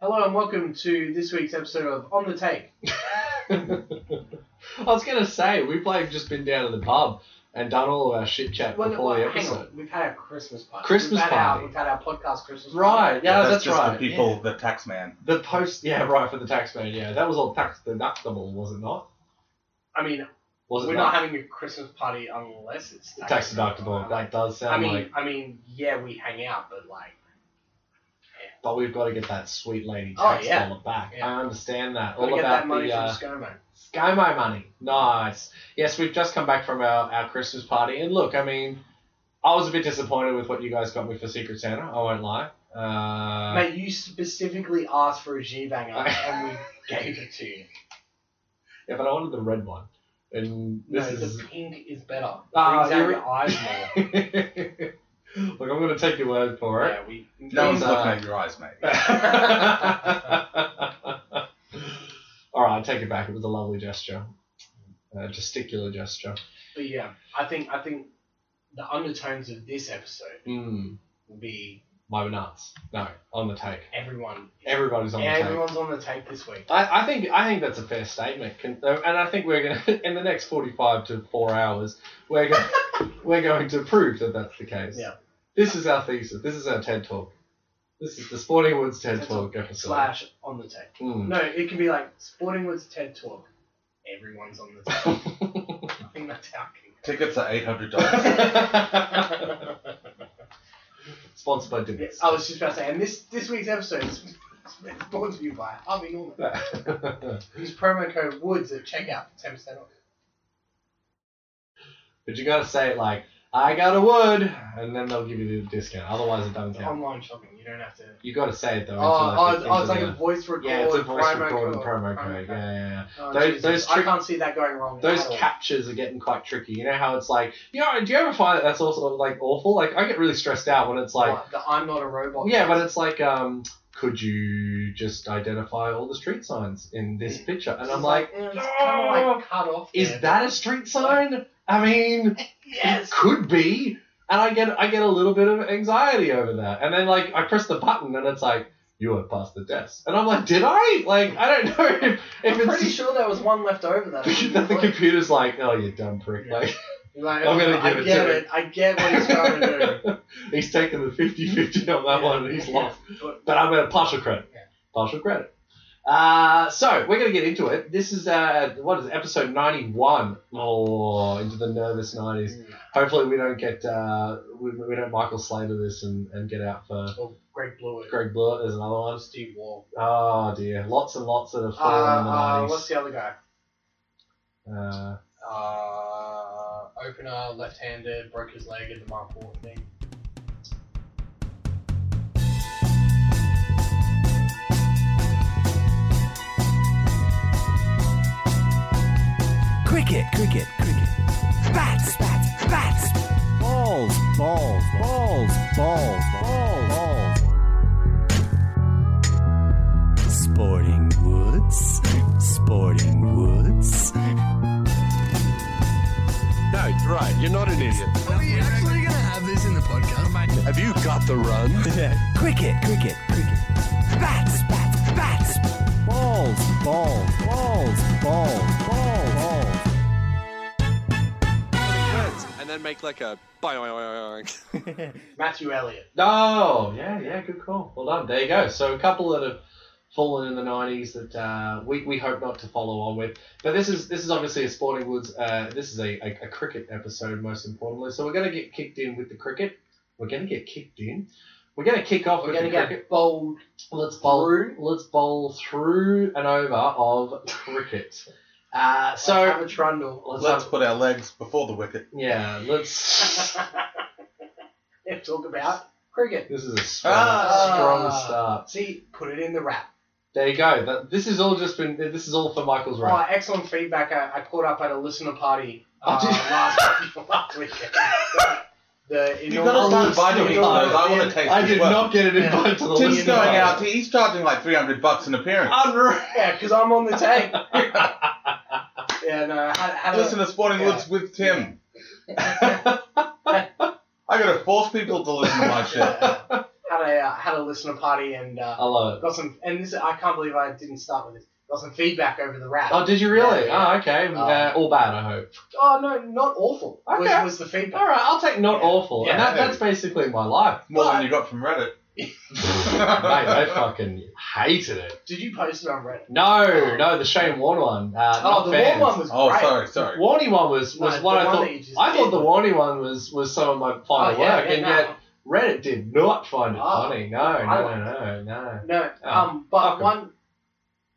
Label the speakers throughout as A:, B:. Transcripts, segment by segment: A: Hello and welcome to this week's episode of On the Take.
B: I was gonna say we probably have just been down in the pub and done all of our shit chat
A: Well,
B: before
A: well,
B: the
A: hang on,
B: episode.
A: We've had our Christmas party.
B: Christmas
A: we've had Our,
B: party.
A: we've had our podcast Christmas party.
B: Right, yeah,
C: that's,
B: that's,
C: just
B: right.
C: the people,
B: yeah.
C: the tax man.
B: The post, yeah, right for the taxman. Yeah, that was all tax deductible, was it not?
A: I mean,
B: Was it
A: we're
B: not?
A: not having a Christmas party unless it's tax,
B: tax deductible. That does sound
A: I mean,
B: like,
A: I mean, yeah, we hang out, but like,
B: but we've got to get that sweet lady
A: Oh,
B: tax
A: yeah.
B: dollar back.
A: Yeah.
B: I understand that.
A: gotta
B: All
A: get
B: about
A: that money
B: the uh,
A: from ScoMo.
B: ScoMo money. Nice. Yes, we've just come back from our, our Christmas party. And look, I mean, I was a bit disappointed with what you guys got me for Secret Santa. I won't lie. Uh,
A: Mate, you specifically asked for a G banger,
B: I-
A: and we gave it to you.
B: Yeah, but I wanted the red one. And
A: No,
B: this is.
A: the pink is better.
B: Ah,
A: Brings out
B: you're-
A: your eyes more.
B: look, I'm going to take your word for it.
A: Yeah, we.
C: No one's
B: uh,
C: looking at your eyes, mate.
B: All right, I take it back. It was a lovely gesture, a gesticular gesture.
A: But yeah, I think I think the undertones of this episode
B: Mm.
A: will be
B: My nuts. No, on the take.
A: everyone.
B: Everybody's on
A: yeah,
B: the take.
A: everyone's on the take this week.
B: I, I think I think that's a fair statement, Can, uh, and I think we're gonna in the next forty-five to four hours we're going we're going to prove that that's the case.
A: Yeah.
B: This is our thesis. This is our TED talk. This is the Sporting Woods TED,
A: TED
B: talk, episode.
A: Slash on the take.
B: Mm.
A: No, it can be like Sporting Woods TED Talk. Everyone's on the take. I think that's how it
C: Tickets are eight hundred dollars.
B: Sponsored by
A: can go.
B: Divots.
A: I was just about to say, and this this week's episode is is brought to you by Harvey Norman. Use promo code Woods at checkout for ten percent off.
B: but you gotta say it like I got a wood, and then they'll give you the discount. Otherwise, it doesn't
A: It's
B: count.
A: online shopping. You don't have to.
B: You gotta say it though.
A: Oh,
B: into
A: Um, I was, I
B: the-
A: was
B: into
A: like
B: the-
A: a voice record.
B: yeah, it's a voice
A: promo
B: record and
A: code.
B: promo code. Yeah, yeah, yeah.
A: Oh,
B: Those-
A: Jesus.
B: those
A: I
B: trick-
A: can't see that going wrong.
B: those
A: at all.
B: captures are getting quite tricky. You know how it's like, you know, do you ever find that that's also like awful? Like I get really stressed out when it's like,
A: What, the I'm not a robot.
B: yeah, but it's like, um, could you just identify all the street signs in this
A: Mm.
B: picture? And
A: It's
B: I'm
A: like,
B: like,
A: eh, it's kind of like cut off.
B: Oh! is
A: there.
B: that a street sign? I mean,
A: yes?
B: it could be. And I get I get a little bit of anxiety over that. And then like I press the button and it's like. You went past the desk, and I'm like, "Did I? Like, I don't know if, if
A: I'm pretty
B: it's
A: sure there was one left over that. I didn't
B: that the
A: put.
B: computer's like, "Oh, you dumb prick!"
A: Yeah.
B: Like,
A: Like,
B: I'm gonna
A: I
B: give it
A: get
B: to
A: it. I get what he's trying to do.
B: he's taken the 50 50 on that
A: Yeah.
B: one and he's
A: Yeah.
B: lost.
A: But-
B: But I'm going to partial credit.
A: Yeah.
B: Partial credit. Uh, so we're going to get into it. This is uh, what is it, episode 91 Oh, into the nervous 90s. Hopefully we don't get uh, we, we don't Michael Slater this and, and get out for
A: Well, Oh, Greg Blewett.
B: Greg Blewett. There's another one.
A: Steve Wall.
B: Oh dear, lots and lots that have
A: Uh,
B: fallen in the
A: uh,
B: 90s.
A: what's the other guy?
B: Uh,
A: Uh, opener, left-handed, broke his leg in the Mark Wall thing.
D: Cricket, cricket, cricket. Spats, spats, spats. Balls, balls, balls, balls, balls, balls. Sporting Woods, Sporting Woods.
E: No, right. You're not an idiot.
F: Are we actually gonna have this in the podcast?
E: Have you got the run?
D: Cricket, cricket, cricket. Spats, spats, spats. Balls, balls, balls, balls, balls, balls.
E: and then make like a boing.
A: Matthew Elliott.
B: Oh, yeah, yeah, good call. Well done. There you go. So a couple that have fallen in the 90s that uh, we, we hope not to follow on with. But this is this is obviously a Sporting Woods. Uh, this is a, a, a cricket episode, most importantly. So we're going to get kicked in with the cricket. We're going to get kicked in. We're going to kick off
A: We're
B: with
A: gonna
B: the cricket.
A: get bold.
B: Let's bowl.
A: through.
B: Let's bowl through and over of cricket. Uh,
A: So
B: so
A: have a trundle.
C: Let's put our legs before the wicket.
B: yeah, let's.
A: Yeah, talk about cricket.
B: this is a strong,
C: Ah.
B: strong start.
A: See, put it in the wrap.
B: There you go. That, this is all just been. This is all for Michael's rap.
A: Oh, excellent feedback. I, I caught up at a listener party
B: Oh,
A: uh,
B: did you?
A: last, last weekend. The
C: You've got to start
A: enormous-
C: inviting people.
B: no,
C: Though. I want to taste.
B: I
C: as
B: did
C: well.
B: not get an invite to the
C: Tim's
B: listener
C: going
B: party.
C: out. He's charging like three hundred bucks an appearance.
B: Unreal.
A: Yeah, because I'm on the tank. yeah, no, I had, had
C: Listen
A: a,
C: to Sporting
A: Yeah.
C: Woods with Tim. I gotta force people to listen to my shit.
A: yeah, had a uh, had a listener party and uh,
B: I love it.
A: got some. And this I can't believe I didn't start with this. Got some feedback over the rap.
B: Oh, did you really?
A: Yeah. Um,
B: Oh, okay. Uh, all bad, I hope.
A: Oh no, not awful.
B: Okay.
A: Was, was the feedback?
B: All right, I'll take not
A: Yeah.
B: awful.
A: Yeah.
B: and that, that's basically my life.
C: More than you got from Reddit.
B: Mate, I fucking hated it.
A: Did you post it on Reddit?
B: No, no, the Shane Warne one. Uh,
A: Oh,
B: not
A: the
B: fans.
A: warm one was
C: Oh,
A: great.
C: sorry, sorry.
B: Warney one was,
A: No,
B: was
A: the
B: what I
A: one
B: thought.
A: that you just
B: I thought
A: did
B: the
A: was-
B: Warney one was, was some of my
A: Oh,
B: final
A: yeah,
B: work,
A: yeah,
B: and
A: no.
B: yet Reddit did not find it
A: Oh.
B: funny. No,
A: I
B: no,
A: liked
B: no, no.
A: No,
B: Oh,
A: um, but
B: fuck 'em.
A: one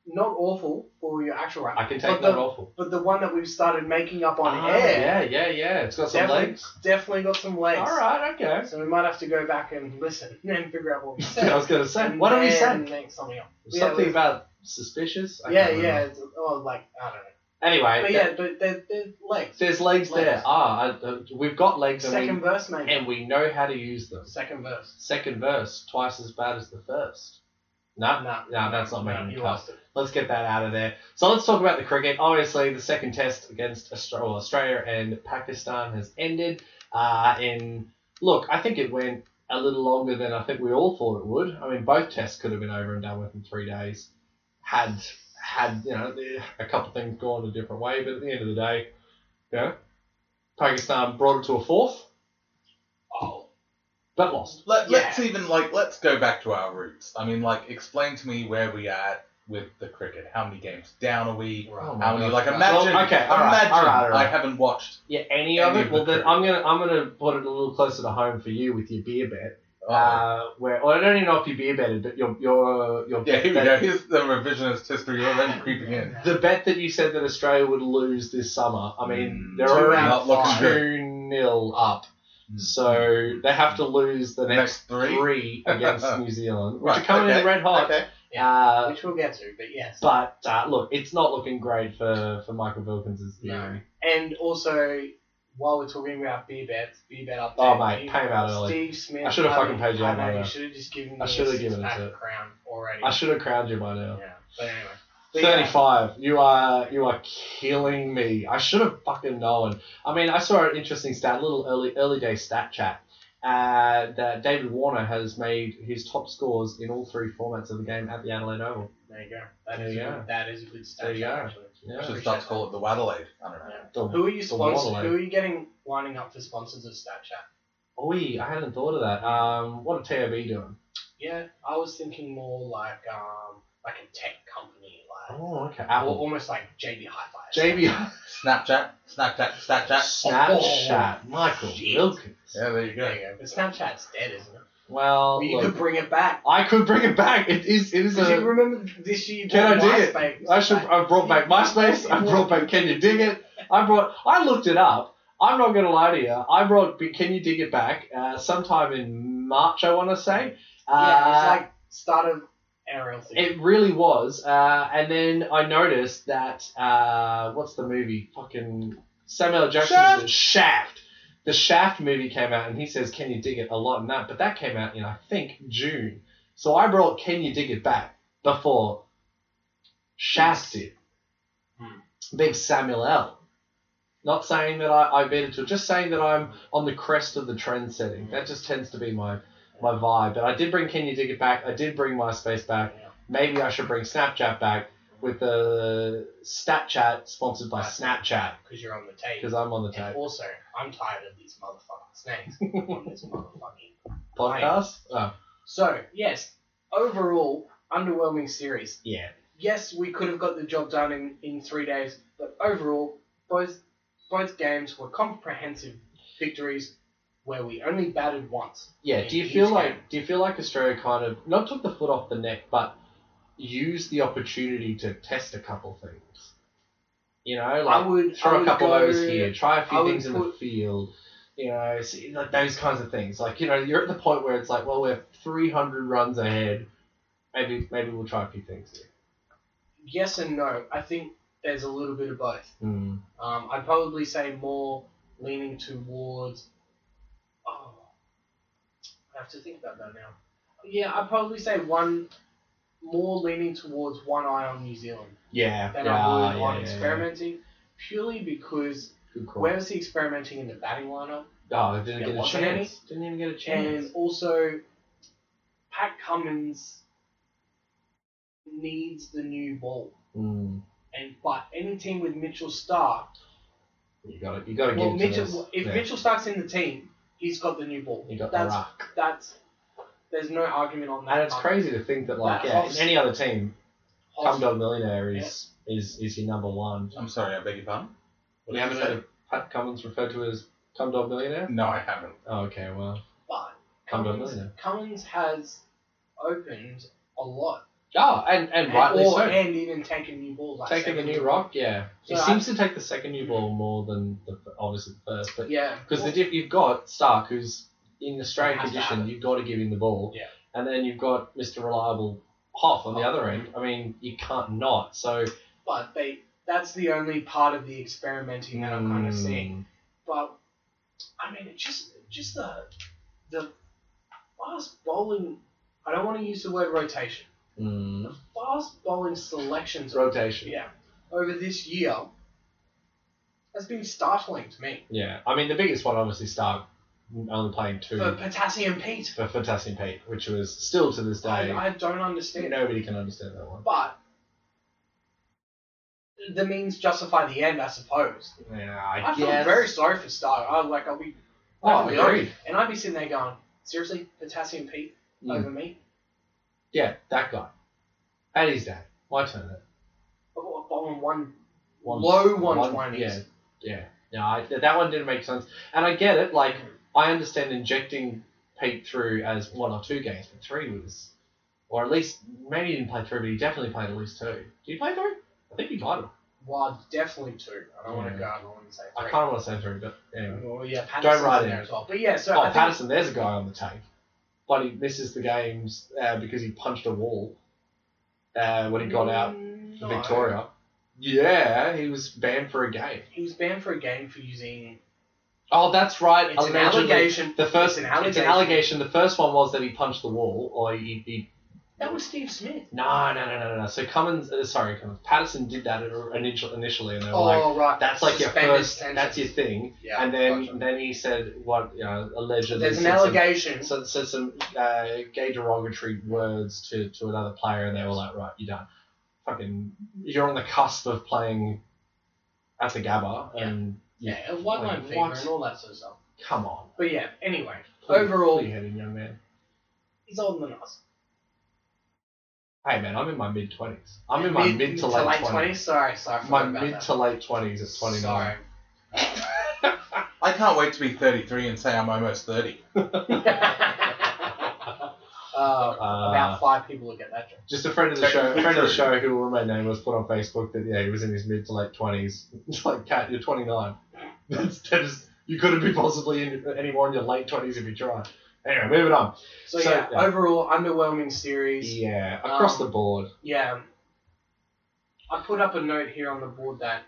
A: not awful for your actual rap.
B: I can
A: but
B: take
A: the,
B: that awful.
A: But the one that we've started making up on
B: Ah,
A: air
B: Yeah, yeah, yeah. It's got some
A: Definitely.
B: legs.
A: definitely got some legs.
B: All right, okay.
A: So we might have to go back and listen and figure out what we
B: I
A: said.
B: was gonna say, what do we
A: And
B: say?
A: then make something up. Yeah,
B: Something
A: we-
B: about suspicious. I
A: yeah,
B: can't
A: yeah.
B: remember.
A: It's, oh, like I don't know.
B: Anyway,
A: But yeah, but they're, they're legs.
B: there's legs, there.
A: Legs.
B: Ah, I, uh, we've got legs,
A: Second
B: and
A: verse,
B: we,
A: maybe.
B: and we know how to use them.
A: Second verse.
B: Second verse, twice as bad as the first. No,
A: Nah.
B: no, that's not
A: No,
B: making
A: you
B: the cut.
A: lost it.
B: Let's get that out of there. So let's talk about the cricket. Obviously, the second test against Austra- well, Australia and Pakistan has ended. Uh, and look, I think it went a little longer than I think we all thought it would. I mean, both tests could have been over and done with in three days had had you know the- a couple of things gone a different way. But at the end of the day, you know, Pakistan brought it to a fourth. Oh, but lost.
C: Let,
A: Yeah.
C: Let's even like let's go back to our roots. I mean, like explain to me where we are with the cricket. How many games down are we?
B: Oh my
C: How many?
B: God.
C: Like
B: Well,
C: imagine.
B: okay, all right,
C: imagine.
B: all right, all right.
C: I haven't watched.
B: Yeah, any,
C: Any
B: of
C: of
B: it.
C: the
B: Well, then
C: three.
B: I'm gonna I'm gonna put it a little closer to home for you with your beer bet.
C: Oh.
B: Uh, where well, I don't even know if you beer betted, but your your your
C: yeah,
B: bet
C: here we go.
B: that-
C: Here's the revisionist history already creeping in.
B: the bet that you said that Australia would lose this summer. I mean,
C: Mm,
B: they're
A: two
C: not
B: already
C: looking
B: two nil up, so they have to lose Hmm. the next
C: next three.
B: three against New Zealand, which
C: Right,
B: are coming in
C: okay,
B: red hot.
C: Okay.
B: Uh,
A: Which we'll get to, but yes.
B: but uh, look, it's not looking great for, for Michael Wilkins'
A: No.
B: theory.
A: And also, while we're talking about beer bets, beer bet update.
B: Oh, mate,
A: you-
B: pay him out early.
A: Steve Smith. um,
B: I should've fucking paid you
A: I
B: out
A: know,
B: by
A: You
B: now.
A: should have just given me
B: I should've
A: a
B: given
A: six-pack
B: it to-
A: crown already.
B: I should have crowned you by now.
A: Yeah, but anyway. But yeah,
B: Thirty-five. You are you are killing me. I should have fucking known. I mean, I saw an interesting stat, little early early day stat chat. Uh, that David Warner has made his top scores in all three formats of the game at the Adelaide Oval.
A: There you go. That
B: There
A: is
B: you
A: a
B: go.
A: good, that is a good stat.
B: There you go.
A: actually.
B: Yeah.
C: Should start to call it the Adelaide. I don't know.
B: The-
A: Who are you
B: the
A: sponsor?
B: Waterloo.
A: Who are you getting lining up for sponsors of Stat Chat?
B: Oi, I hadn't thought of that. Um, what are TAB doing?
A: Yeah, I was thinking more like um like a tech company, like
B: Oh, okay.
A: or
B: Apple.
A: almost like JB Hi-Fi.
B: JB
C: Snapchat. Snapchat. Snapchat.
B: Snapchat. Michael
A: shit.
B: Wilkins.
C: Yeah, there you go.
A: There you go. But Snapchat's dead, isn't it?
B: Well,
A: But you
B: look,
A: could bring it back.
B: I could bring it back. It is. It is
A: Because you
B: a.
A: remember this year you
B: Can
A: brought
B: I dig it?
A: MySpace
B: I should.
A: back.
B: I brought back MySpace. I brought back. Can you dig it? I brought. I looked it up. I'm not gonna lie to you. I brought. Can you dig it back? Uh, sometime in March, I want to say. Uh,
A: Yeah, it's like start of aerial thing.
B: It really was. Uh, and then I noticed that uh, what's the movie? Fucking Samuel L. Jackson
C: Shaft?
B: Shaft. Shaft. The Shaft movie came out, and he says, "Can you dig it?" a lot in that, but that came out in I think June. So I brought "Can you dig it?" back before Shaft did. Big Samuel L. Not saying that I, I beat it to, it, just saying that I'm on the crest of the trend setting. That just tends to be my my vibe. But I did bring Can You Dig It back. I did bring MySpace back. Maybe I should bring Snapchat back with the Snapchat sponsored by Snapchat
A: because you're on the tape.
B: because I'm on the
A: And
B: tape.
A: also, I'm tired of these motherfuckers' names on this motherfucking.
B: Podcast? Oh,
A: So yes, overall, underwhelming series.
B: yeah.
A: Yes, we could have got the job done in, in three days, but overall, both both games were comprehensive victories where we only batted once.
B: Yeah,
A: in
B: do you
A: each
B: feel
A: game.
B: like do you feel like Australia kind of not took the foot off the neck, but used the opportunity to test a couple things? You know, like
A: I would I
B: try a
A: would
B: couple
A: go-
B: overs here, try a
A: I
B: few
A: would
B: things in the
A: put-
B: field, you know, see, like those kinds of things. Like you know, you're at the point where it's like, well, we're 300 runs ahead. Maybe maybe we'll try a few things here.
A: Yes and no. I think there's a little bit of both.
B: Mm.
A: Um, I'd probably say more leaning towards. Oh, I have to think about that now. Yeah, I'd probably say one more leaning towards one eye on New Zealand
B: Yeah,
A: than
B: yeah,
A: I would
B: yeah,
A: on
B: yeah,
A: experimenting, purely because
B: yeah. Good call.
A: where was he experimenting in the batting lineup,
B: oh, they didn't
A: There
B: get a
A: wasn't any?
B: Mm. chance. Didn't even get a chance.
A: and also Pat Cummins needs the new ball,
B: Mm,
A: and but any team with Mitchell Stark,
B: you got to You got to
A: well,
B: give to this.
A: Mitchell, if
B: yeah.
A: Mitchell Stark's in the team, he's got the new ball.
B: you got the
A: that's
B: rock.
A: that's there's no argument on that.
B: And it's
A: part.
B: crazy to think that like
A: That
B: yeah,
A: Hoss-
B: in any other team,
A: Hoss-
B: Come Millionaire is, is is your number one.
C: I'm sorry, I beg your pardon?
B: You
C: What did
B: haven't
C: you
B: heard
C: say?
B: of Pat Cummins referred to as Come Millionaire?
C: No, I haven't.
B: Oh, okay, well,
A: but
B: Come
A: Cummins,
B: Millionaire.
A: Cummins has opened a lot,
B: Oh, and, and,
A: and,
B: rightly
A: or,
B: so.
A: and even taken new balls. like
B: Taking the
A: second
B: new rock, yeah. He
A: So I-
B: seems to take the second new ball more than the obviously the first, but
A: Yeah,
B: Because
A: well,
B: the diff- you've got Stark, who's in Australian
A: Has to have
B: condition,
A: it.
B: you've got to give him the ball.
A: Yeah. Oh.
B: And then you've got Mr. Reliable Hoff on the other end. I mean, you can't not. So
A: but they that's the only part of the experimenting that I'm kind of
B: Mm.
A: seeing. But I mean, it just just the the fast bowling. I don't want to use the word rotation.
B: Mm,
A: The fast bowling selections,
B: rotation.
A: yeah, over this year has been startling to me.
B: Yeah. I mean, the biggest one, obviously, Stark only playing two
A: For
B: for,
A: potassium Pete,
B: for Fantastic Pete, which was still to this day.
A: I, I don't understand.
B: nobody can understand that one.
A: But the means justify the end, I suppose.
B: Yeah,
A: I,
B: I,
A: feel
B: guess.
A: very sorry for Stark. I like I'll be,
B: Oh,
A: I'll be
B: agreed.
A: honest. and I'd be sitting there going, seriously, potassium Pete
B: Mm.
A: over me.
B: Yeah, that guy. At his day. My turn. then.
A: Oh, Bowling one
B: One-
A: low
B: one-
A: 120s.
B: yeah. Yeah. No, I, th- that one didn't make sense. And I get it. Like, I understand injecting Pete through as one or two games, but three was. Or at least, maybe he didn't play three, but he definitely played at least two. Did he play three? I think he played them.
A: Well, definitely two. I don't want
B: Yeah.
A: to go out on and say
B: I
A: three.
B: kind of want to say three, but anyway.
A: Well, yeah, Patterson's
B: write
A: in
B: it.
A: there as well. But yeah, so
B: oh,
A: Oh, I think
B: Patterson, there's a guy on the tape. But he misses the games uh, because he punched a wall uh, when he got out for
A: No.
B: Victoria. Yeah, he was banned for a game.
A: He was banned for a game for using.
B: Oh, that's right.
A: It's an
B: allegedly.
A: allegation.
B: The first,
A: It's an
B: It's an
A: allegation.
B: allegation. The first one was that he punched the wall, or he, he
A: That was Steve Smith.
B: no, no, no, no, no. no. So Cummins, uh, sorry, Cummins, Patterson did that or- initial, initially, and they were like,
A: oh right,
B: "That's like your
A: Suspended
B: first,
A: sentence.
B: that's your thing."
A: Yeah,
B: and then,
A: gotcha.
B: then he said, "What you know, allegedly."
A: there's an
B: said some-
A: allegation.
B: So, so some uh, gay derogatory words to, to another player, and they were like, right, you're done. Fucking, you're on the cusp of playing at the Gabba, and
A: yeah, a one
B: Like,
A: line fever
B: what?
A: and all that sort of stuff.
B: come on.
A: But yeah, anyway,
B: Pull-
A: Overall-
B: pull your head in, young man.
A: he's older than us.
B: Hey, man, I'm in my mid 20s. I'm in my mid, to late, 20s.
A: Sorry, sorry. I
B: My
A: forgot about
B: mid
A: that.
B: to late 20s at 29.
A: Sorry.
C: I can't wait to be 33 and say I'm almost 30.
A: Uh,
B: Uh,
A: about five people will get that joke.
B: just a friend of the show, a
C: Technically
B: friend of the
C: true.
B: show who will remain nameless, put on Facebook that yeah he was in his mid to late twenties. It's like Cat, you're 29. That's that is you couldn't be possibly in, anymore in your late twenties if you tried. Anyway, moving on.
A: So,
B: So,
A: yeah,
B: yeah.
A: overall underwhelming series.
B: Yeah, across
A: Um,
B: the board.
A: Yeah. I put up a note here on the board that,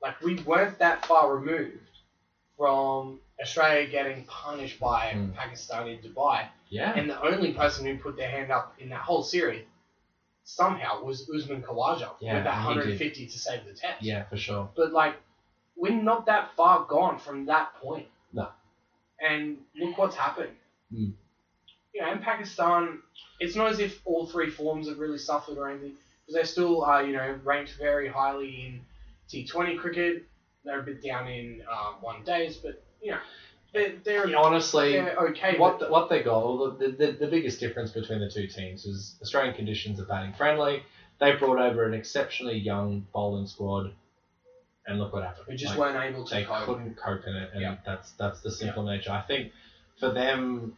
A: like, we weren't that far removed from Australia getting punished by
B: Mm.
A: Pakistan in Dubai,
B: Yeah,
A: and the only person who put their hand up in that whole series somehow was Usman Khawaja
B: Yeah,
A: with that
B: he did.
A: 150 to save the test.
B: yeah, for sure.
A: But like, we're not that far gone from that point.
B: No.
A: And look what's happened.
B: Mm.
A: You know, in Pakistan, it's not as if all three forms have really suffered or anything, because they're still, uh, you know, ranked very highly in T20 cricket. They're a bit down in uh, one days, but you know, they're they're,
B: Honestly,
A: they're okay.
B: what
A: but
B: the, what they got, well, the, the, the biggest difference between the two teams is Australian conditions are batting friendly. They brought over an exceptionally young bowling squad, and look what happened.
A: we just
B: Like,
A: weren't able
B: they
A: to cope.
B: couldn't cope in it, and
A: Yeah.
B: that's that's the simple nature. I think for them,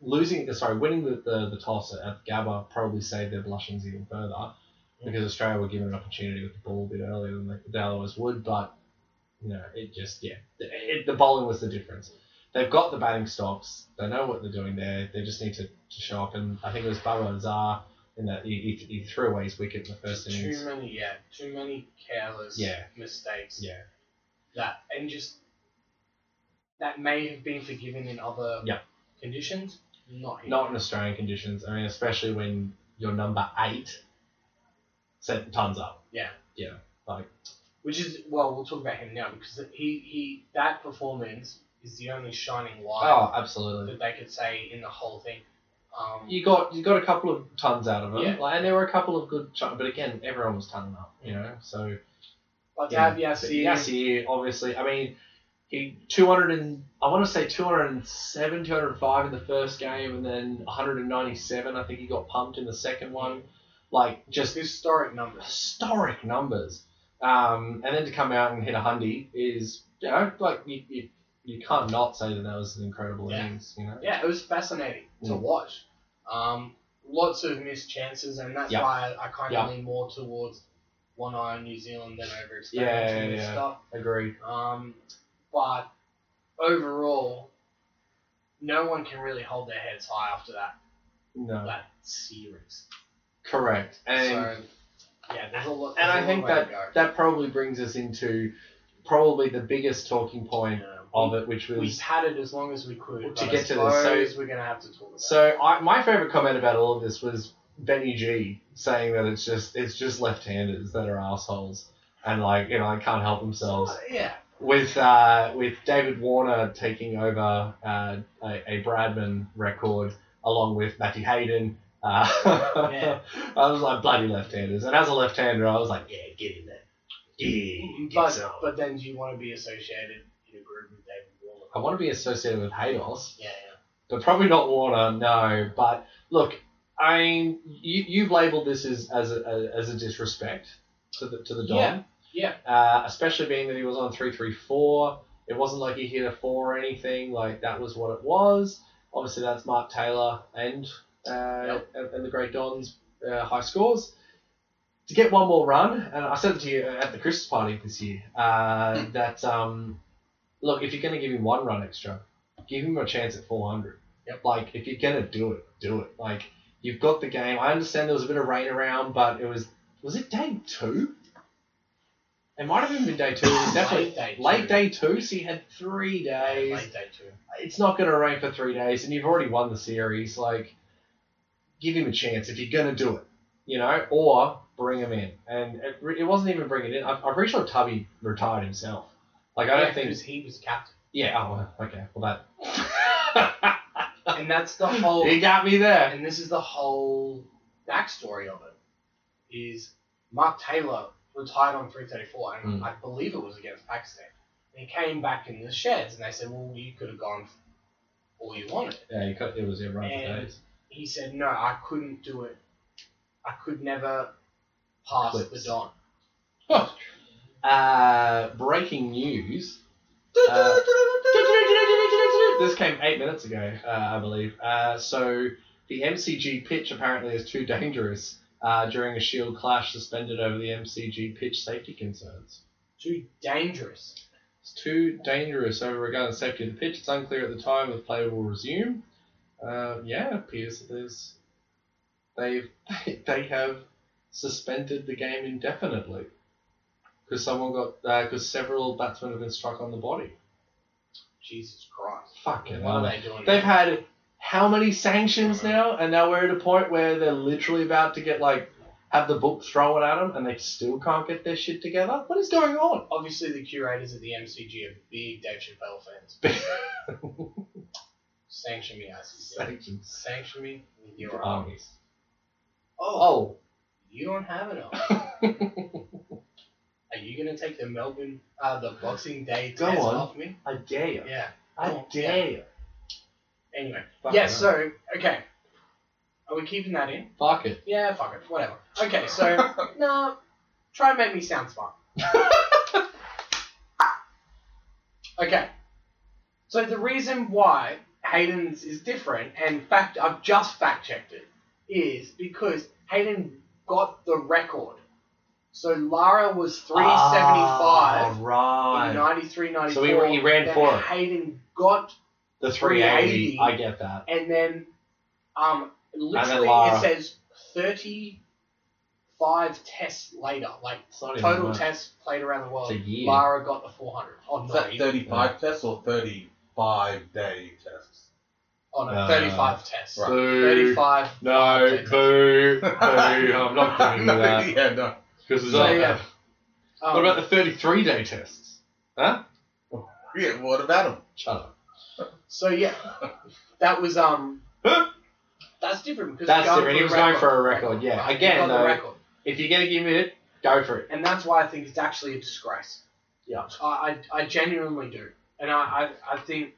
B: losing sorry, winning the, the, the toss at Gabba probably saved their blushings even further because Australia were given an opportunity with the ball a bit earlier than they, they otherwise would, but you know it just yeah, it, it- the bowling was the difference. They've got the batting stops. They know what they're doing there. They just need to, to show up. And I think it was Baba Azar in that he, he, he threw away his wicket in the first
A: Too
B: innings.
A: many, yeah, too many careless
B: Yeah.
A: mistakes.
B: Yeah.
A: that and just that may have been forgiven in other
B: Yeah.
A: conditions. Not here.
B: not in Australian conditions. I mean, especially when your number eight set tons up.
A: Yeah.
B: Yeah. Like
A: Which is well, we'll talk about him now because he he that performance is the only shining light
B: oh, absolutely.
A: that they could say in the whole thing. Um,
B: you got you got a couple of tons out of them,
A: Yeah.
B: like, and there were a couple of good chunks. But again, everyone was tonning up, you know. So
A: like to
B: yeah.
A: have Yassir.
B: Yassir, obviously, I mean, he two hundred and I want to say 207, 205 in the first game, and then one hundred and ninety seven. I think he got pumped in the second one. Like just
A: Historic numbers.
B: historic numbers. Um, and then to come out and hit a hundy is, you know, like you, you, you can't not say that that was an incredible
A: Yeah.
B: innings, you know.
A: Yeah, it was fascinating to
B: Mm.
A: watch. Um, lots of missed chances, and that's
B: Yeah.
A: why I kind of
B: Yeah.
A: lean more towards one eye on New Zealand than over
B: Yeah,
A: experimenting
B: yeah,
A: with
B: yeah.
A: stuff.
B: Agreed.
A: Um, but overall, no one can really hold their heads high after that
B: No,
A: that series.
B: correct. And
A: so yeah, there's a lot.
B: and
A: there's a
B: I
A: long
B: think
A: way to
B: that
A: go.
B: that probably brings us into probably the biggest talking point
A: Yeah, we-
B: of it, which was
A: we padded as long as we could
B: To
A: but I
B: get to this, so-
A: suppose we're gonna have to talk about. it.
B: So I, my favorite comment about all of this was Benny G saying that it's just it's just left-handers that are assholes and like you know like can't help themselves.
A: Uh, yeah,
B: with uh, with David Warner taking over uh, a, a Bradman record along with Matty Hayden. Uh,
A: Yeah.
B: I was like bloody left-handers, and as a left-hander, I was like, yeah, get in there, yeah, get
A: but
B: some.
A: but then do you want to be associated in a group with David Warner?
B: I want to be associated with Haydos,
A: Yeah, yeah.
B: but probably not Warner. No, but look, I mean, you, you've labelled this as as a, as a disrespect to the to the Dom.
A: Yeah, yeah.
B: Uh, especially being that he was on three three four. It wasn't like he hit a four or anything. Like that was what it was. Obviously, that's Mark Taylor and uh,
A: Yep.
B: and, and the Great Don's uh, high scores. To get one more run, and I said it to you at the Christmas party this year uh, that um, look, if you're going to give him one run extra, give him a chance at 400.
A: Yep.
B: Like, if you're going to do it, do it. Like, you've got the game. I understand there was a bit of rain around, but it was, was it day two? It might have even been day two. It was definitely
A: Late day two.
B: late day two, so you had three
A: Yeah,
B: days.
A: late day two.
B: it's not going to rain for three days, and you've already won the series. Like, give him a chance if you're going to do it, you know, or bring him in. And it, re- it wasn't even bringing in. I'm, I'm pretty sure Tubby retired himself. Like, I don't
A: Yeah,
B: think.
A: 'cause he was captain,
B: Yeah. Oh, well, okay. Well, that.
A: and that's the whole.
B: you got me there.
A: and this is the whole backstory of it. Is Mark Taylor retired on 334, and
B: Mm.
A: I believe it was against Pakistan. And he came back in the sheds, and they said, "Well, you could have gone all you wanted."
B: Yeah, you cut, it was it right
A: And-
B: days.
A: He said, "No, I couldn't do it. I could never pass the
B: Clips.
A: Don."
B: Uh, breaking news. Uh, this came eight minutes ago, uh, I believe. Uh, so the MCG pitch apparently is too dangerous. Uh, during a shield clash suspended over the MCG pitch safety concerns.
A: Too dangerous.
B: It's too dangerous over regarding safety of the pitch. It's unclear at the time if play will resume. Uh, yeah, it appears that there's they've they have suspended the game indefinitely because someone got because several batsmen have been struck on the body.
A: Jesus Christ.
B: Fucking
A: What
B: hell.
A: are they doing?
B: They've had how many sanctions now, and now we're at a point where they're literally about to get like have the book thrown at them, and they still can't get their shit together. What is going on?
A: Obviously, the curators at the MCG are big Dave Chappelle fans. Sanction me, ICC.
B: sanctions.
A: Sanction me with your army.
B: Armies.
A: Oh,
B: Oh.
A: you don't have an army. Are you gonna take the Melbourne, uh, the Boxing Day
B: Go
A: test
B: on.
A: off me?
B: I dare you.
A: Yeah.
B: I dare you.
A: Anyway.
B: Fuck
A: yeah.
B: it.
A: So okay. Are we keeping that in?
B: Fuck it.
A: Yeah. Fuck it. Whatever. Okay. So no. Try and make me sound smart. Okay. So the reason why Hayden's is different, and fact I've just fact checked it, is because Hayden got the record. So Lara was three
B: Ah,
A: seventy five,
B: right.
A: ninety three, ninety
B: So
A: four.
B: he- he ran
A: then
B: for it.
A: Hayden got,
B: The 380.
A: 380.
B: I get that.
A: and then um, literally
B: Lara.
A: it says thirty five tests later, like
B: It's not even
A: total
B: much.
A: tests played around the world.
B: It's a year.
A: Lara got the four hundred. Oh
C: Is
A: no,
C: that 35 tests or 35 day tests?
A: oh no,
B: Uh,
A: thirty five tests.
C: right.
B: Boo.
A: Thirty five.
B: No, boo, boo. I'm not going to
C: No,
B: that.
C: Yeah, no.
B: Because it's
A: So,
B: not.
A: yeah. Um,
B: What about the 33 day tests? Huh?
C: Yeah, what about them?
B: Shut up.
A: So yeah, that was um. That's different because
B: That's
A: he's going
B: different. He was going for a record. Yeah.
A: Right, he
B: Again,
A: got the
B: though-
A: record.
B: If you're gonna give it, go for it.
A: and that's why I think it's actually a disgrace.
B: Yeah.
A: I, I, I genuinely do, and I, I, I think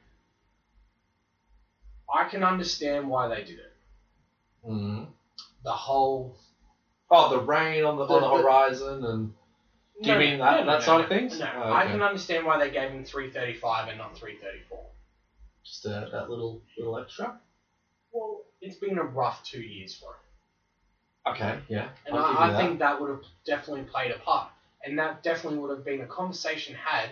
A: I can understand why they did it.
B: Mm.
A: The whole
B: Oh, the rain on the, on
A: The-
B: the
A: the-
B: horizon and Do you mean that- that side of things?
A: No,
B: Oh,
A: I
B: okay.
A: can understand why they gave him three thirty five and not three thirty four.
B: just uh, that little little extra.
A: Well, it's been a rough two years for him.
B: Okay. Yeah.
A: And
B: I'll give
A: I,
B: you
A: I
B: that.
A: think that would have definitely played a part. And that definitely would have been a conversation had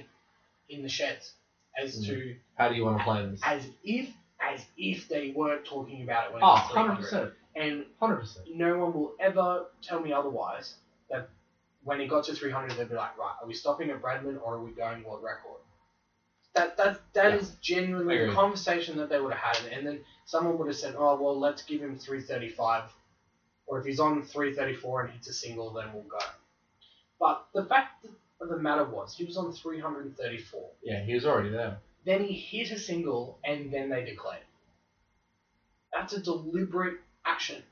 A: in the sheds as
B: Mm.
A: to
B: How do you want to play this?
A: as if as if they weren't talking about it when it
B: Oh,
A: was
B: 100
A: 300.
B: percent,
A: And
B: hundred percent.
A: no one will ever tell me otherwise that when it got to 300, they'd be like, right, are we stopping at Bradman or are we going world record? That that that
B: Yeah.
A: is genuinely the
B: Agreed.
A: conversation that they would have had, and then someone would have said, oh well, let's give him 335, or if he's on 334 and hits a single, then we'll go. But the fact of the matter was, he was on 334.
B: Yeah, he was already there.
A: Then he hit a single, and then they declared. That's a deliberate action.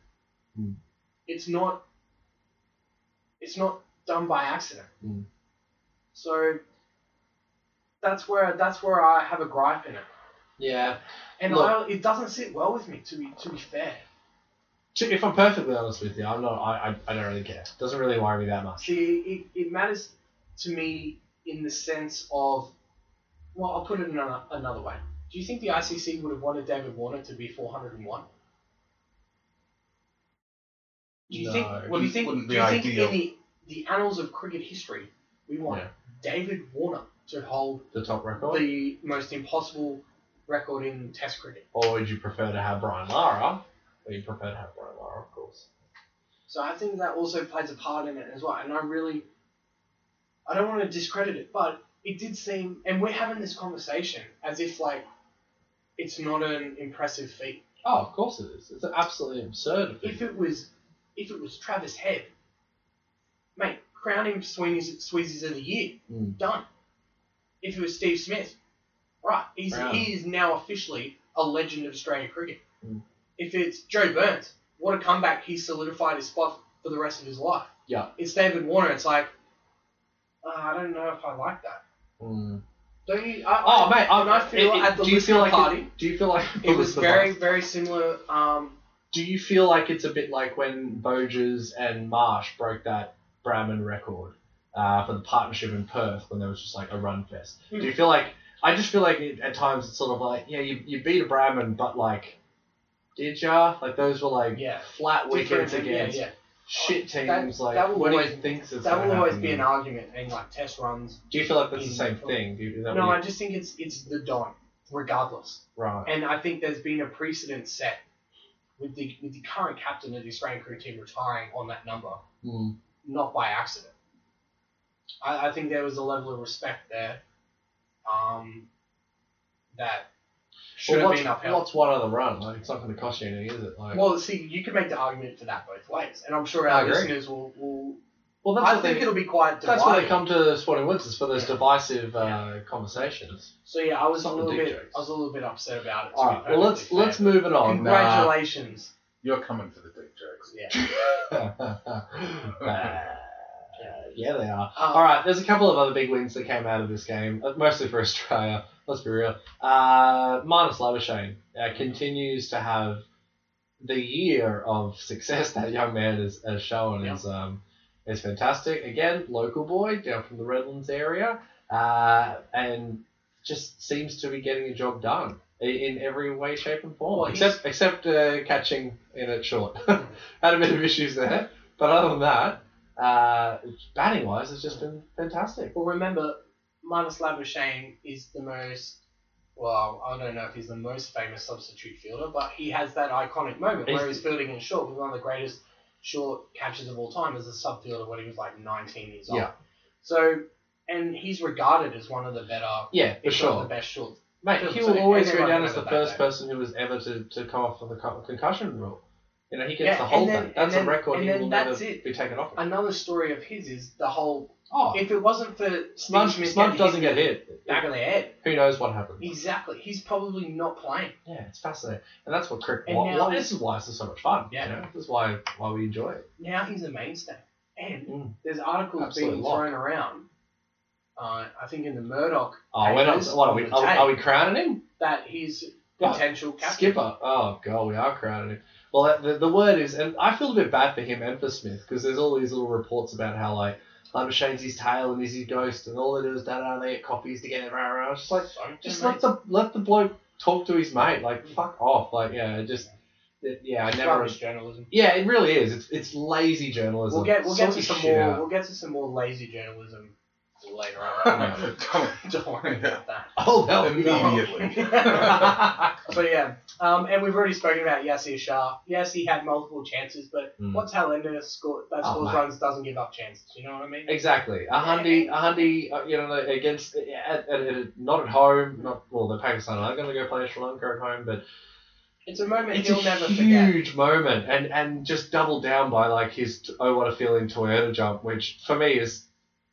B: Hmm.
A: It's not. It's not done by accident.
B: Hmm.
A: So that's where that's where I have a gripe in it,
B: Yeah.
A: and
B: Look-
A: I, it doesn't sit well with me to be to be fair.
B: To- If I'm perfectly honest with you, I'm not. I, I, I don't really care. Doesn't really worry me that much.
A: See, it, it matters to me in the sense of, well, I'll put it another another way. Do you think the ICC would have wanted David Warner to be 401? Do you
B: No.
A: think?
B: Wouldn't-
A: Do you think?
C: wouldn't
A: Do
C: be
A: you think
C: ideal.
A: in the, the annals of cricket history, we want
B: Yeah.
A: David Warner to hold
B: The top record,
A: the most impossible record in Test cricket?
B: or would you prefer to have Brian Lara? Or you prefer to have Brian Lara, of course.
A: So I think that also plays a part in it as well. And I really, I don't want to discredit it, but it did seem, and we're having this conversation as if like it's not an impressive feat.
B: Oh, of course it is. It's absolutely absurd. if
A: If
B: it-
A: it was, if it was Travis Head, mate, crown him Sweeney's Sweezies of the year,
B: Mm.
A: done. If it was Steve Smith, right, he's,
B: Brown.
A: he is now officially a legend of Australian cricket.
B: Mm.
A: If it's Joe Burns, what a comeback! He solidified his spot for the rest of his life
B: Yeah.
A: it's David Warner. It's like, uh, I don't know if I like that.
B: Mm.
A: Don't you? I,
B: Oh, mate,
A: I,
B: I'm
A: when I feel at the
B: do you
A: listener
B: feel like
A: party,
B: It, do you feel like
A: it was very, very similar. Um,
B: Do you feel like it's a bit like when Boges and Marsh broke that Brahman record uh, for the partnership in Perth when there was just like a run fest? Do
A: Hmm.
B: you feel like I just feel like it, at times it's sort of like yeah you, you beat a Brahman but like did ya like those were like
A: Yeah.
B: flat wickets
A: different-
B: against
A: yeah,
B: shit teams
A: That-
B: like
A: that will
B: what do
A: always-
B: you think is
A: yeah. That
B: gonna
A: will always
B: happen?
A: be an argument in like test runs.
B: Do you feel like that's the
A: in-
B: same thing? Do you, is that
A: No,
B: what
A: I
B: you,
A: just think it's it's the Don, regardless.
B: right.
A: And I think there's been a precedent set with the with the current captain of the Australian cricket team retiring on that number.
B: Mm.
A: not by accident. I, I think there was a level of respect there um, that should
B: Well,
A: have
B: what's,
A: been upheld.
B: what's one other run? Like it's not going to cost you anything, is it? Like,
A: Well, see, you can make the argument for that both ways, and I'm sure
B: I
A: our
B: agree.
A: listeners will. will
B: well
A: I
B: the
A: think
B: thing.
A: it'll be quite divided.
B: That's where they come to Sporting Woods is for those
A: Yeah.
B: divisive uh, conversations.
A: So yeah, I was a
B: Some
A: little
B: dick
A: bit,
B: jokes.
A: I was a little bit upset about it. to
B: All
A: be
B: right, well let's
A: perfectly
B: let's
A: fair.
B: move it on. Uh,
A: Congratulations.
C: You're coming for the dick jokes.
A: Yeah.
B: uh, yeah, they are.
A: Um,
B: All right, there's a couple of other big wins that came out of this game, uh, mostly for Australia. Let's be real. Uh, Marnus Labuschagne uh, continues to have the year of success that young man has, has shown.
A: Yeah.
B: Is um, is fantastic. Again, local boy down from the Redlands area, uh, and just seems to be getting the job done i- in every way, shape, and form.
A: Well, he's-
B: except except uh, catching in it short. Had a bit of issues there, but other than that, uh, batting wise, it's just been fantastic.
A: Well, remember, Manus Labuschagne is the most. Well, I don't know if he's the most famous substitute fielder, but he has that iconic moment where
B: He's-
A: he's fielding in short with one of the greatest short catches of all time as a sub fielder when he was like 19 years old.
B: Yeah.
A: So, and he's regarded as one of the better,
B: Yeah, for
A: if not
B: sure.
A: the best short.
B: Mate,
A: Phil,
B: he
A: so
B: will always go
A: everyone
B: down as the
A: remembered that
B: first
A: day.
B: person who was ever to, to come off of the co- concussion rule. You know, he gets
A: Yeah,
B: to
A: and
B: hold
A: then-
B: that.
A: and
B: That's
A: then-
B: a record
A: and
B: he
A: then
B: will never
A: that's it.
B: be taken off. Of.
A: Another story of his is the whole.
B: Oh,
A: If it wasn't for Steve
B: Smudge,
A: Smith
B: Smudge
A: getting
B: doesn't
A: hit
B: get hit.
A: in the back of the head,
B: Who knows what happened?
A: exactly. He's probably not playing.
B: Yeah, it's fascinating, and that's what cricket.
A: And
B: Why,
A: now-
B: why- this is why this is so much fun.
A: Yeah.
B: you know? this is why why we enjoy it.
A: Now he's a mainstay. And
B: Mm.
A: there's articles
B: Absolute
A: being
B: lock.
A: thrown around. Uh, I think in the Murdoch
B: Oh, we're not.
A: papers
B: What are
A: on
B: we?
A: the
B: Are,
A: tape
B: are we crowning him?
A: that he's
B: Right.
A: potential captain.
B: Skipper. Oh god, we are crowded. Well, that- the, the word is, and I feel a bit bad for him and for Smith because there's all these little reports about how like Lumbershane's his tail and he's his ghost, and all they do is da da. They get coffees together. Rah, rah. It's just like just let the let the bloke talk to his mate. Like fuck off. Like yeah, it just it- yeah. I
A: It's
B: never.
A: rubbish journalism.
B: Yeah, it really is. It's it's lazy journalism.
A: We'll get we'll
B: Sort
A: get to
B: your
A: some
B: shit
A: more
B: out.
A: we'll get to some more lazy journalism later on.
C: Don't-
A: Don't worry about that.
B: Oh no,
C: Immediately.
A: But yeah, um, and we've already spoken about Yassir Shah. Yes, he had multiple chances, but
B: Mm.
A: what Talenda score, that
B: Oh,
A: scores
B: mate.
A: runs doesn't give up chances. You know what I mean?
B: Exactly. A Hundi, a Hundi, uh, you know, against, at, at, at- not at home, not, well, the Pakistan are going to go play Sri Lanka at home, but
A: It's a moment
B: it's a
A: he'll never forget.
B: huge moment. And, and just doubled down by, like, his t- Oh What a Feeling Toyota jump, which for me is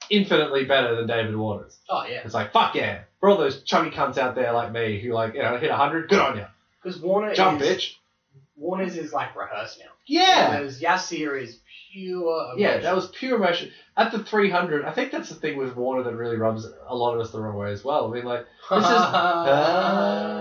B: infinitely better than David Warner's.
A: Oh yeah,
B: It's like, fuck yeah. For all those chubby cunts out there like me who, like, you know, hit 100, good on you.
A: because Warner
B: Jump,
A: is
B: bitch.
A: Warner's is like rehearsed now.
B: Yeah.
A: Whereas Yassir is pure. Emotion.
B: Yeah, that was pure emotion. At the 300, I think that's the thing with Warner that really rubs a lot of us the wrong way as well. I mean, like, this is-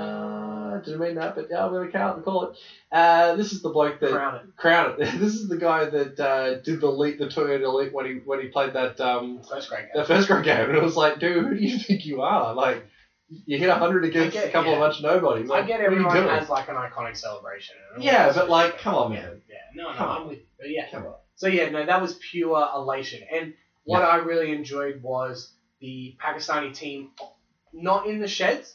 B: Uh, didn't mean that, but yeah, I'm gonna count and call it. Uh, this is the bloke that
A: Crown it.
B: crown it. this is the guy that uh, did the leap, the Toyota leap when he when he played that um
A: First grade game.
B: that first grade game, and it was like, dude, who do you think you are? Like, you hit hundred against
A: I get-
B: a couple
A: yeah.
B: of bunch of nobodies.
A: I
B: Like,
A: get
B: what are you
A: everyone
B: doing?
A: has like an iconic celebration. and all
B: Yeah,
A: that
B: but
A: sort of
B: like,
A: shit,
B: come on,
A: yeah,
B: man.
A: Yeah, no, no,
B: Come on.
A: I'm with you. But yeah,
B: Come on.
A: So yeah, no, that was pure elation. And what I really enjoyed was the Pakistani team not in the sheds,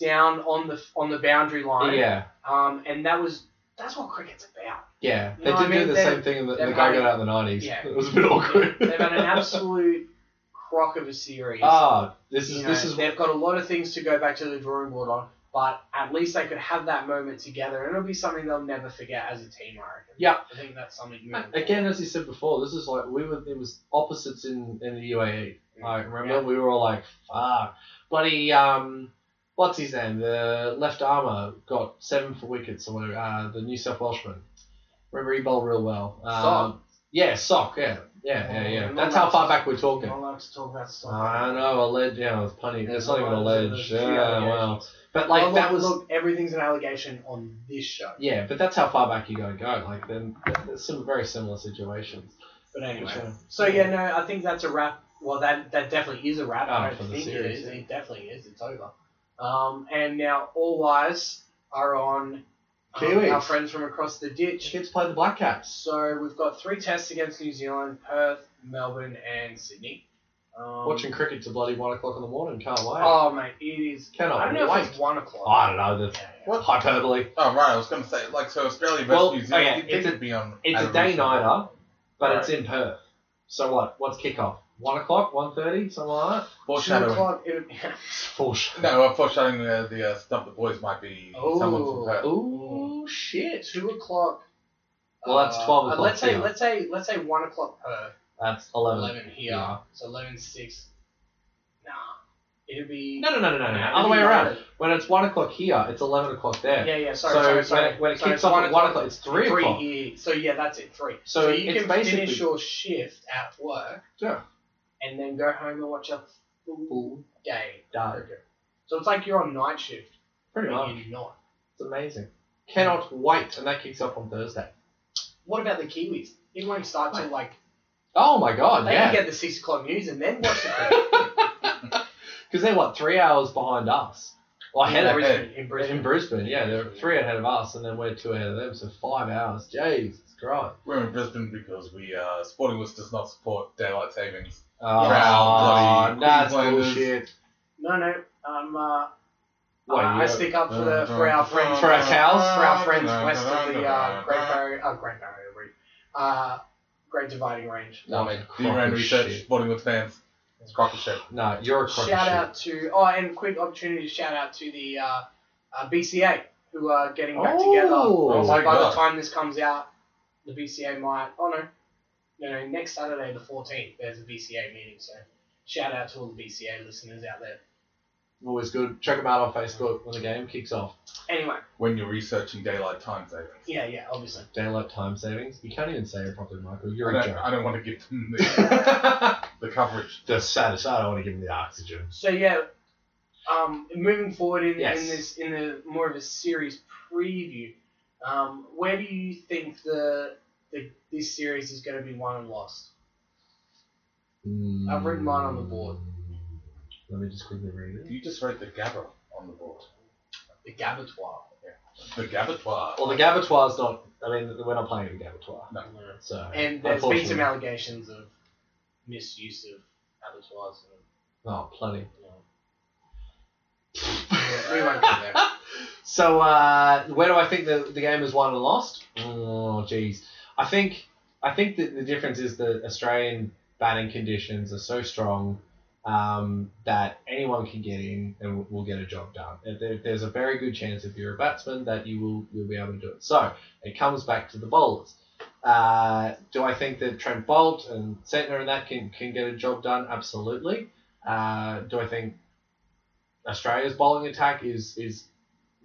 A: down on the on the boundary line.
B: Yeah,
A: Um, and that was that's what cricket's about.
B: yeah.
A: You
B: They
A: know
B: did
A: what I mean?
B: do the
A: They-
B: same thing in the,
A: they've
B: the guy
A: had-
B: got out in the nineties.
A: Yeah.
B: It was a bit awkward.
A: They've had an absolute crock of a series.
B: Ah, this is
A: You know,
B: this is
A: they've got a lot of things to go back to the drawing board on, but at least they could have that moment together, and it'll be something they'll never forget as a team. I reckon.
B: Yeah.
A: I think that's something. moving
B: Again, as you said before, this is like we were. It was opposites in in the UAE.
A: forward.
B: I remember
A: Yeah.
B: we were all like, "Fuck!" Bloody um, what's his name? The left armour got seven for wickets or whatever. Uh, the New South Welshman. Remember he bowled real well. Um,
A: Sock.
B: Yeah, sock. Yeah, yeah, yeah, yeah.
A: Oh,
B: That's
A: no. Oh,
B: how far back we're
A: I'm
B: talking. Oh,
A: not allowed to talk about stuff.
B: I know, alleged. Yeah, it's punny. It's not even
A: a
B: alleged. Yeah, well, but like
A: look,
B: that was.
A: look, everything's an allegation on this show.
B: Yeah, but that's how far back you gotta go. Like then, there's some very similar situations.
A: But anyway,
B: Sure.
A: so yeah, no, I think that's a wrap. Well, that that definitely is a wrap.
B: Oh,
A: I
B: for
A: don't
B: the
A: think it
B: series,
A: is.
B: yeah.
A: It definitely is. It's over. Um, and now all eyes are on um,
B: Kiwis.
A: our friends from across the ditch.
B: She gets played the Black Caps.
A: So we've got three tests against New Zealand, Perth, Melbourne, and Sydney. Um,
B: Watching cricket to bloody one o'clock in the morning. Can't wait.
A: Oh mate, it is.
B: Can
A: I
B: I
A: don't know
B: wait?
A: if it's one o'clock.
B: I don't know. That's
A: Yeah, yeah.
B: what? hyperbole.
C: oh, right. I was going to say, like, so Australia versus
B: Well,
A: oh,
C: New Zealand.
B: okay,
C: you'd think
B: it's a-
C: it'd be on
B: It's
C: at
B: a day
C: reasonable-
A: uh,
B: nighter, but it's in Perth. So what? What's kickoff? One o'clock? One thirty? Something like that.
A: Two
C: Foreshadowing.
A: o'clock. It,
B: It's full sh-
C: No, I'm foreshadowing the, the uh, Stump the Boys might be someone
A: Oh.
C: from Perth.
B: Ooh shit!
A: two o'clock.
B: Well, that's
A: uh,
B: 12
A: uh,
B: o'clock
A: Let's say
B: here.
A: let's say let's say one o'clock Perth,
B: That's eleven.
A: eleven here.
B: Yeah.
A: So eleven six. Nah, it'll be.
B: No, no, no, no, no, no.
A: it'll
B: Other
A: be
B: way around.
A: later.
B: When it's one o'clock here, it's eleven o'clock there.
A: Yeah, yeah. Sorry,
B: So
A: sorry,
B: when
A: sorry.
B: it- when it
A: So
B: kicks
A: it's
B: off
A: one
B: at one o'clock, it's three o'clock.
A: here. So yeah, that's it. Three.
B: So
A: you
B: it's
A: can
B: basically-
A: finish your shift at work
B: Yeah.
A: and then go home and watch a full
B: Full
A: day.
B: day.
A: So it's like you're on night shift,
B: Uh, Pretty
A: but
B: much.
A: you're not.
B: It's amazing. Cannot wait, and that kicks off on Thursday.
A: What about the Kiwis? It won't start till like
B: Oh my god!
A: they
B: yeah.
A: can get the six o'clock news and then watch the cricket.
B: Because they're what three hours behind us. Well, ahead
A: in
B: of
A: Brisbane. In
B: Brisbane.
A: Brisbane.
B: In Brisbane, yeah, they're three ahead of us, and then we're two ahead of them, so five hours. Jeez, it's great.
C: We're in Brisbane because we uh, Sporting Woods does not support daylight savings.
B: Oh,
C: Proud bloody
B: that's
C: Queenslanders.
B: bullshit.
A: No, no. Um, uh,
B: Wait,
A: I, I
B: yeah.
A: stick up for, the, for our Uh, friends.
B: For our cows?
A: For our friends west of the uh, Great Barrier, uh, Great Barrier Reef, uh, Great Dividing Range.
B: No,
C: mate,
B: man,
C: do your own
B: crock of
C: research,
B: shit.
C: Sporting Woods fans. It's crock of shit.
B: No, you're a crock
A: Shout
B: of
A: out to oh, and quick opportunity to shout out to the uh, uh, BCA who who are getting back
B: Oh,
A: together.
B: oh
A: so
C: my
A: by
C: God.
A: the time this comes out, the VCA might. Oh no, no, no. Next Saturday, the fourteenth, there's a VCA meeting. So shout out to all the VCA listeners out there.
B: Always good. Check them out on Facebook when the game kicks off.
A: Anyway,
C: when you're researching daylight time savings.
A: yeah, yeah, obviously.
B: Daylight time savings. You can't even say it properly, Michael.
C: I
B: You're a
C: don't,
B: joke.
C: I don't want to give them the, the coverage.
B: the saddest. I don't want to give them the oxygen.
A: So yeah, um, moving forward in,
B: Yes.
A: in this in the more of a series preview, um, where do you think the, the this series is going to be won and lost? I've written mine on the board.
B: Mm. Let me just quickly read it.
C: You just wrote the Gabba on the board.
A: The Gabatoir.
C: The Gabatoir.
B: Well, the Gabatoire's not. I mean, we're not playing the Gabatoire.
C: No.
B: So
A: And there's been some
B: unfortunately-
A: allegations of misuse of abattoirs. And,
B: Oh, plenty.
A: you know. Yeah, we won't go there.
B: So, uh, where do I think the, the game is won and lost? Oh, jeez. I think I think that the difference is that Australian batting conditions are so strong um, that anyone can get in and will get a job done. And There, there's a very good chance if you're a batsman that you will you'll be able to do it. So it comes back to the bowlers. Uh, do I think that Trent Bolt and Sentner and that can, can get a job done? Absolutely. Uh, do I think Australia's bowling attack is is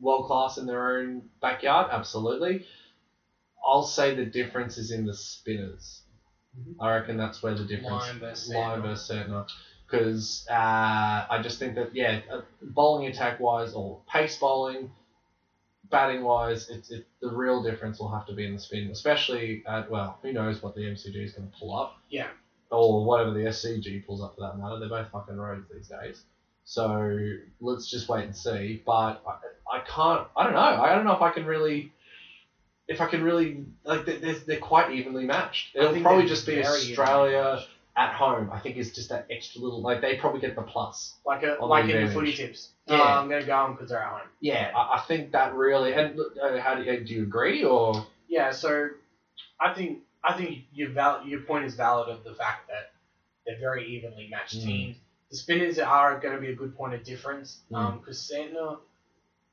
B: world class in their own backyard? Absolutely. I'll say the difference is in the spinners.
A: Mhm.
B: I reckon that's where the difference
A: Lyon versus
B: Lyon
A: Santner.
B: versus Santner. Because uh, I just think that, yeah, uh, bowling attack wise or pace bowling, batting wise, it's it, the real difference will have to be in the spin, especially at, well, who knows what the MCG is going to pull up
A: Yeah.
B: or whatever the SCG pulls up for that matter. They're both fucking roads these days. So let's just wait and see. But I, I can't. I don't know. I don't know if I can really. If I can really like, they- they're, they're quite evenly matched.
A: I
B: It'll
A: think
B: probably
A: they're
B: just be
A: very
B: Australia at home. I think it's just that extra little. Like they probably get the plus.
A: Like a,
B: On
A: like
B: the
A: in the
B: advantage.
A: footy tips.
B: Yeah.
A: Oh, I'm gonna go on because they're at home.
B: Yeah, I, I think that really. And uh, how do you, do you agree or?
A: Yeah, so I think I think your val- your point is valid of the fact that they're very evenly matched
B: Mm.
A: teams. The spinners are going to be a good point of difference
B: Mm.
A: because Santner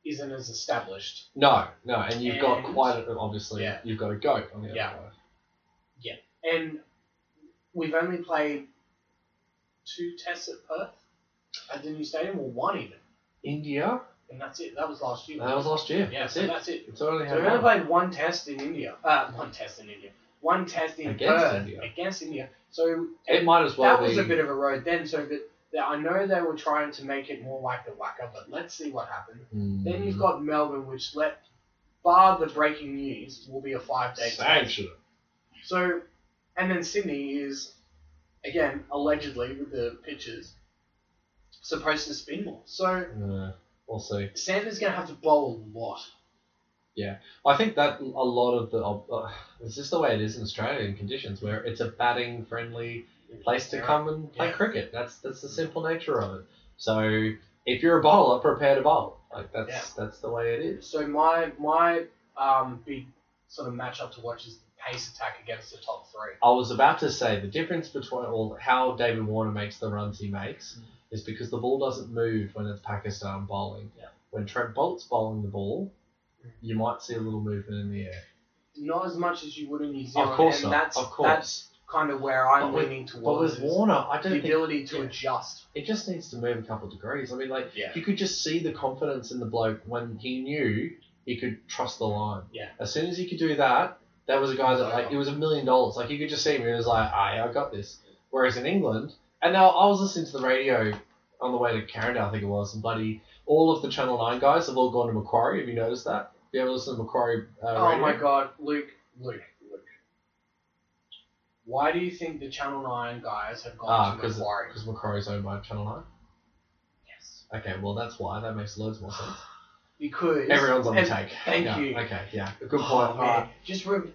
A: isn't as established.
B: No, no, and you've got
A: And-
B: quite a, obviously
A: Yeah.
B: you've got a goat on the other
A: Yeah.
B: side.
A: And we've only played two tests at Perth at the new stadium, or one even,
B: India,
A: and that's it. That was last year.
B: that was last year.
A: yeah,
B: that's
A: so
B: it.
A: that's it.
B: It's only
A: So we
B: had
A: only
B: one.
A: played one test in India. Uh, one test in India. One test in
B: Against
A: Perth
B: India.
A: against India. So
B: It might as well
A: that was
B: be.
A: a bit of a road then. So that, that I know they were trying to make it more like the Wacker, but let's see what happens.
B: Mm.
A: Then you've got Melbourne, which let bar the breaking news will be a five day.
B: sanction.
A: So, and then Sydney is again allegedly with the pitches supposed to spin more. So
B: Uh, we'll see.
A: Sanders gonna have to bowl a lot.
B: I think that a lot of the uh, it's just the way it is in Australian conditions, where it's a batting friendly place to come and play
A: Yeah.
B: cricket. That's that's the simple nature of it. So if you're a bowler, prepare to bowl. Like that's that's the way it is.
A: So my my um, big sort of matchup to watch is the pace attack against the top three.
B: I was about to say the difference between well, how David Warner makes the runs he makes
A: Mm.
B: is because the ball doesn't move when it's Pakistan bowling.
A: Yeah.
B: When Trent Bolt's bowling the ball, you might see a little movement in the air.
A: Not as much as you would in New Zealand,
B: Of course,
A: and
B: not.
A: that's
B: of course.
A: that's kind of where I'm
B: But with-
A: leaning
B: But
A: towards.
B: with
A: is
B: Warner, I don't
A: the
B: think
A: ability to
B: yeah.
A: adjust.
B: it just needs to move a couple of degrees. I mean, like
A: Yeah.
B: you could just see the confidence in the bloke when he knew he could trust the line.
A: Yeah.
B: As soon as he could do that, that was a guy that like it was a million dollars. Like you could just see him and he was like, "Ah, yeah, I got this." Whereas in England, and now I was listening to the radio on the way to Carindale, I think it was, and buddy, all of the Channel Nine guys have all gone to Macquarie. Have you noticed that? Have you ever listened to Macquarie? Uh,
A: oh
B: radio?
A: my God, Luke, Luke, Luke. Why do you think the Channel Nine guys have gone
B: Ah,
A: to Macquarie?
B: because Macquarie's owned by Channel Nine.
A: Yes,
B: Okay, well that's why that makes loads more sense.
A: because
B: Everyone's on the
A: and
B: take.
A: Thank
B: Yeah,
A: you.
B: Okay, yeah. Good point.
A: Oh,
B: All
A: man.
B: right.
A: Just re-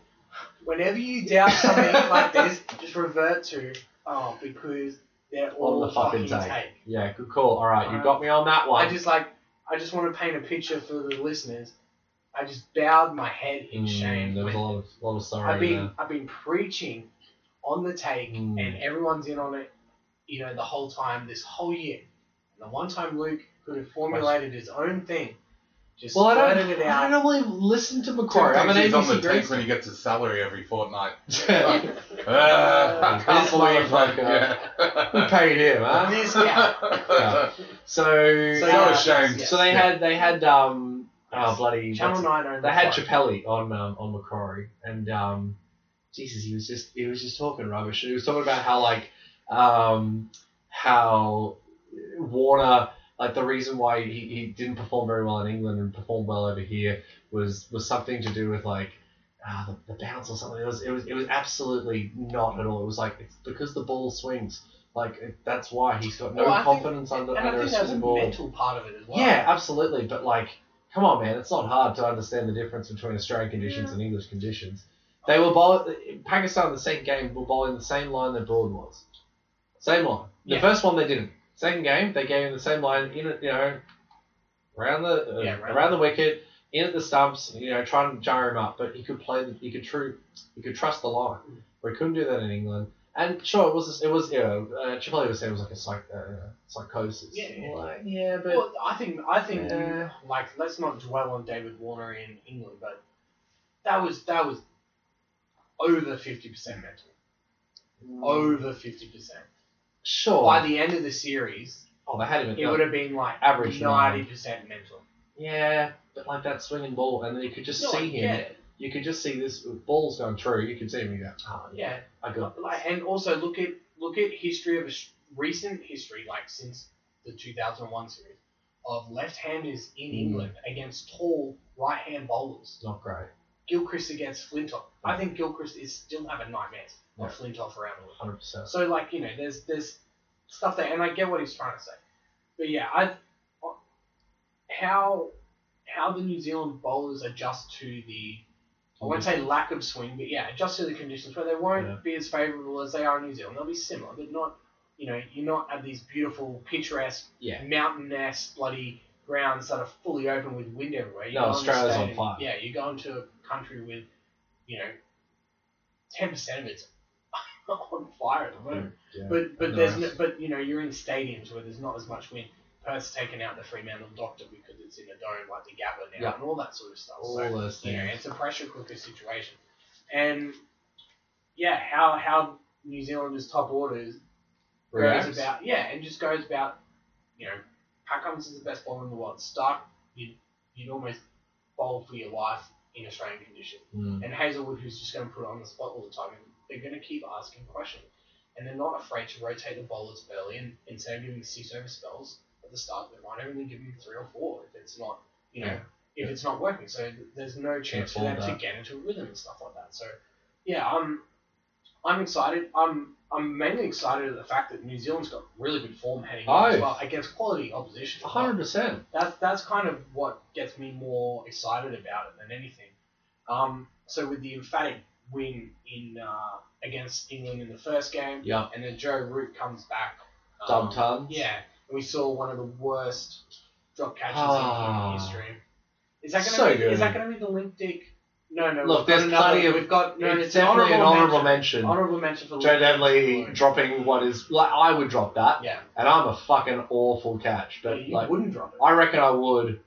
A: whenever you doubt something like this, just revert to oh because they're all
B: On the fucking
A: Oh, take.
B: take. Yeah, good call. All right, you got me on that one.
A: I just like I just want to paint a picture for the listeners. I just bowed my head in
B: Mm,
A: shame.
B: There was
A: when-
B: a lot of, lot of sorrow
A: I've been
B: there.
A: I've been preaching on the take,
B: Mm.
A: and everyone's in on it. You know, the whole time, this whole year. And the one time Luke could have formulated his own thing, Just
B: Well, I don't.
A: blurted it
B: I
A: out.
B: don't normally listen to Macquarie. I'm an
C: he's on the
B: ABC
C: tank
B: Greeks.
C: when he gets his salary every fortnight.
B: we
C: Uh, I can't
B: This
C: believe like,
B: motherfucker.
C: yeah.
B: paid him, huh?
A: This guy.
B: Yeah. So, uh,
C: So
B: so,
A: yeah,
C: ashamed.
A: yeah.
B: they
C: Yeah.
B: had they had um oh bloody
A: Channel
B: what's-
A: Nine owned
B: they had
A: Macquarie.
B: Chappelle on um, on Macquarie and um Jesus he was just he was just talking rubbish. He was talking about how like um how Warner like the reason why he, he didn't perform very well in England and performed well over here was was something to do with like ah, the, the bounce or something. It was it was it was absolutely not at all. It was like it's because the ball swings. Like it, that's why he's got no
A: Well, I think-
B: confidence under
A: And I
B: under a
A: think that's a
B: swing ball.
A: mental part of it as well.
B: Yeah, absolutely. But like, come on, man, it's not hard to understand the difference between Australian conditions and English conditions. They were bowling. Pakistan in the second game were bowling the same line that Broad was. Same line. The
A: Yeah.
B: first one they didn't. Second game they gave him the same line in it, you know, around the uh,
A: Yeah,
B: around,
A: around
B: the wicket, in at the stumps, you know, trying to jar him up. But he could play. The, he could true. He could trust the line.
A: Mm.
B: We couldn't do that in England. And sure, it was it was you know, uh, Chipotle was saying it was like a psych, uh, psychosis.
A: Yeah, yeah.
B: Like, yeah, but
A: Well, I think I think
B: Yeah.
A: like let's not dwell on David Warner in England, but that was that was over fifty percent mental,
B: Mm. Oh,
A: over fifty percent.
B: Sure.
A: By the end of the series,
B: oh, they had him. At
A: it would have been like
B: Average
A: ninety percent mental.
B: yeah, but like that swinging ball, and then you could just
A: No, I
B: see him.
A: get it.
B: You could just see this ball's gone through. You could see him. You go, oh yeah,
A: Yeah,
B: I got
A: like and also look at look at history of Aus- recent history, like since the two thousand one series of left-handers in
B: Mm.
A: England against tall right-hand bowlers.
B: it's not great.
A: Gilchrist against Flintoff. I think Gilchrist is still having nightmares of
B: Yeah.
A: Flintoff around the world.
B: Hundred percent.
A: So like you know, there's there's stuff there, and I get what he's trying to say, but yeah, I how how the New Zealand bowlers adjust to the I won't say lack of swing, but yeah, adjust to the conditions where they won't
B: Yeah.
A: be as favourable as they are in New Zealand. They'll be similar, but not you know you're not at these beautiful picturesque
B: Yeah.
A: mountainous bloody grounds that are fully open with wind everywhere. You
B: No,
A: go on the
B: Australia's on
A: stadium-
B: fire.
A: Yeah, you go into a country with, you know, ten percent of it's on fire at the moment.
B: Yeah.
A: But but
B: and the
A: there's no,
B: rest.
A: but you know you're in stadiums where there's not as much wind. Perth's taken out the Fremantle Doctor because it's in a dome like the Gabba now
B: Yeah.
A: and all that sort of stuff.
B: All
A: so
B: those
A: you know
B: things.
A: it's a pressure cooker situation, and yeah, how how New Zealanders top orders
B: Reacts.
A: goes about yeah, and just goes about you know, Packums is the best bowler in the world. Stark, you'd you'd almost bowl for your life in Australian conditions.
B: Mm.
A: And Hazelwood, who's just going to put it on the spot all the time, and they're going to keep asking questions, and they're not afraid to rotate the bowlers early and instead of giving six over spells at the start, they might only give them three or four if it's not you know
B: Yeah.
A: if it's not working. So th- there's no chance for
B: all
A: them to
B: that.
A: get into a rhythm and stuff like that. So yeah, I'm I'm excited. I'm I'm mainly excited at the fact that New Zealand's got really good form heading in
B: Oh.
A: as well against quality opposition.
B: A hundred percent.
A: That's that's kind of what gets me more excited about it than anything. Um, so with the emphatic win in uh, against England in the first game,
B: Yeah.
A: and then Joe Root comes back.
B: Dumb
A: um,
B: tons.
A: Yeah, and we saw one of the worst drop catches
B: Ah.
A: in human history. Is that gonna
B: So
A: be,
B: good.
A: is that gonna be the link dick? No, no.
B: Look,
A: we've got
B: there's
A: another-
B: plenty of-
A: We've got no.
B: it's
A: an
B: definitely an honourable
A: mention.
B: mention.
A: Honourable mention for
B: Joe
A: Link Dick.
B: Dudley dropping what is like I would drop that,
A: Yeah,
B: and I'm a fucking awful catch,
A: but
B: but
A: you
B: like
A: wouldn't drop it.
B: I reckon I would.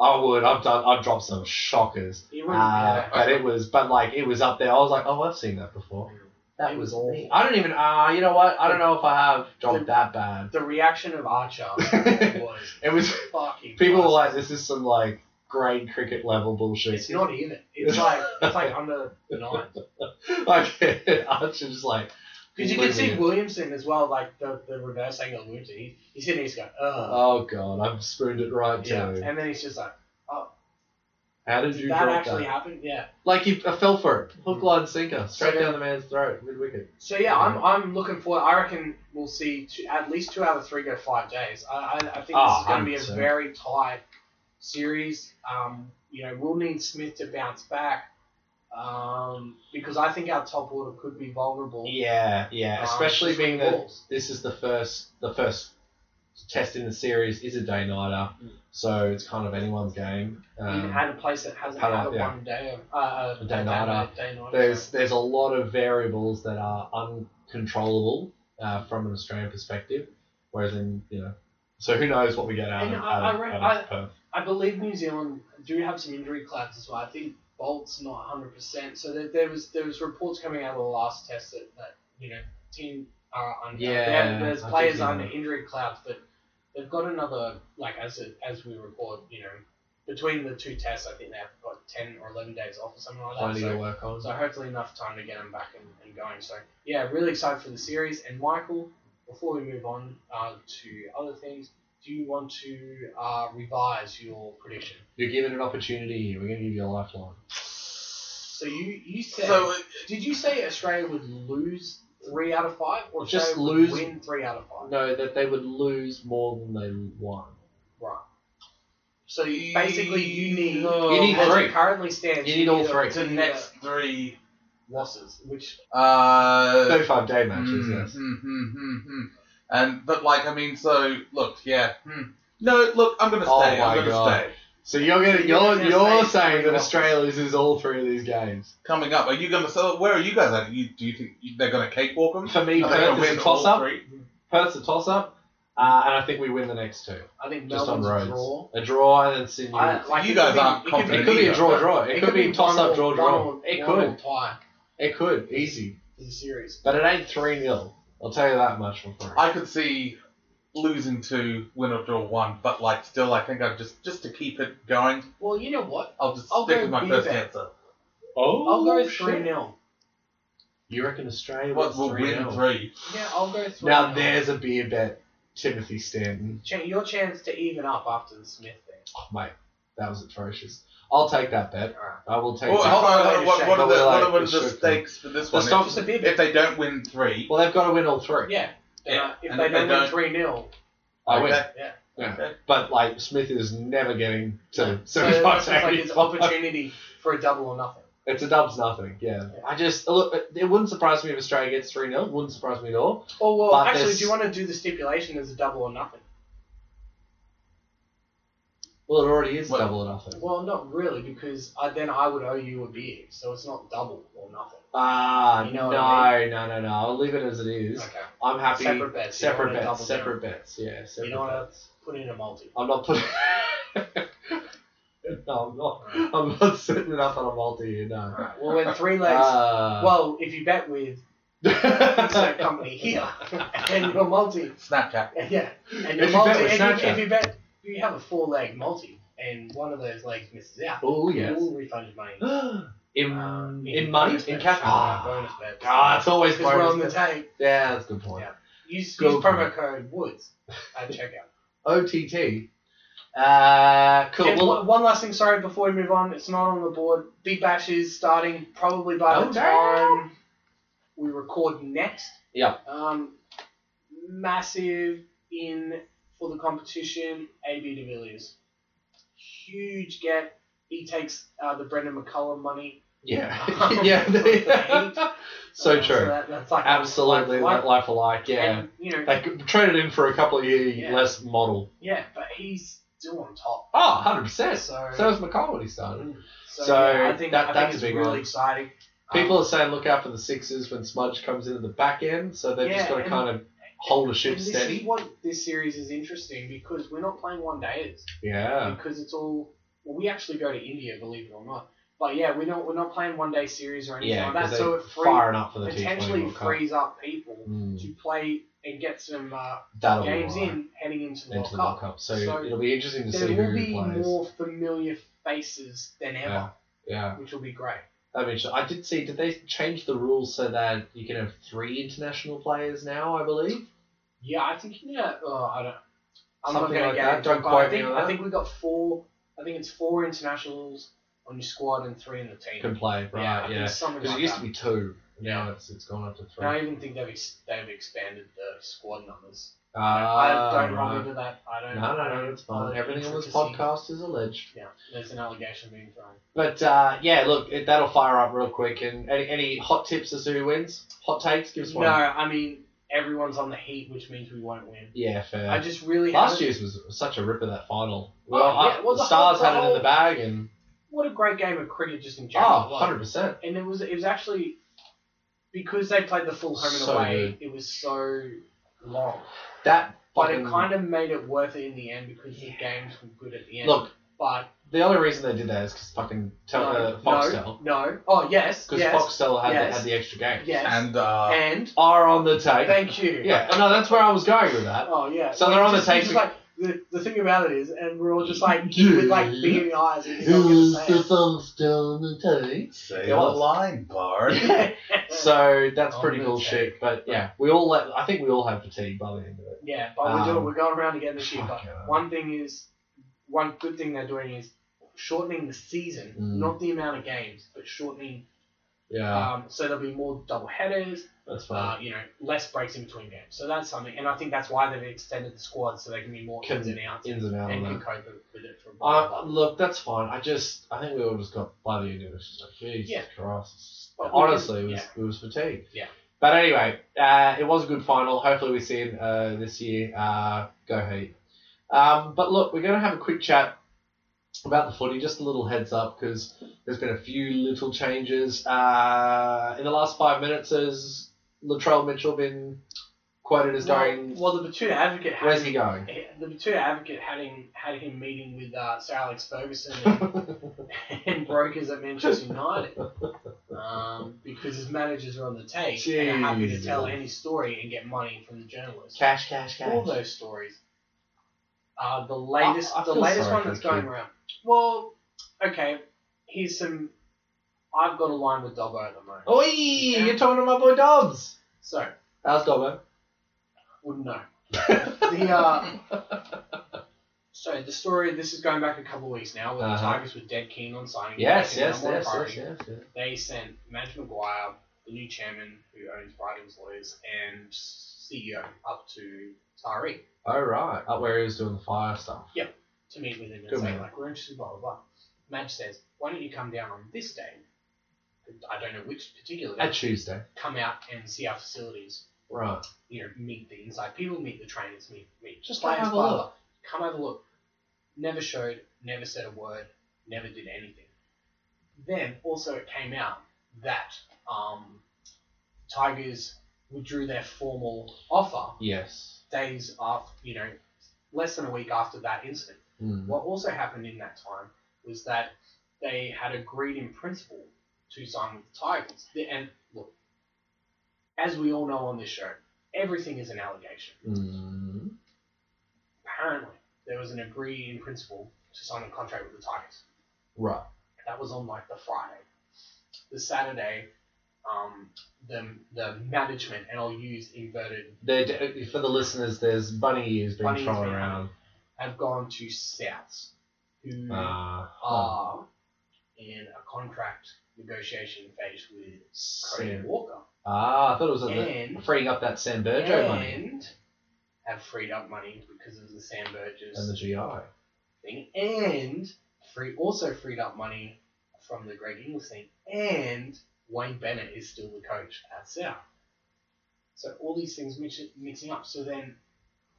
B: I would. I've done. I've dropped some shockers.
A: You wouldn't.
B: Uh,
A: yeah.
B: but it was, but like it was up there. I was like, oh, I've seen that before. That
A: It
B: was
A: was
B: awful.
A: me.
B: I don't even. Ah, you know what? I don't know if I have dropped
A: The-
B: that bad.
A: The reaction of Archer was
B: It was.
A: fucking.
B: People were
A: class.
B: like, this is some like grade cricket level
A: It's
B: bullshit.
A: not even. It's like it's like under the nine.
B: like Archer just like
A: Because you can see
B: Completely.
A: Williamson as well, like the, the reverse angle of Williamson. He, he's sitting there, he's going, ugh.
B: Oh god, I've spooned it right
A: yeah.
B: down.
A: And then he's just like,
B: How Oh, did
A: did
B: you
A: that
B: drop
A: actually Hmm.
B: that?
A: happen? Yeah.
B: Like he I fell for it, hook, line, sinker, straight
A: So-
B: down the man's throat, mid wicket.
A: So yeah, I'm, I'm looking forward. I reckon we'll see two, at least two out of three go five days. I, I, I think
B: Oh,
A: this is going to be a
B: 100%.
A: very tight series. Um, you know, we'll need Smith to bounce back um, because I think our top order could be vulnerable.
B: Yeah, yeah.
A: um,
B: Especially
A: just with
B: being that
A: balls.
B: this is the first the first test in the series is a day nighter, so it's kind of anyone's game.
A: Even
B: Um,
A: had a place that hasn't
B: had
A: had,
B: a-
A: a
B: yeah.
A: one day of uh,
B: A day nighter. there's there's a lot of variables that are uncontrollable uh, from an Australian perspective, whereas in you know, so who knows what we get out
A: And
B: of,
A: I- I
B: out of,
A: re-
B: out of Perth?
A: I believe New Zealand do have some injury clouds as well. I think Bolt's not 100. percent So there, there was there was reports coming out of the last test that, that you know team are under
B: Yeah,
A: they have- there's
B: I
A: players
B: think you-
A: under injury clouds, but they've got another like as it, as we record you know between the two tests I think they've got 10 or 11 days off or something like that.
B: Plenty
A: so-
B: to work on.
A: so hopefully enough time to get them back and, and going. So yeah, really excited for the series. And Michael, before we move on uh, to other things, do you want to uh, revise your prediction?
B: You're given an opportunity here. We're going to give you a lifeline.
A: So you you said
C: So uh,
A: did you say Australia would lose three out of five, or
B: Just
A: Australia would
B: lose-
A: win three out of five?
B: No, that they would lose more than they won.
A: Right. So you, basically, you need
B: You need
A: as it
B: three.
A: currently stands.
B: You need all
A: a-
B: three.
C: the next three.
A: losses, which
C: Uh,
B: 35 day matches,
C: Mm,
B: yes.
C: mm, mm, mm, mm. And but like I mean, so look, yeah. hmm. No, look, I'm gonna stay.
B: Oh my
C: I'm gonna
B: God.
C: stay.
B: So you're going to, you're,
A: Yeah,
B: you're
A: say-
B: saying that Australia loses all three of these games.
C: Coming up, are you gonna? So where are you guys at? You, do you think you- they're gonna cakewalk them?
B: For me,
C: Are they gonna
B: Perth is
C: win
B: a
C: all
B: toss up.
C: three?
B: Perth's a toss up. Uh, and I think we win the next two.
A: I think
B: Just
A: Melbourne's
B: on roads.
A: draw.
B: A draw and then Sydney.
A: I- like,
C: You
A: it
C: guys
A: could be-
C: aren't
A: it could be-
B: it could be a draw draw. It, could be toss
A: one
B: up,
A: or-
B: draw
A: one
B: draw.
A: or-
B: It
A: one or
B: could.
A: tie
B: It could. Easy.
A: for the series.
B: But it ain't 3 0. I'll tell you that much for free.
C: I could see losing two, win or draw one, but like still, I think I just just to keep it going,
A: Well, you know what?
C: I'll just
A: I'll
C: stick
A: go
C: with my
A: B
C: first
A: bet.
C: answer.
B: oh,
A: I'll go
B: shit.
A: three 0
B: You reckon Australia
C: What
B: wins
C: will
B: 3
C: win
B: 0?
C: three?
A: Yeah, I'll go three.
B: Now there's a beer bet, Timothy Stanton.
A: your chance to even up after the Smith thing.
B: Oh, mate, that was atrocious. I'll take that bet.
A: All right.
B: I will take
A: Oh,
C: Well,
B: that.
C: hold on, hold on.
A: Shake
C: What, what are
B: it
C: the,
B: like
C: what are
B: it's
C: the
B: so
C: stakes for this
B: The
C: one?
B: stop-
C: If, if they don't win three,
B: Well, they've got to win all three.
A: Yeah. then, uh,
C: Yeah,
A: if
C: and
A: they
C: if they
A: don't win
C: don't-
A: three 0
B: I win.
C: okay.
A: yeah.
B: Yeah.
C: Okay.
B: But, like, Smith is never getting to
A: uh, So
B: 75
A: it's like it's
B: seconds.
A: opportunity for a double or nothing.
B: It's a dub's nothing, yeah.
A: Yeah.
B: I just, look, it- it wouldn't surprise me if Australia gets 3 0. It wouldn't surprise me at all.
A: Oh well,
B: But
A: actually,
B: there's-
A: do you want to do the stipulation as a double or nothing?
B: Well, it already is
C: Well-
B: double or nothing.
A: Well, not really, because I, then I would owe you a beer, so it's not double or nothing.
B: Ah,
A: You know what
B: no,
A: I
B: no, no, no. I'll leave it as it is.
A: Okay.
B: I'm happy.
A: Separate bets. You
B: Separate
A: don't wanna
B: bets.
A: double down.
B: Separate bets. Yeah. Separate
A: You don't want
B: bets.
A: to put in a multi.
B: I'm not putting. no, I'm not. I'm not setting it up on a multi. You know.
A: Alright, well, when three legs.
B: Uh,
A: well, if you bet with so
B: well,
A: company here and your multi.
C: Snapchat.
A: Yeah. And
B: If
A: your
B: you
A: multi.
B: bet with
A: and you,
B: Snapchat.
A: if you bet, you have a four leg multi, and one of those legs misses out.
B: oh
A: You
B: yes.
A: will refund your money.
B: in
A: Um,
B: in money
A: bonus
B: in
A: bets,
B: cash.
A: uh,
B: Ah,
A: bonus bets.
B: God, it's always
A: Because we're on the
B: bonus. bets.
A: tape.
B: Yeah, that's a good point.
A: Yeah. Use,
B: Go
A: use
B: for
A: promo
B: it.
A: code Woods at checkout.
B: OTT. Uh, cool.
A: And
B: well,
A: one, one last thing, sorry, before we move on, it's not on the board. Big Bash is starting probably by the
B: Oh, damn.
A: time we record next.
B: Yeah.
A: Um, massive in for the competition, AB de Villiers. Huge get. He takes uh, the Brendan McCullum money.
B: yeah, yeah. so
A: Uh,
B: true.
A: that- that's like
B: Absolutely,
A: like-
B: like life alike. Yeah.
A: and, you know,
B: They c- traded him for a couple of year
A: Yeah.
B: less model.
A: yeah, but he's still on top.
B: Oh, 100%.
A: So- Um,
B: So, so was McCall when he started.
A: So,
B: So,
A: yeah, I think
B: that-
A: I think
B: that's a
A: it's
B: big
A: really
B: one.
A: exciting.
B: People
A: Um,
B: are saying look out for the sixes when Smudge comes into the back end, so they've
A: Yeah,
B: just got to
A: and-
B: kind of hold the ship
A: And this is
B: steady.
A: what this series is interesting because we're not playing one days
B: Yeah.
A: because it's all well, we actually go to India, believe it or not. But yeah, we're not we're not playing one day series or anything
B: Yeah,
A: like
B: because
A: that.
B: they're
A: So it free,
B: firing up for the T20
A: potentially
B: World Cup.
A: frees up people
B: Mm,
A: to play and get some uh,
B: that'll
A: games
B: be right.
A: in heading into the
B: into
A: World
B: the
A: Cup.
B: World Cup. So,
A: So
B: it'll be interesting to
A: There
B: see
A: will
B: who
A: be
B: plays.
A: more familiar faces than ever,
B: Yeah. Yeah,
A: which will be great.
B: that means I did see. Did they change the rules so that you can have three international players now? I believe.
A: Yeah, I think yeah. Oh, I don't. I'm
B: Something
A: not gonna
B: like
A: get
B: that.
A: into
B: Don't
A: it, but
B: quote
A: I
B: me
A: think,
B: on
A: I
B: that.
A: think we got four. I think it's four internationals on your squad and three in the team.
B: Can play
A: yeah, I
B: right?
A: think
B: Yeah,
A: something
B: because
A: like
B: it used
A: that.
B: to be two. Now it's it's gone up to three.
A: And I even think they've ex- they've expanded the squad numbers.
B: Uh,
A: I don't hold into that. I don't.
B: No, no, no, it's fine.
A: Uh,
B: Everything on this
A: intricacy.
B: podcast is alleged.
A: Yeah, there's an allegation being thrown.
B: But uh, yeah, look, it, that'll fire up real quick. And any, any hot tips as to who wins? Hot takes? Give us one.
A: No, I mean everyone's on the heat, which means we won't win.
B: Yeah, fair.
A: I just really
B: Last
A: haven't-
B: year's was such a rip of that final.
A: Oh,
B: Well,
A: yeah,
B: uh,
A: well,
B: the,
A: the
B: Stars
A: whole- the
B: had it in
A: whole-
B: the bag, and
A: What a great game of cricket just in general.
B: oh,
A: like,
B: 100%.
A: and it was it was actually because they played the full home and
B: So
A: away. It was so long,
B: That
A: but
B: fucking
A: it kind of made it worth it in the end because the games were good at the end.
B: look.
A: But
B: The only reason they did that is because fucking tel-
A: no,
B: uh,
A: no,
B: Foxtel.
A: no. Oh yes,
B: Because
A: yes,
B: Foxtel had,
A: yes.
B: the, had the extra games.
A: yes.
C: And uh,
A: and
B: Are on the tape.
A: thank you.
B: Yeah, no, that's where I was going with that.
A: Oh yeah.
B: So they're on the
A: Just-
B: tape.
A: just like, the, the thing about it is, and we're all just like with like beaming eyes. And the
B: Foxtel on the tape?
C: say
B: Yeah,
C: the
B: well-
C: line, Bard.
B: So that's
A: On
B: pretty
A: the
B: cool
A: tape.
B: shit. But yeah, we all let, I think we all have fatigue by the end of it.
A: Yeah, but we're doing,
B: Um,
A: we're going around again this year. But
B: fuck yeah.
A: one thing is, one good thing they're doing is shortening the season,
B: Mm.
A: not the amount of games, but shortening.
B: Yeah,
A: Um, so there'll be more double headers,
B: that's fine.
A: uh, you know, less breaks in between games. So that's something, and I think that's why they've extended the squad so they can be more
B: Can-
A: ins and outs
B: Ins and out
A: and
B: of
A: can
B: that.
A: cope with it for a
B: Uh,
A: while.
B: look, that's fine. I just, I think we all just got bloody into it. It's just like, Jesus
A: Yeah.
B: Christ.
A: But we
B: Honestly,
A: can-
B: it was,
A: yeah.
B: it was fatigued.
A: Yeah.
B: But anyway, uh, it was a good final. Hopefully we see it uh, this year. Uh, go Heat. Um, but look, we're going to have a quick chat about the footy. Just a little heads up because there's been a few little changes. Uh, in the last five minutes, has Latrell Mitchell been quoted as going,
A: well, the Batuta advocate had
B: where's
A: him-
B: he going?
A: The Batuta advocate had him had him meeting with uh, Sir Alex Ferguson and, and brokers at Manchester United um, because his managers are on the take and are happy to tell
B: Jesus.
A: any story and get money from the journalists.
B: Cash, cash, cash.
A: All those stories. Uh, the latest,
B: I- I
A: the
B: feel
A: latest
B: sorry
A: one
B: for
A: that's
B: the
A: going
B: kid.
A: around. Well, okay. Here's some. I've got a line with Dobbo at the moment,
B: Oi,
A: Yeah.
B: you're talking to my boy Dobbs.
A: so
B: How's Dobbo?
A: wouldn't know. the uh, so the story. This is going back a couple of weeks now, where the
B: Uh-huh.
A: Tigers were dead keen on signing.
B: yes,
A: him as
B: yes,
A: number one
B: yes, yes,
A: priority.
B: yes, yes.
A: They sent Matt McGuire, the new chairman who owns Brighton's Lawyers, and CEO up to Tari
B: Oh, right. Up where he was doing the fire stuff.
A: to meet with him and
B: Good
A: say
B: man.
A: like we're interested, blah blah blah. Madge says, why don't you come down on this day? I don't know which particular day.
B: At Tuesday.
A: Come out and see our facilities.
B: Right.
A: you know, meet the inside people, meet the trainers, meet meet
B: Just
A: players,
B: come have a
A: blah,
B: look.
A: blah. Come have a look. Never showed, never said a word, never did anything. Then also it came out that um, Tigers withdrew their formal offer
B: Yes.
A: days after, you know, less than a week after that incident.
B: Mm.
A: What also happened in that time was that they had agreed in principle to sign with the Tigers. The- And look, as we all know on this show, everything is an allegation.
B: Mm.
A: Apparently, there was an agree in principle to sign a contract with the Tigers.
B: Right.
A: That was on like the Friday. The Saturday, um, the the management, and I'll use inverted,
B: They're, d- for the listeners, there's bunny ears being
A: Bunny ears
B: thrown
A: being
B: around.
A: have gone to Souths, who
B: Uh,
A: are in a contract negotiation phase with Cody
B: Sam-
A: Walker.
B: ah, I thought it was a the,
A: And-
B: freeing up that Sam Burjo money
A: and have freed up money because of the Sam Burgess
B: and the GI.
A: thing, and free also freed up money from the Greg Inglis thing, and Wayne Bennett is still the coach at South. So all these things mix, mixing up. So then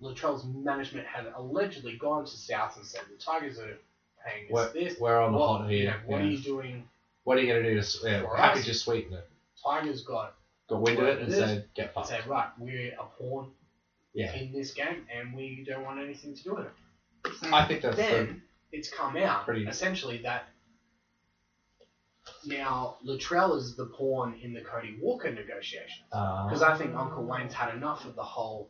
A: Latrell's management had allegedly gone to South and said the Tigers are paying us
B: We're,
A: this.
B: we're on the
A: What-
B: hot
A: you
B: here.
A: know, what
B: yeah.
A: are you doing?
B: What are you going to do to s- yeah,
A: For
B: How
A: us?
B: could you sweeten it?
A: Tigers got
B: Got wind of
A: Well,
B: it and
A: this-
B: said, get
A: and
B: fucked.
A: said, right, we're a pawn
B: Yeah.
A: in this game and we don't want anything to do with it.
B: I think that's the,
A: then it's come out
B: Pretty-
A: essentially that now Latrell is the pawn in the Cody Walker negotiation
B: uh,
A: because I think Uncle Wayne's had enough of the whole.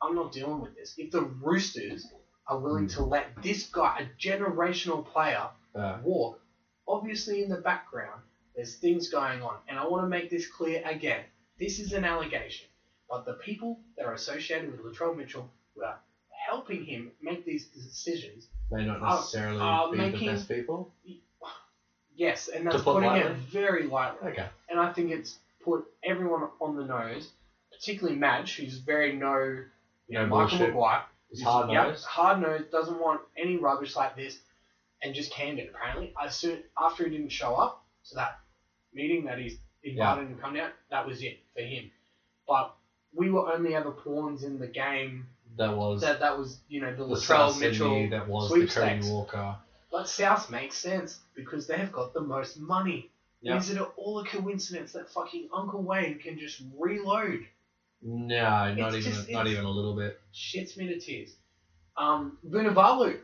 A: I'm not dealing with this. If the Roosters are willing
B: Hmm.
A: to let this guy, a generational player,
B: uh,
A: walk, obviously in the background, there's things going on. And I want to make this clear again. This is an allegation. But the people that are associated with Latrell Mitchell who are helping him make these decisions,
B: may not
A: are-
B: necessarily
A: are
B: be
A: making-
B: the best people.
A: yes, and that's
B: To put
A: putting it
B: lightly?
A: very lightly.
B: Okay.
A: And I think it's put everyone on the nose, particularly Madge, who's very no
B: No
A: Michael
B: bullshit.
A: McGuire.
B: It's hard
A: Yep,
B: nosed.
A: hard nosed, doesn't want any rubbish like this, and just canned it. Apparently, as soon after he didn't show up to that meeting that he's invited him to come down, that was it for him. But we were only ever pawns in the game.
B: That was
A: That that was you know the
B: the
A: Latrell
B: South
A: Mitchell.
B: Sydney, that was the Cody
A: sweepstakes.
B: Walker.
A: But South makes sense because they have got the most money.
B: Yep.
A: Is it all a coincidence that fucking Uncle Wayne can just reload?
B: No, not
A: It's
B: even
A: just-
B: not
A: it's-
B: even a little bit.
A: Shits me to tears. Um, Vunivalu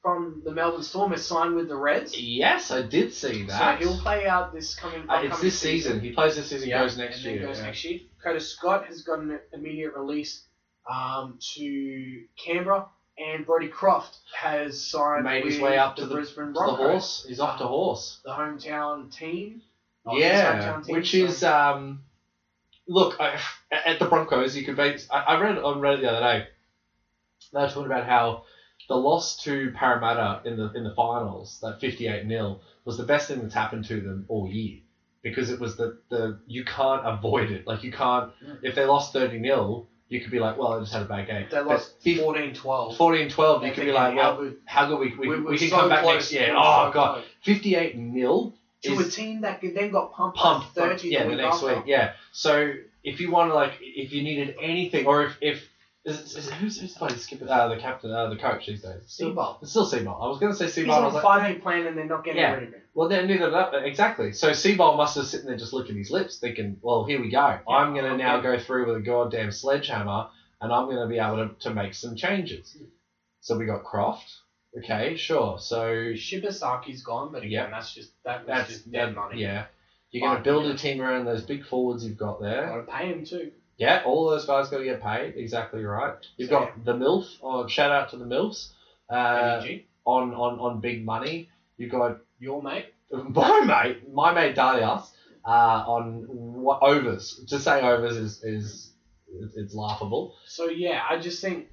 A: from the Melbourne Storm has signed with the Reds.
B: Yes, I did see
A: So
B: that.
A: he'll play out this coming.
B: Uh,
A: upcoming
B: it's this season. He plays this season,
A: Yeah,
B: goes next
A: and then
B: year.
A: Goes
B: yeah.
A: next year. Curtis Scott has got an immediate release um, to Canberra, and Brody Croft has signed
B: Made his
A: with
B: way up to
A: the
B: the-
A: Brisbane
B: To the
A: Broncos,
B: horse. He's off to horse.
A: the hometown team. Oh, his
B: yeah,
A: hometown team,
B: which
A: so-
B: is um, look I, at the Broncos. You could be. I, I read on Reddit the other day. They were talking about how the loss to Parramatta in the in the finals, that fifty eight 0 was the best thing that's happened to them all year because it was the the you can't avoid it. Like you can't if they lost thirty 0 you could be like, well, I just had a bad game.
A: Mm. they lost
B: But
A: 14-12.
B: 14 12, you
A: They're
B: could be
A: thinking, how
B: like, well,
A: good-
B: how good we, we,
A: we
B: we,
A: were
B: can
A: so
B: come back
A: close,
B: next
A: we
B: year.
A: were
B: Oh,
A: so
B: God.
A: close.
B: 58 nil
A: to
B: is
A: a team that could then got pumped,
B: pumped.
A: by
B: but-
A: 30
B: yeah, the
A: week
B: next
A: after.
B: week. Yeah. So if you want to, like, if you needed anything, or if. if is, it- is, it- who's, who's the bloody skipper? Uh, the captain, uh, the coach these days.
A: Seabolt.
B: It's still Seabolt. I was going to say Seabolt.
A: He's
B: I
A: on
B: was
A: a
B: like,
A: five-year plan and they're not getting
B: Yeah.
A: rid of him.
B: well, then neither of that. Exactly. So Seabolt must have sitting there just licking his lips, thinking, well, here we go. I'm going to now go through with a goddamn sledgehammer, and I'm going to be able to, to make some changes.
A: Hmm.
B: So we got Croft. Okay, sure. So
A: Shibasaki's gone, but again,
B: Yeah.
A: that's just that was
B: That's
A: just dead
B: that-
A: money.
B: Yeah. You're going to
A: Fine,
B: build
A: yeah.
B: a team around those big forwards you've got there.
A: Gotta pay him too.
B: Yeah, all those guys got to get paid. Exactly right. You've
A: So,
B: got the MILF. On shout out to the MILFs uh,
A: ADG,
B: on, on on big money. You've got
A: your mate.
B: my mate, my mate Dalias uh, on w- overs. To say overs is is it's laughable.
A: So yeah, I just think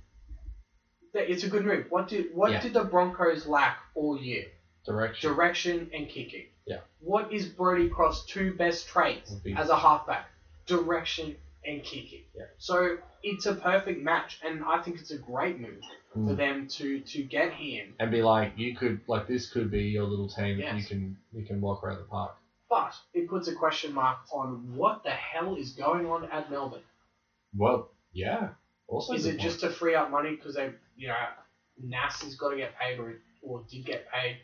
A: that it's a good move. What did what
B: Yeah.
A: did the Broncos lack all year?
B: Direction.
A: Direction and kicking.
B: Yeah.
A: What is Brody Cross' two best traits
B: Would be-
A: as a halfback? Direction and kicking.
B: Yeah.
A: So it's a perfect match, and I think it's a great move for
B: Mm.
A: them to to get him.
B: And be like, you could like this could be your little team that you
A: Yes.
B: can you can walk around the park.
A: But it puts a question mark on what the hell is going on at Melbourne.
B: Well, yeah. Also,
A: Is
B: good
A: it
B: point.
A: just to free up money because they, you know, NASA's got to get paid or, or did get paid?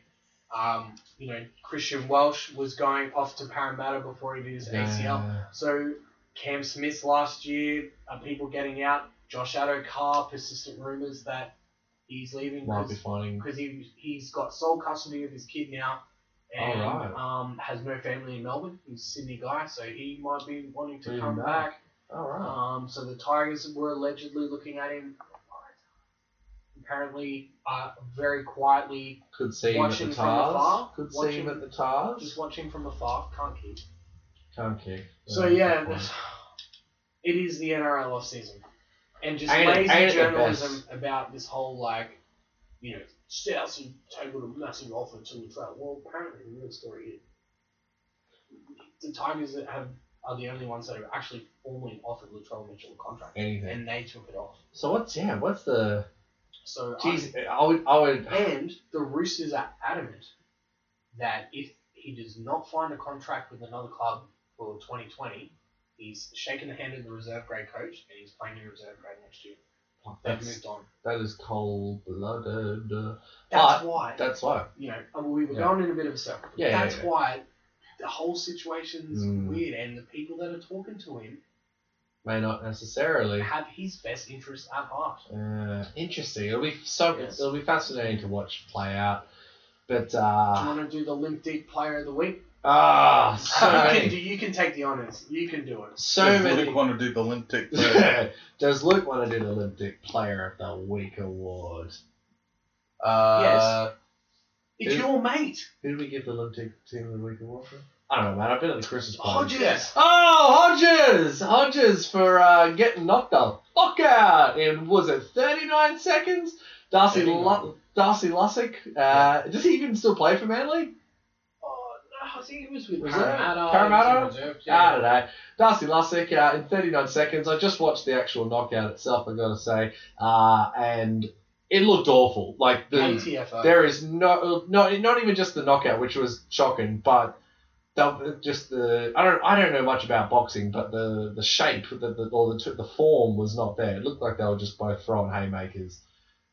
A: Um, you know, Christian Welsh was going off to Parramatta before he did his ACL.
B: Yeah.
A: So Cam Smith last year, are people getting out? Josh Adokar, persistent rumours that he's leaving
B: might be
A: because
B: finding
A: he, he's got sole custody of his kid now
B: Oh,
A: and
B: Alright.
A: um, has no family in Melbourne. He's a Sydney guy, so he might be wanting to
B: Moving
A: come
B: back.
A: back.
B: All right.
A: Um, so the Tigers were allegedly looking at him. Apparently, uh, very quietly,
B: Could see him at
A: watching
B: the
A: from
B: Tars.
A: afar,
B: Could see
A: watching-
B: him at the Tars.
A: just watching from afar, can't keep.
B: Can't kick.
A: So yeah, this- it is the NRL off season, and just
B: Ain't it-
A: lazy
B: ain't it the
A: journalism about this whole like, you know, South tabled a massive offer to the trout. Well, apparently the real story is the Tigers that have are the only ones that have actually formally offered Latrell Mitchell a contract,
B: anything.
A: and they took it off.
B: So what's yeah? What's the?
A: So I-
B: Geez, I would I would.
A: And the Roosters are adamant that if he does not find a contract with another club for 2020, he's shaken the hand of the reserve grade coach and he's playing in reserve grade next year. They've
B: That's
A: moved on.
B: that is cold blooded.
A: That's
B: But
A: why,
B: That's why.
A: you know, I mean, we were
B: Yeah.
A: going in a bit of a circle. but
B: Yeah, yeah,
A: that's
B: yeah.
A: why the whole situation's
B: Mm.
A: weird and the people that are talking to him
B: May not necessarily.
A: have his best interests at heart.
B: Uh, interesting. It'll be so.
A: Yes.
B: It'll be fascinating to watch play out. But
A: Do you
B: uh,
A: want to do the limp deep player of the week?
B: ah, so
A: you, can
B: many,
A: do, you can take the honours. You can do it.
B: so
C: Does
B: many.
C: Luke want to do the limp tick first?
B: Does Luke want to do the Olympic Player of the Week award?
C: Uh,
A: It's
B: Who-
A: your mate,
B: Who do we give the Olympic Team of the Week award for? I don't know, man. I've been at the Christmas party.
A: Hodges.
B: Oh, Hodges! Hodges for uh, getting knocked the fuck out in, was it 39 seconds? Darcy, Lu-
C: 39.
B: Darcy Lussick. Uh, Does he even still play for Manly?
A: Oh, no, I think it was with
B: Was it?
A: Parramatta.
B: Parramatta? Ah,
A: It's in reserve,
B: I don't know. Darcy Lussick uh, in 39 seconds. I just watched the actual knockout itself, i got to say. Uh, and it looked awful. Like, the.
A: ATFO.
B: There is no, no, not even just the knockout, which was shocking, but the, just the I don't I don't know much about boxing, but the the shape the, the or the t- the form was not there. It looked like they were just both throwing haymakers,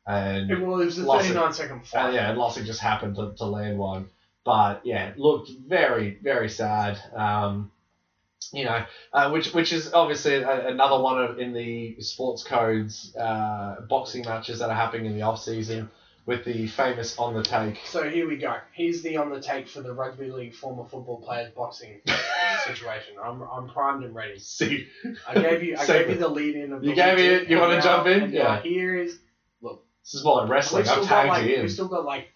B: and
A: It was a
B: Lost it.
A: 39 second
B: uh,
A: fight.
B: yeah, and Lossick just happened to, to land one. But yeah, it looked very, very sad. Um, you know, uh, which which is obviously a, another one of in the sports codes uh, boxing matches that are happening in the off season, with the famous on the take.
A: So here we go. Here's the on the take for the rugby league former football players boxing situation. I'm, I'm primed and ready.
B: See,
A: I gave you I
B: So-
A: gave you the lead in of
B: You
A: the
B: gave me
A: week,
B: it. You
A: and
B: wanna
A: now-
B: jump in?
A: and
B: Yeah.
A: now Here is
B: this is more like wrestling.
A: we've
B: I've
A: still got
B: tagged
A: like
B: you in.
A: we've still got like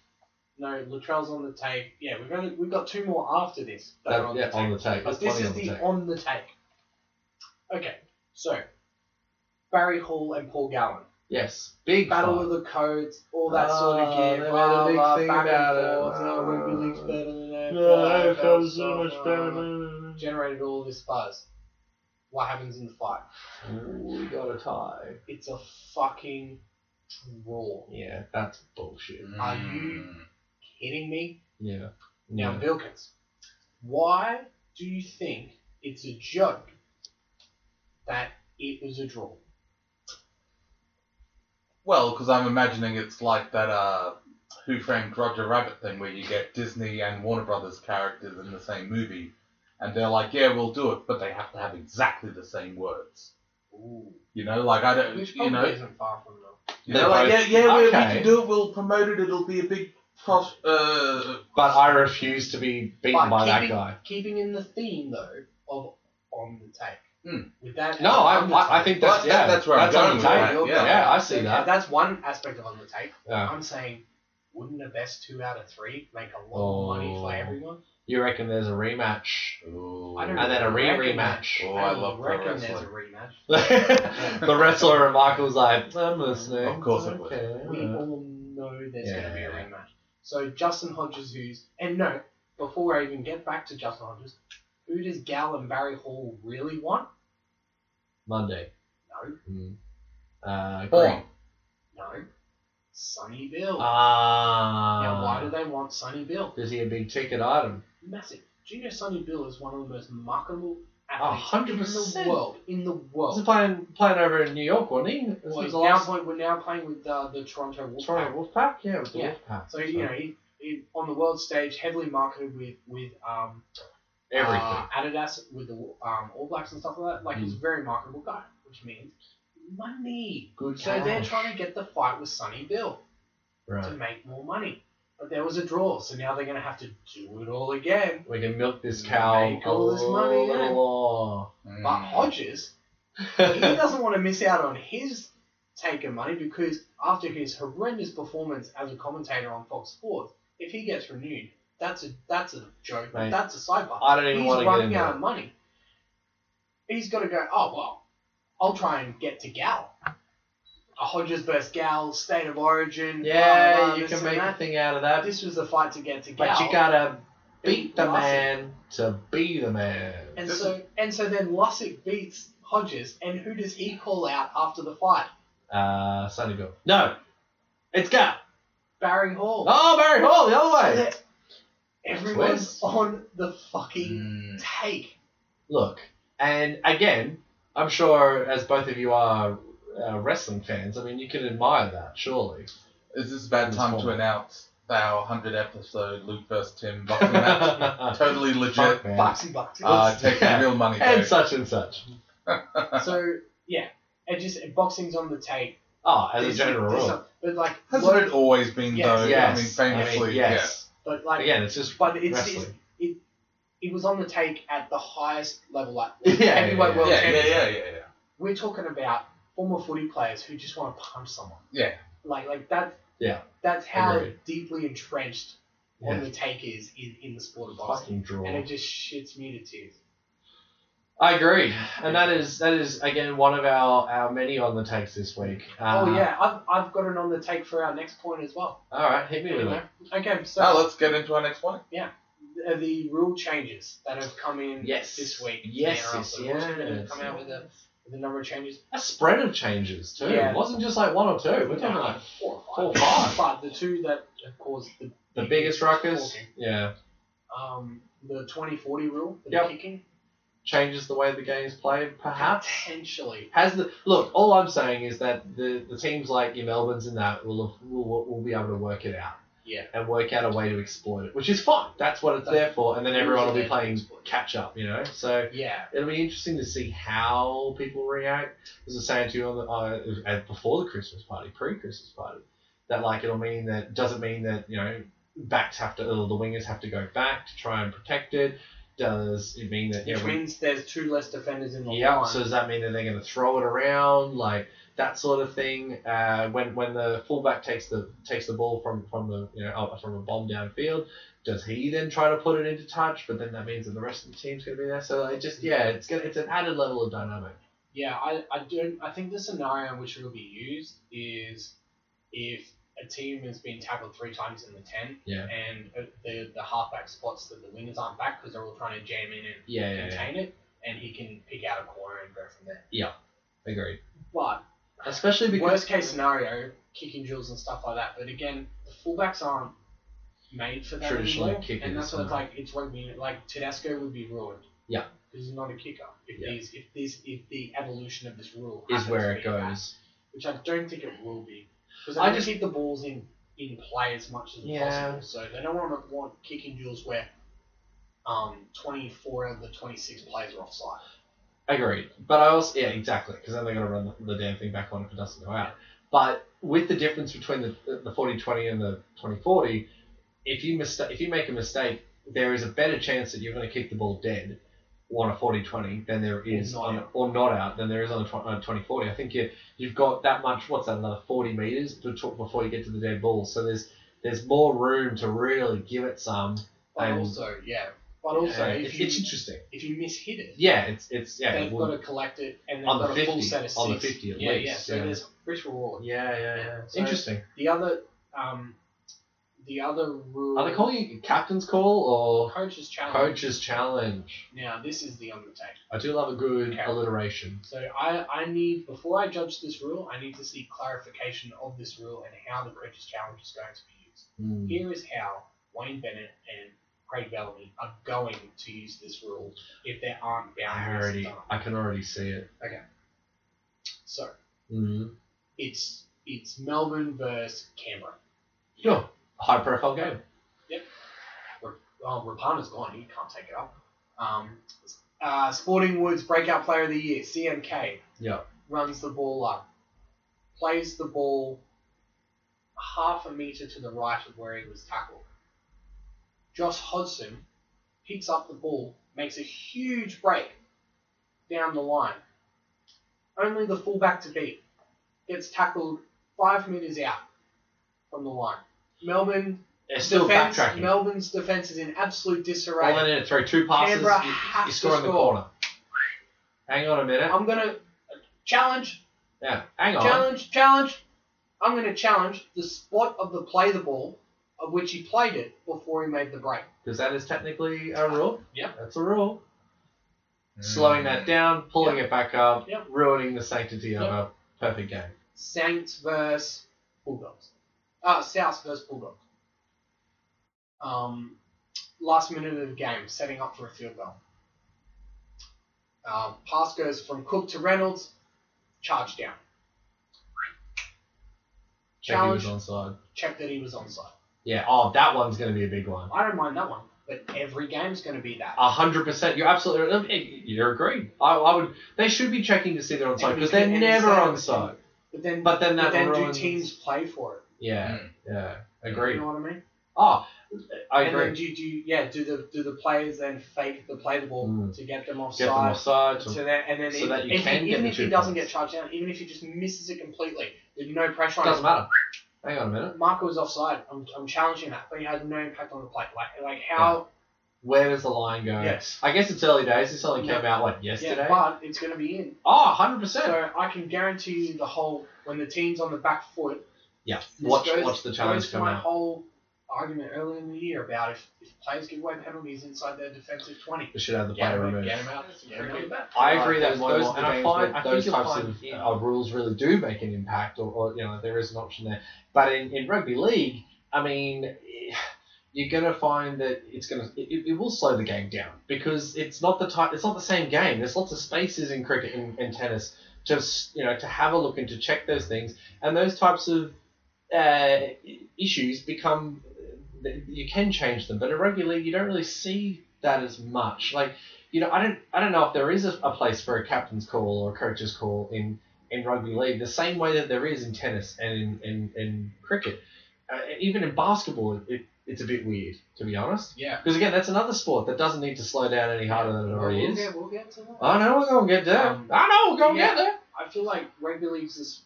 A: no Latrell's on the take. Yeah, we've only we've got two more after this that are
B: That-
A: on
B: yeah,
A: the take.
B: on the take.
A: But
B: That's
A: this
B: plenty
A: is
B: on the
A: the
B: take.
A: on the take. Okay, so Barry Hall and Paul Gallen.
B: Yes, big
A: Battle
B: fight.
A: of the codes, all that
B: Oh,
A: sort of
B: they
A: gear.
B: made
A: Blah,
B: a big
A: blah,
B: thing
A: back
B: about
A: and
B: it. Ah.
A: forth. No, rugby league's Oh, better than that. blah, blah, blah, blah, blah. Generated all this buzz. What happens in the fight?
B: We got a tie.
A: It's a fucking draw.
B: Yeah, that's bullshit.
C: hmm.
A: Are you- Kidding me?
B: Yeah.
A: Now,
B: Yeah.
A: Bilkins, why do you think it's a joke that it was a draw?
C: Well, because I'm imagining it's like that uh, Who Framed Roger Rabbit thing where you get Disney and Warner Brothers characters in the same movie, and they're like, yeah, we'll do it, but they have to have exactly the same words.
A: Ooh.
C: You know, like I don't,
A: Which
C: you
A: probably
C: know,
A: isn't far from the
C: you
B: They're
C: know like, yeah,
B: both-
C: yeah, we we
B: okay.
C: can do it. We'll promote it. It'll be a big pros- uh,
B: But I refuse to be beaten
A: But
B: by that
A: keeping-
B: guy.
A: Keeping in the theme, though, of on the take.
C: Hmm.
A: With that
B: No, I, I, I think
C: Well,
B: that's
C: that-
B: yeah.
C: that's where I'm
B: on the
C: going
B: take.
C: with that,
B: Yeah.
C: yeah.
B: I see that.
A: That's one aspect of on the take.
B: Yeah.
A: I'm saying, wouldn't the best two out of three make a lot of money
B: Oh.
A: for everyone?
B: You reckon there's a rematch?
C: Ooh.
A: I don't
B: And then a re
A: reckon
B: rematch.
C: Oh, I
A: don't
C: love pro
A: reckon there's a
C: wrestling.
A: rematch.
B: the wrestler and Michael's like, I'm listening.
C: Of course it would.
B: Okay,
A: We
B: alright."
A: all know there's going to be a
B: Yeah.
A: rematch. So Justin Hodges, who's and no, before I even get back to Justin Hodges, who does Gal and Barry Hall really want?
B: Monday.
A: No,
B: Mm. Uh,
C: Porn.
A: no, Sonny Bill.
B: Ah.
A: now, why do they want Sonny Bill?
B: Is he a big ticket item?
A: Massive. Do you know Sonny Bill is one of the most marketable
B: A
A: athletes
B: hundred
A: in the
B: percent.
A: world? In the
B: He was
A: world.
B: playing playing over in New York, wasn't he? This
A: Well,
B: was
A: he's
B: the
A: now
B: last
A: play- we're now playing with uh, the Toronto Wolfpack.
B: Sorry, Wolfpack. Yeah, it was the
A: Yeah.
B: Wolfpack.
A: So you know, he, he, on the world stage, heavily marketed with with um,
B: everything. Mm.
A: uh, Adidas with the um, All Blacks and stuff like that. Like he's a very marketable guy, which means money.
B: Good.
A: So they're trying to get the fight with Sonny Bill to
B: Right.
A: make more money. But there was a draw, so now they're going to have to do it all again.
B: We can milk this cow.
A: Make all this money,
B: a
A: yeah.
B: little
C: Mm.
A: But Hodges, he
B: more.
A: doesn't want to miss out on his take of money because after his horrendous performance as a commentator on Fox Sports, if he gets renewed, that's a that's a joke.
B: Mate,
A: that's a sidebar.
B: I don't even
A: he's
B: want to get
A: running
B: into
A: out
B: it.
A: of money. He's got to go. Oh well, I'll try and get to Gal. A Hodges versus Gal, state of origin.
B: Yeah,
A: blah, blah,
B: you
A: this
B: can
A: and
B: make a
A: that.
B: thing out of that.
A: This was the fight to get to Gal.
B: But you gotta beat the
A: Lussick.
B: man to be the man.
A: And so and so then Lussick beats Hodges, and who does he call out after the fight?
B: Uh, Sonny Bill. No, it's Gal.
A: Barry Hall.
B: Oh, Barry Hall, the
A: So
B: other way.
A: that Everyone's
B: Twist.
A: on the fucking
C: Mm.
A: take.
B: Look, and again, I'm sure as both of you are uh, wrestling fans, I mean, you can admire that, surely.
C: Is this a bad
B: It's
C: time
B: porn.
C: to announce our 100 episode Luke vs. Tim boxing match? totally legit.
B: Fuck, man.
A: Boxy boxy.
C: Uh, taking
B: Yeah.
C: real money.
B: and
C: though.
B: such and such.
A: so yeah, it just boxing's on the take.
B: Oh, as
A: There's-
B: a general
A: there's
B: rule.
A: some- But like,
C: Hasn't
A: what-
C: it always been
A: Yes.
C: though?
B: Yes.
C: I mean, famously,
B: I mean, yes.
A: but like
B: Again, it's just
A: But it's,
B: wrestling.
A: it's it, it was on the take at the highest level. Like
B: Yeah, yeah,
A: heavyweight
B: yeah.
A: world
C: yeah, yeah,
A: champion.
C: yeah, yeah, yeah.
A: We're talking about former footy players who just want to punch someone.
C: Yeah.
A: Like like that.
B: Yeah.
A: That's how
B: Agreed.
A: deeply entrenched
B: Yeah.
A: on the take is in, in the sport of boxing,
B: Fucking draw.
A: and it just shits me to tears.
B: I agree, and that is that is again one of our our many on the takes this week. Uh,
A: oh yeah, I've, I've got it on the take for our next point as well.
B: All right, hit me with it.
A: Anyway, okay, so
B: Oh,
C: Now let's get into our next one.
A: uh, the rule changes that have come in
B: Yes.
A: this week.
B: Yes,
A: Yeah,
B: yes,
A: so we'll sort of
B: yes,
A: Come out with a, with a number of changes.
B: A spread of changes too.
A: Yeah.
B: It wasn't just like one or two. We're talking
A: No,
B: like
A: four
B: four or
A: or five.
B: five.
A: But the two that have caused the,
B: the biggest ruckus.
A: talking,
B: Yeah,
A: Um, the 2040 rule, the
B: Yep. Uh-huh.
A: kicking,
B: changes the way the game is played, perhaps.
A: potentially.
B: Has the look? All I'm saying is that the, the teams like your Melbournes and that will, have, will will will be able to work it out
A: Yeah.
B: and work out a way to exploit it, which is fine. That's what it's there for. And then everyone will be playing catch up, you know. So
A: Yeah.
B: it'll be interesting to see how people react. As I was saying to you on the, uh, uh, before the Christmas party, pre-Christmas party, that like it'll mean that doesn't mean that you know backs have to or the wingers have to go back to try and protect it. Does it mean that you
A: Which
B: know, we-
A: means there's two less defenders in the
B: yeah.
A: line.
B: So does that mean that they're going to throw it around, like that sort of thing? Uh, when when the fullback takes the takes the ball from from the you know out- from a bomb downfield, does he then try to put it into touch? But then that means that the rest of the team's going to be there. So it just yeah, it's gonna, it's an added level of dynamic.
A: Yeah, I, I don't. I think the scenario in which it will be used is if a team has been tackled three times in the ten,
B: Yeah.
A: and uh, the the halfback spots that the wingers aren't back because they're all trying to jam in and
B: Yeah, yeah, yeah.
A: contain it, and he can pick out a corner and go from there.
B: Agreed.
A: But
B: Especially because
A: worst case scenario, kicking drills and stuff like that. But again, the fullbacks aren't made for that
B: Traditional
A: anymore,
B: kickers,
A: and that's what it's
B: no.
A: like. It's rugby. Like Tedesco would be ruined.
B: Yeah.
A: because he's not a kicker. If
B: Yeah.
A: these, if these, if the evolution of this rule
B: is where
A: happens
B: it
A: to be that
B: goes.
A: which I don't think it will be. Because
B: I
A: I just
B: just-
A: keep the balls in, in play as much as
B: Yeah.
A: possible. So they don't want to want kicking duels where um, 24 out of the 26 players are offside.
B: Agreed. But I also yeah exactly because then they're gonna run the, the damn thing back on if it doesn't go out. But with the difference between the the forty twenty and the twenty forty, if you mistake if you make a mistake, there is a better chance that you're gonna kick the ball dead on a 40-20 than there is
A: not
B: on
A: out.
B: or not out than there is on a tw- on a 20-40. I think you you've got that much. What's that? Another forty meters to talk before you get to the dead ball. So there's there's more room to really give it some.
A: But
B: And-
A: also, yeah. But also,
B: Uh,
A: if,
B: it's,
A: you,
B: Um, it's interesting.
A: if you mishit it,
B: Yeah, it's it's yeah.
A: they've
B: it
A: got
B: would-
A: to collect it and they've
B: On the
A: got a full
B: 50,
A: set of six.
B: on the 50 at
A: yeah,
B: least,
A: Yeah, so
B: yeah.
A: there's rich reward.
B: yeah, yeah, yeah.
A: So-
B: Interesting.
A: The other, um, the other rule.
B: Are they calling it captain's call
A: coaches
B: or
A: challenge?
B: coach's challenge?
A: Now this is the undertaker.
B: I do love a good
A: Okay.
B: alliteration.
A: So I, I need before I judge this rule, I need to see clarification of this rule and how the coach's challenge is going to be used.
B: Hmm.
A: Here is how Wayne Bennett and Craig Bellamy are going to use this rule if there aren't
B: I
A: boundaries
B: already,
A: done.
B: I can already see it.
A: So
B: Mm.
A: it's it's Melbourne versus Canberra.
B: Sure, high profile game.
A: Oh, Rapana's gone. He can't take it up. Um, uh, Sporting Woods Breakout Player of the Year, CMK.
B: Yeah.
A: Runs the ball up. Plays the ball half a metre to the right of where he was tackled. Josh Hodgson picks up the ball, makes a huge break down the line. Only the fullback to beat. Gets tackled five metres out from the line. Melbourne
B: It's still
A: defense,
B: backtracking.
A: Melbourne's defense is in absolute disarray.
B: All they need to throw two passes.
A: Canberra
B: you-
A: have
B: you
A: to
B: score in the
A: score. Um,
B: corner. Hang on a minute.
A: I'm gonna challenge,
B: yeah, hang on.
A: challenge, challenge. I'm gonna challenge the spot of the play the ball of which he played it before he made the break.
B: Because that is technically a rule.
A: Yep.
B: That's a rule.
A: Hmm.
B: Slowing that down, pulling it back up,
A: Yep.
B: ruining the sanctity of
A: Yep.
B: a perfect game.
A: Saints versus Bulldogs. Uh, South versus Bulldogs. Um, last minute of the game, setting up for a field goal. Uh, pass goes from Cook to Reynolds, charge down. Challenge.
B: Challenge onside.
A: Check that he was onside.
B: Yeah. Oh, that one's going to be a big one.
A: I don't mind that one, but every game's going to be that.
B: A hundred percent. You're absolutely. right. You're agreed. I, I would. They should be checking to see they're on side because they're
A: And
B: never
A: so-
B: on side.
A: But then,
B: But then that
A: then
B: ruins-
A: do teams play for it?
B: Yeah. Yeah.
A: You
B: Agreed.
A: know what I mean?
B: Oh, I
A: and then
B: agree.
A: do, do yeah do the do the players then fake the play the ball
B: Mm.
A: to get them
B: Get them
A: offside?
B: offside.
A: so that and then
B: so
A: even-
B: that you
A: if,
B: can
A: he,
B: get
A: even
B: the
A: if he
B: two
A: doesn't
B: points.
A: get charged down, even if he just misses it completely, there's no pressure on
B: Doesn't
A: him.
B: matter. Hang on a minute.
A: Marco was offside. I'm, I'm challenging that, but he had no impact on the play. Like like how?
B: Where does the line go?
A: Yes.
B: I guess it's early days. This only
A: Yeah.
B: came out what
A: Yeah,
B: yesterday.
A: but it's going to be in.
B: oh, 100 percent.
A: So I can guarantee you the whole when the team's on the back foot,
B: Yeah.
A: This
B: Watch
A: goes-
B: watch the
A: goes
B: challenge
A: to
B: come
A: my
B: out.
A: whole argument early in the year about if, if players give away penalties inside their defensive 20.
B: They should have the
A: Get
B: player
A: 'em out,
B: removed.
A: get 'em out, get 'em out.
B: I agree that
C: Those-
B: one
C: those
B: more, uh, and I
C: games
B: find
C: where
B: I think
C: those
B: you'll
C: types
B: find
C: of,
B: uh, rules really do make an impact, or, or you know there is an option there. But in, in rugby league, I mean, you're gonna find that it's gonna it- it, it will slow the game down because it's not the type it's not the same game. There's lots of spaces in cricket and, and tennis to s- you know to have a look and to check those things, and those types of uh, issues become you can change them. But in rugby league, you don't really see that as much. Like you know, I don't I don't know if there is a, a place for a captain's call or a coach's call in in rugby league, the same way that there is in tennis and in, in, in cricket. Uh, and even in basketball, it, it's a bit weird, to be honest.
A: Yeah.
B: Because again, that's another sport that doesn't need to slow down any harder than it already
A: we'll
B: is.
A: Get, we'll get to that.
B: I know we're gonna get there.
A: Um,
B: I know we're gonna
A: yeah.
B: get there.
A: I feel like rugby league's is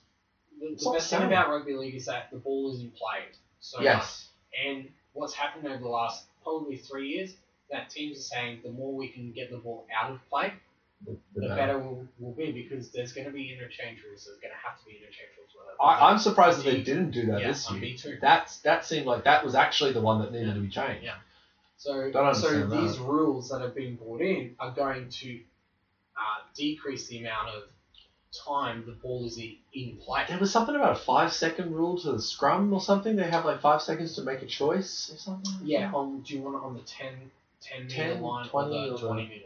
A: the,
B: It's
A: the
B: not
A: best thing
B: sound.
A: about rugby league is that the ball isn't played so much.
B: yes.
A: And what's happened over the last probably three years, that teams are saying the more we can get the ball out of play,
B: The-
A: the
B: the better.
A: better we'll, we'll be because there's going to be interchange rules. There's going to have to be interchange rules. whether-
B: I, I'm surprised that they didn't do that
A: yeah,
B: this
A: I'm
B: year.
A: me too.
B: That's that seemed like that was actually the one that needed to be changed.
A: Yeah. So,
B: Don't
A: so
B: understand that.
A: these rules that have been brought in are going to uh, decrease the amount of time the ball is in, in play.
B: There was something about a five second rule to the scrum or something. They have like five seconds to make a choice or something.
A: Yeah, on, do you want it on the 10, 10,
B: 10,
A: meter line
B: 20
A: or
B: or
A: the
B: the-
A: 20 meter? Yeah,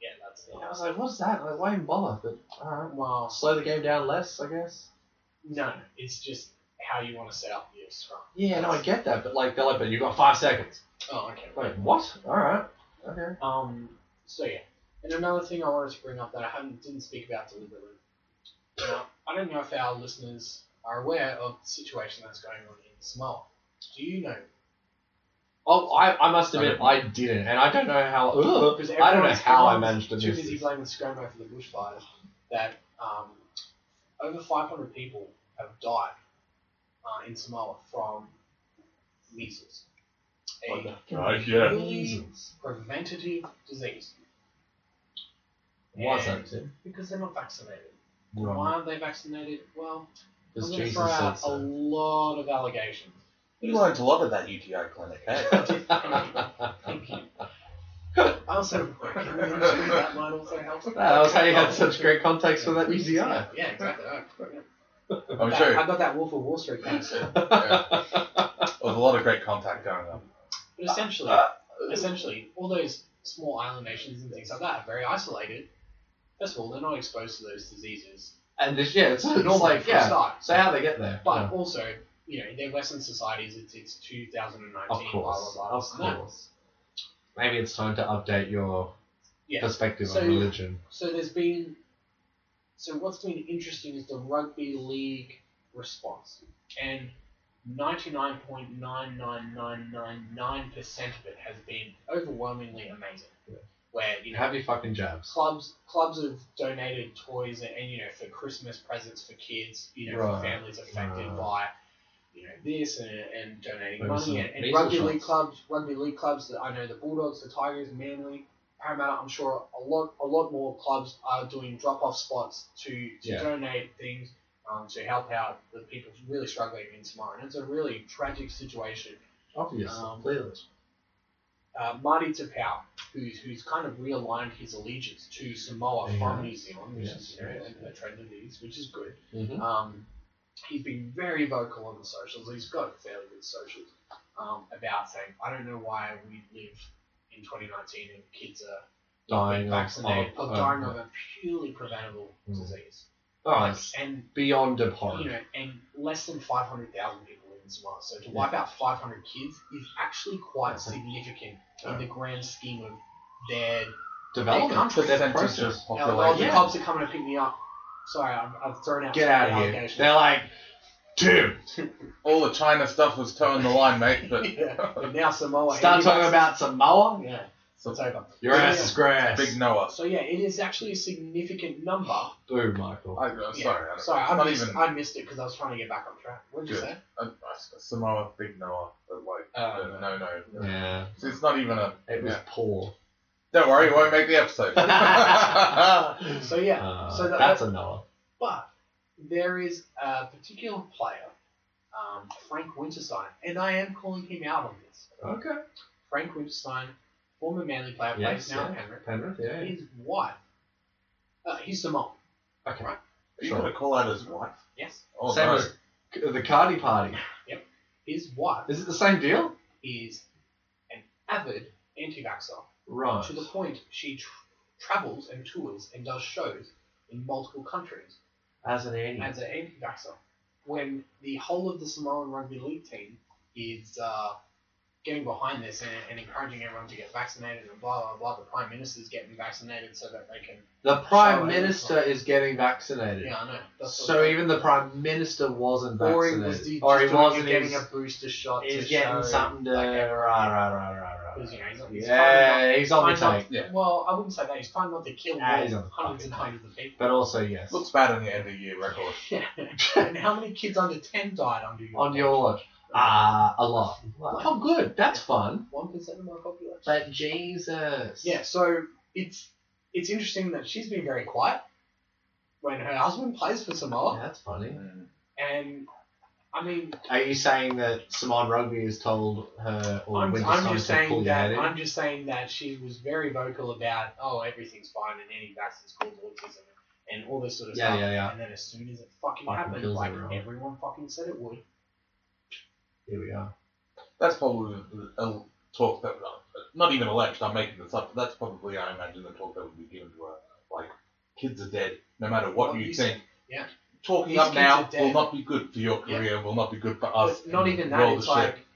A: yeah, that's
B: And I was
A: it.
B: like, what's that? Like, why even bother? But alright. I'll
A: Well,
B: slow the game down less, I guess.
A: no, it's just how you want to set up your scrum.
B: Yeah, no, I get that, but like they're like, but you've got five seconds.
A: Oh, okay.
B: Like, what? Alright. Okay.
A: Um, so yeah, and another thing I wanted to bring up that I haven't didn't speak about deliberately. Now, I don't know if our listeners are aware of the situation that's going on in Samoa. Do you know?
B: Oh, I, I must admit,
C: Okay.
B: I didn't, and I don't know how. Ugh,
A: Because
B: I don't know
A: everyone's-
B: how I
A: everyone's
B: managed to
A: Too
B: miss
A: busy
B: this.
A: blaming ScoMo for the bushfires. That um, over 500 people have died uh, in Samoa from measles. A
B: What the
C: Right, yeah.
B: reasons?
A: preventative disease.
B: Why's
A: And
B: that, Tim?
A: Because they're not vaccinated. Why
C: Mm.
B: Wrong.
A: aren't they vaccinated? Well, I'm
B: Because
A: going to
B: Jesus
A: throw
B: said
A: out a
B: so.
A: lot of allegations.
C: You learned a lot at that UTI clinic, eh?
A: Thank you. I also work in the industry, that might also help.
B: That was how you had such great contacts for that E UCI.
A: Yeah, yeah, exactly. I-
C: I'm
A: that-
C: sure.
A: I got that Wolf of Wall Street thanks.
C: Yeah. There was a lot of great contact going on.
A: But essentially,
B: Uh,
A: essentially, all those small island nations and things like that are very isolated. First of all, they're not exposed to those diseases.
B: And this, yeah, it's, it's
A: normally
B: like,
A: for a
B: yeah.
A: start.
B: So how they get there?
A: But
B: Yeah.
A: also, you know, in their Western societies, it's, it's 2019,
B: of course,
A: blah, blah, blah.
B: of
A: this and that.
B: course. Maybe it's time to update your
A: Yeah.
B: perspective
A: So-
B: on religion.
A: So there's been. So what's been interesting is the rugby league response, and ninety nine point nine nine nine nine nine percent of it has been overwhelmingly amazing. Where you
B: You
A: know
B: have your fucking jabs.
A: clubs clubs have donated toys and, and you know for Christmas presents for kids, you know
B: Right,
A: for families affected
B: right.
A: by you know this and, and donating
B: Maybe some
A: money and, and
B: measles
A: rugby league
B: shots.
A: clubs, rugby league clubs that I know the Bulldogs, the Tigers, Manly, Parramatta. I'm sure a lot a lot more clubs are doing drop off spots to, to
B: Yeah.
A: donate things. Um, to help out the people really struggling in Samoa, and it's a really tragic situation
B: Obviously,
A: Um,
B: clearly.
A: uh, Marty Tapau, who's who's kind of realigned his allegiance to Samoa from
B: Yeah.
A: New Zealand, which is
B: Yes,
A: you know
B: yes,
A: a, a trend of these, which is good.
B: Mhm.
A: Um, he's been very vocal on the socials. He's got fairly good socials um, about saying, I don't know why we live in 2019 and kids are
B: Dying of-
A: vaccinated
B: of-
A: of dying
B: of-
A: of a purely preventable
B: Mm.
A: disease.
B: Oh,
A: Like,
B: it's
A: and
B: beyond abhorrent.
A: you know, and less than 500,000 people live in Samoa. So to wipe out 500 kids is actually quite significant in the grand scheme of their.
B: Development, but that
C: Percentage of
B: process. Oh,
A: Now, well,
C: population.
A: the
B: yeah.
A: cops are coming to pick me up. Sorry, I've, I've thrown out.
B: Get
A: some
B: out of here.
A: allegations.
B: They're like, dude,
C: All the China stuff was toeing the line, mate, but
A: yeah. But now Samoa.
B: start
A: anybody-
B: talking about Samoa.
A: Yeah,
C: it's
A: it's
C: a
A: over.
B: Your
A: Yeah.
B: ass is grass.
C: big Noah.
A: So yeah, it is actually a significant number.
B: Boo, Michael.
C: I, am
A: Yeah.
C: sorry, I
A: Sorry,
C: it's
A: I
C: not
A: missed,
C: even
A: I missed it because I was trying to get back on track. What did you
C: Good.
A: say?
C: uh, Samoa, big Noah, but like,
A: Uh,
C: uh, no, no.
B: yeah,
C: So It's not even a.
B: it was
C: yeah.
B: poor.
C: Don't worry, it won't make the episode.
A: So yeah,
B: Uh,
A: so that-
B: that's a Noah.
A: But there is a particular player, um, Frank Winterstein, and I am calling him out on this.
B: Okay.
A: Frank Winterstein, former Manly player,
B: Yes,
A: plays now
B: yeah.
A: at Penrith.
B: Penrith, yeah.
A: His wife, uh, he's Samoan,
B: Okay.
C: you going to call out his wife?
A: yes.
C: Oh,
B: same
C: no.
B: as C- the Cardi party.
A: His wife
B: Is it the same deal?
A: is an avid anti-vaxxer
B: Right.
A: to the point she tr- travels and tours and does shows in multiple countries
B: As an alien.
A: as an anti-vaxxer when the whole of the Samoan rugby league team is uh, getting behind this and, and encouraging everyone to get vaccinated and blah blah blah. The prime minister's getting vaccinated so that they can.
B: The prime
A: Sorry.
B: minister is getting vaccinated.
A: Yeah, I know. That's what
B: So
A: I'm-
B: even the prime minister wasn't
A: or he
B: vaccinated,
A: was de-
B: or he
A: just doing-
B: wasn't.
A: getting
B: he's-
A: a booster shot.
B: he's
A: to
B: getting
A: show-
B: something to
A: like,
B: rah, rah, rah, rah, rah.
A: Because, you know, he's not- he's trying
B: Yeah, he's
A: not-
B: on the
A: trying
B: take,
A: not-
C: Yeah.
A: Well, I wouldn't say that. He's trying not to kill
B: Nah,
A: all
B: he's on the
A: hundreds and
B: fucking
A: hundreds of people.
B: but also yes.
C: Looks bad on the end of year record.
A: Yeah. and how many kids under 10 died under your
B: on your watch, ah, a lot. Oh, good. That's fun.
A: 1% of my population?
B: But Jesus.
A: Yeah, so it's it's interesting that she's been very quiet when her husband plays for
B: Yeah,
A: Samoa.
B: that's funny.
C: Mm.
A: And, I mean,
B: Are you saying that Simone Rugby has told her or
A: I'm,
B: Winter
A: I'm
B: Sun
A: just
B: to pull
A: saying
B: your head
A: that
B: in?
A: I'm just saying that she was very vocal about oh everything's fine and any vaccine's called autism and all this sort of
B: Yeah,
A: stuff.
B: yeah, yeah.
A: And then as soon as it fucking,
B: Fucking
A: happened,
B: kills
A: like
B: everyone.
A: everyone fucking said it would.
B: Here we are.
C: That's probably a a talk that, uh, not even election, I'm making this up, but that's probably, I imagine, the talk that would be given to her. Like, kids are dead, no matter what
A: Well,
C: you
A: you
C: think.
A: said- yeah.
C: Talking
A: These
C: up
A: kids are
C: now
A: dead.
C: will not be good for your
A: Yeah.
C: career, will not be good
B: Oh,
C: for us.
A: But not
C: and
A: even
C: roll
A: that. It's
C: the shit.
A: like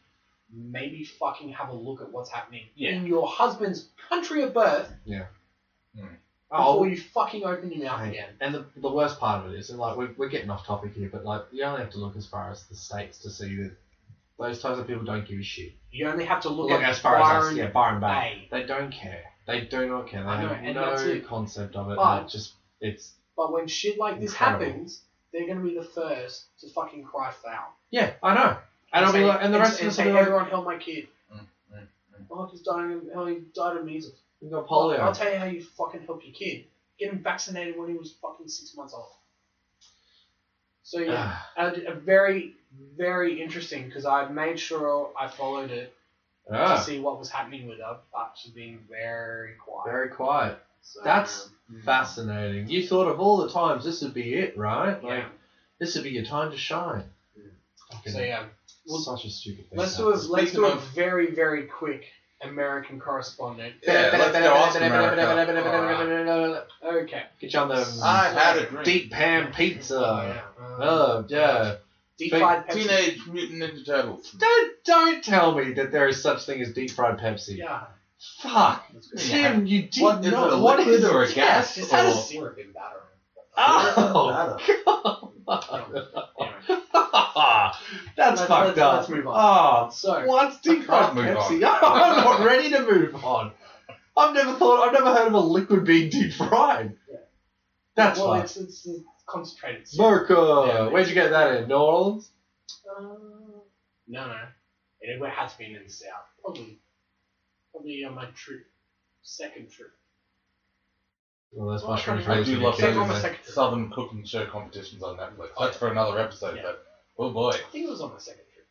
A: maybe fucking have a look at what's happening
C: Yeah.
A: in your husband's country of birth
B: Oh,
A: before you fucking open your mouth
B: Right.
A: again.
B: And the, the worst part of it is, and like we're, we're getting off topic here, but like you only have to look as far as the states to see that those types of people don't give a shit.
A: You only have to look
B: Look,
A: at
B: as far as us,
A: Byron
B: yeah, Byron Bay.
A: Bay.
B: They don't care. They do not care. They
A: I know,
B: have
A: and that's
B: no
A: it.
B: concept of it.
A: But-
B: and it just it's
A: But when shit like this
B: Incredible.
A: happens, they're going to be the first to fucking cry foul.
B: yeah, I know. And I'll be
A: say-
B: like, and the rest
A: and
B: of us
A: say,
B: will be like,
A: everyone help my kid.
C: Mm, mm, mm.
A: Oh, he's dying. of- Oh, he died of measles.
B: we've got
A: Well, I'll
B: polio.
A: tell you how you fucking help your kid. Get him vaccinated when he was fucking six months old. So yeah.
B: Ah.
A: a, a very very interesting because I made sure I followed it to
B: Ah,
A: see what was happening with her, but she's being very quiet.
B: very quiet.
A: so,
B: That's
A: mm,
B: fascinating. You thought of all the times this would be it, right? Like
A: yeah.
B: this would be your time to shine.
A: Yeah.
B: Fucking
A: So yeah, we'll-
B: such a stupid thing.
A: let's
B: to
A: do a
B: happen.
A: let's do
C: Speaking
A: a
C: of-
A: very very quick American correspondent.
C: Yeah, let's go off America. Alright.
A: Okay.
B: Get you on the
C: I had a drink.
B: Ah, deep pan pizza.
A: Yeah, uh,
B: Oh yeah.
A: deep fried Pepsi.
C: Teenage Mutant Ninja Turtles.
B: Don't don't tell me that there is such thing as deep fried Pepsi.
A: Yeah.
B: Fuck,
A: That's good.
C: Yeah.
B: Tim, you did
C: What is
B: not.
C: it, a
B: what
C: liquid
B: is
C: or a
B: yes,
C: gas
A: Just
B: that
A: had
B: is-
A: a
C: or-
A: syrup in batter.
B: Oh,
A: Anyway,
B: that's
A: Let's-
B: fucked
A: let's-
B: up.
A: let's move
B: on.
A: so
B: Oh, what's deep fried
C: can't move
B: Pepsi?
C: on.
B: I'm not ready to move on. I've never thought. I've never heard of a liquid being deep fried.
A: Yeah.
B: That's
A: well,
B: fucked.
A: it's, it's, it's concentrated. syrup.
B: America.
A: Yeah.
B: Where'd you get that in? New Orleans?
A: Uh, no, no. It would have to be in the south. Probably, probably on my trip, second trip.
B: Well, that's
A: Well,
B: much
A: I
B: more
A: can't
C: I do love
A: Same on
C: those
A: my
C: uh,
A: second trip.
C: southern cooking show competitions on Netflix. That's for another episode,
A: Yeah.
C: but oh boy.
A: I think it was on my second trip.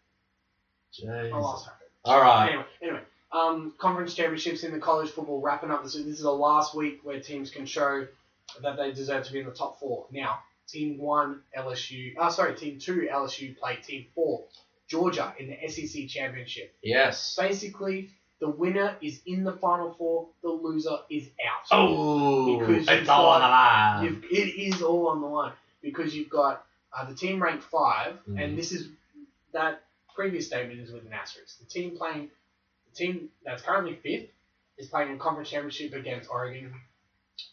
A: Oh,
B: Jeez.
A: I lost track.
B: All right.
A: Anyway, anyway. Um, conference championships in the college football wrapping up this week. This is the last week where teams can show that they deserve to be in the top four. Now, team one LSU, uh, sorry, team two LSU play team four Georgia in the SEC championship.
B: Yes.
A: Basically, the winner is in the final four. The loser is out.
B: Oh,
A: Because
B: it's
A: you've
B: all on the line.
A: You've, it is all on the line because you've got uh, the team ranked five,
B: Mhm.
A: and this is that previous statement is with an asterisk. The team playing, the team that's currently fifth is playing a conference championship against Oregon,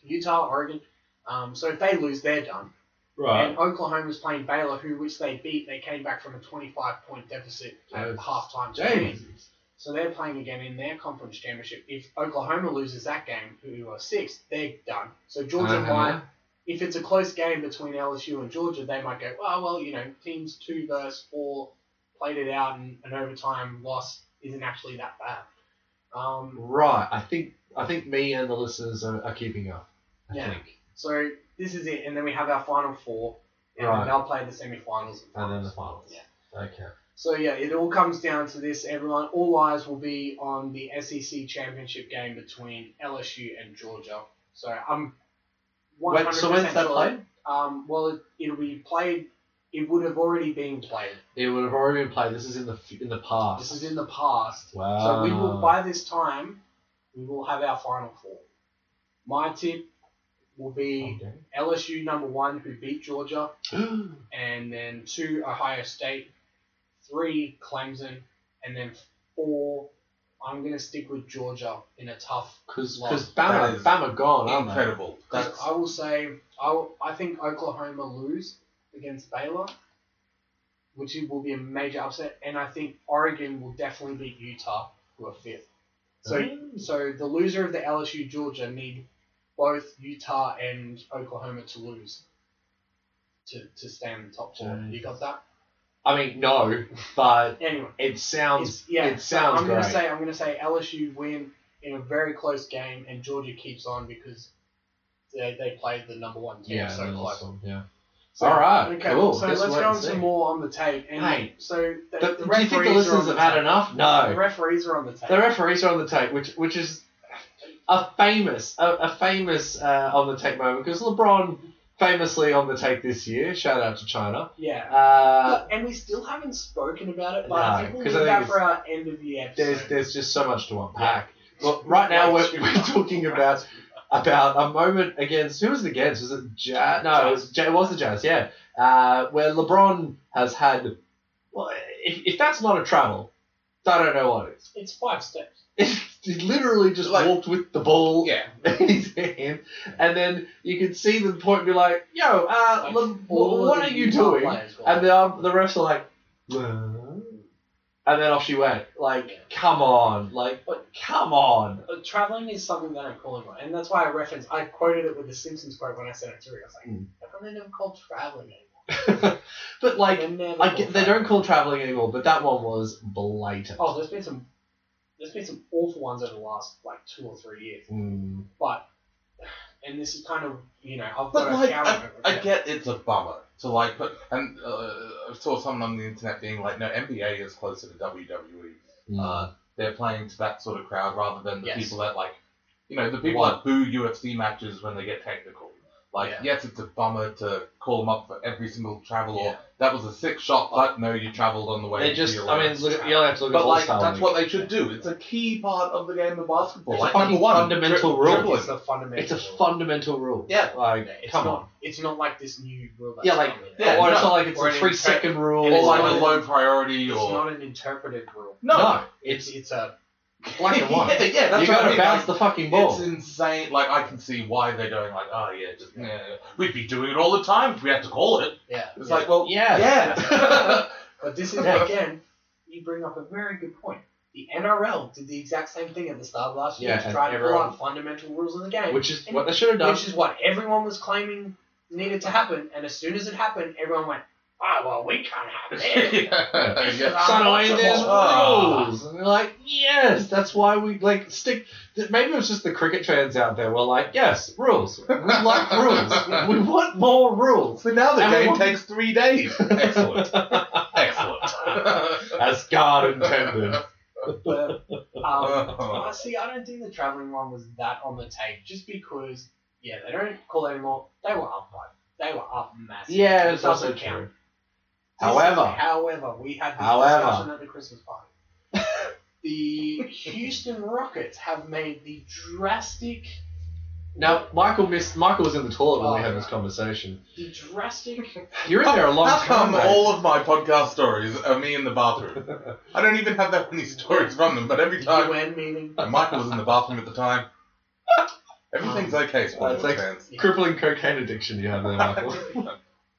A: Utah, Oregon. Um, so if they lose, they're done. And
B: Right.
A: Oklahoma's playing Baylor, who which they beat. They came back from a 25 point deficit at
B: Oh,
A: halftime to win.
B: Jesus.
A: So they're playing again in their conference championship. If Oklahoma loses that game, who are sixth, they're done. So Georgia
B: Uh-huh.
A: might, if it's a close game between LSU and Georgia, they might go, oh, well, you know, teams two versus four played it out and an overtime loss isn't actually that bad. Um,
B: Right. I think I think me and the listeners are, are keeping up. I
A: Yeah.
B: think.
A: so this is it. And then we have our final four, and
B: Right.
A: they'll play the semifinals.
B: And then the finals.
A: Yeah.
B: Okay.
A: So yeah, it all comes down to this. Everyone, all eyes will be on the SEC championship game between LSU and Georgia. So I'm
B: When,
A: 100%
B: so when's that
A: sure-
B: played?
A: Um, well, it, it'll be played. It would have already been played.
B: It would have already been played. This is in the f- in the past.
A: This is in the past.
B: Wow.
A: So we
B: Ah.
A: will by this time, we will have our final four. My tip will be LSU number one, who beat Georgia,
B: Okay.
A: and then two Ohio State, three Clemson, and then or I'm gonna stick with Georgia in a tough.
B: Because
A: Well,
C: that
B: Bama,
C: is
B: Bama gone, aren't they?
C: Incredible.
A: Because
C: That's
A: I will say I will- I think Oklahoma lose against Baylor, which will be a major upset, and I think Oregon will definitely beat Utah, who are fifth. So so the loser of the LSU Georgia need both Utah and Oklahoma to lose to to stay in the top four.
B: Mm.
A: You got that?
B: I mean, no, but
A: Anyway.
B: it sounds
A: It's, yeah,
B: it sounds
A: so I'm
B: great.
A: gonna say I'm gonna say LSU win in a very close game, and Georgia keeps on because they, they played the number one team
B: yeah,
A: so
B: that's
A: close.
B: awesome, yeah.
A: So,
B: All right,
A: okay,
B: cool.
A: So
B: Just
A: let's
B: wait
A: go
B: and
A: on some
B: see.
A: more on the tape. And
B: Hey,
A: so the,
B: The-
A: the
B: do you think
A: referees
B: the
A: are
B: listeners
A: on the
B: have had
A: tape.
B: enough?
A: The
B: No,
A: referees are on the tape.
B: the referees are on the tape, which which is a famous a, a famous uh, on the tape moment because LeBron famously on the tape this year. Shout out to China.
A: yeah.
B: Uh,
A: Look, and we still haven't spoken about it, but
B: No,
A: I think we'll
B: 'cause
A: do
B: I think
A: that
B: it's-
A: for our end of the episode.
B: there's there's just so much to unpack. Well, right now we're,
A: Way too
B: we're
A: much.
B: talking about about a moment against who was it against? Was it Jazz? No, it was, Ja- it was the Jazz. Yeah, uh, where LeBron has had. Well, if, if that's not a travel, I don't know what is.
A: It's five steps.
B: he literally just
C: Like-
B: walked with the ball
C: yeah.
B: in his hand, and then you could see the point and be like, "Yo, uh,
A: Like,
B: Le-
A: all of
B: what
A: the
B: are you
A: Utah
B: doing?"
A: players were-
B: And the um, the refs are like, "Huh?" and then off she went. Like, come on, like,
A: But-
B: come on.
A: Uh, traveling is something that I'm calling on, and that's why I reference. I quoted it with the Simpsons quote when I sent it through. I was like,
B: Mm.
A: "How come they never called traveling anymore?"
B: but like,
A: They never
B: I
A: call
B: get, they
A: traveling.
B: don't call traveling anymore. But that one was blatant.
A: Oh, there's been some. There's been some awful ones over the last like two or three years,
B: Mm.
A: but and this is kind of you know I've got
C: But
A: a
C: like,
A: shower
C: I,
A: over
C: I
A: it.
C: get it's a bummer to like, but and uh, I saw someone on the internet being like, no, NBA is closer to WWE.
B: Mm.
C: Uh, they're playing to that sort of crowd rather than the
A: Yes.
C: people that like, you know, the people that boo UFC matches when they get technical. Like,
A: Yeah.
C: yes, it's a bummer to call them up for every single travel or
A: Yeah.
C: that was a six shot, but no, you traveled on the way.
B: they
C: to
B: just,
C: your
B: I mean,
C: last
B: look,
C: travel.
B: you only have to look at
C: But like,
B: All-Star
C: that's
B: League.
C: what they should do. It's a key part of the game of basketball.
B: It's a
C: like,
B: fucking
C: number one,
B: fundamental
C: dri-
B: rule.
C: dribbling.
A: it's a fundamental.
B: It's a fundamental rule.
C: Yeah.
B: Like,
A: It's
B: come
A: not,
B: on.
A: It's not like this new rule. That's
B: Yeah, like,
A: come in.
C: Yeah,
B: or
C: no.
B: it's not like it's
A: Or
B: a
A: an
B: three
A: inter-
B: second rule.
A: It's
C: or like
A: not-
C: a low priority
A: it's
C: or
A: not an interpreted rule.
B: no,
A: It's
B: it's
A: it's a
B: black and white.
C: yeah, yeah, that's
B: you
C: what I
B: gotta
C: mean,
B: bounce
C: like,
B: the fucking ball.
C: It's insane. Like I can see why they're going like, oh yeah, just yeah. We'd be doing it all the time if we had to call it.
A: yeah.
C: It's
A: yeah.
C: like, well,
B: yeah.
C: yeah.
A: But this is
B: Yeah.
A: again, you bring up a very good point. The NRL did the exact same thing at the start of last year
B: Yeah,
A: to
B: and
A: try to pull
B: everyone-
A: out fundamental rules of the game,
B: Which is what they should have done.
A: which is what everyone was claiming needed to happen. And as soon as it happened, everyone went, "Ah, well, we can't have that."
C: yeah.
B: Son away there's
C: Ah.
B: rules. And they're like, yes, that's why we like stick th- maybe it was just the cricket fans out there were like, yes, rules. We like rules. We want more rules.
C: So now the
B: And we
C: game
B: want-
C: takes three days. Excellent. Excellent.
B: As God intended.
A: But, um,
C: Oh.
A: I see, I don't think the traveling one was that on the tape, just because yeah, they don't call it anymore. They were up by, they were up massive.
B: Yeah,
A: It
B: it's also
A: doesn't count.
B: true.
A: This is-
B: However,
A: however, we had this
B: However.
A: discussion at the Christmas party. the Houston Rockets have made the drastic,
B: now Michael missed Michael was in the toilet when we had this conversation.
A: the drastic.
B: You're in there a long
C: How
B: time.
C: come
B: mate.
C: all of my podcast stories are me in the bathroom? I don't even have that many stories from them, but every time
A: UN meaning.
C: And Michael was in the bathroom at the time. Everything's
B: Uh,
C: okay,
B: it's
C: Spotify
B: like
C: fans.
B: crippling cocaine addiction you have there, Michael.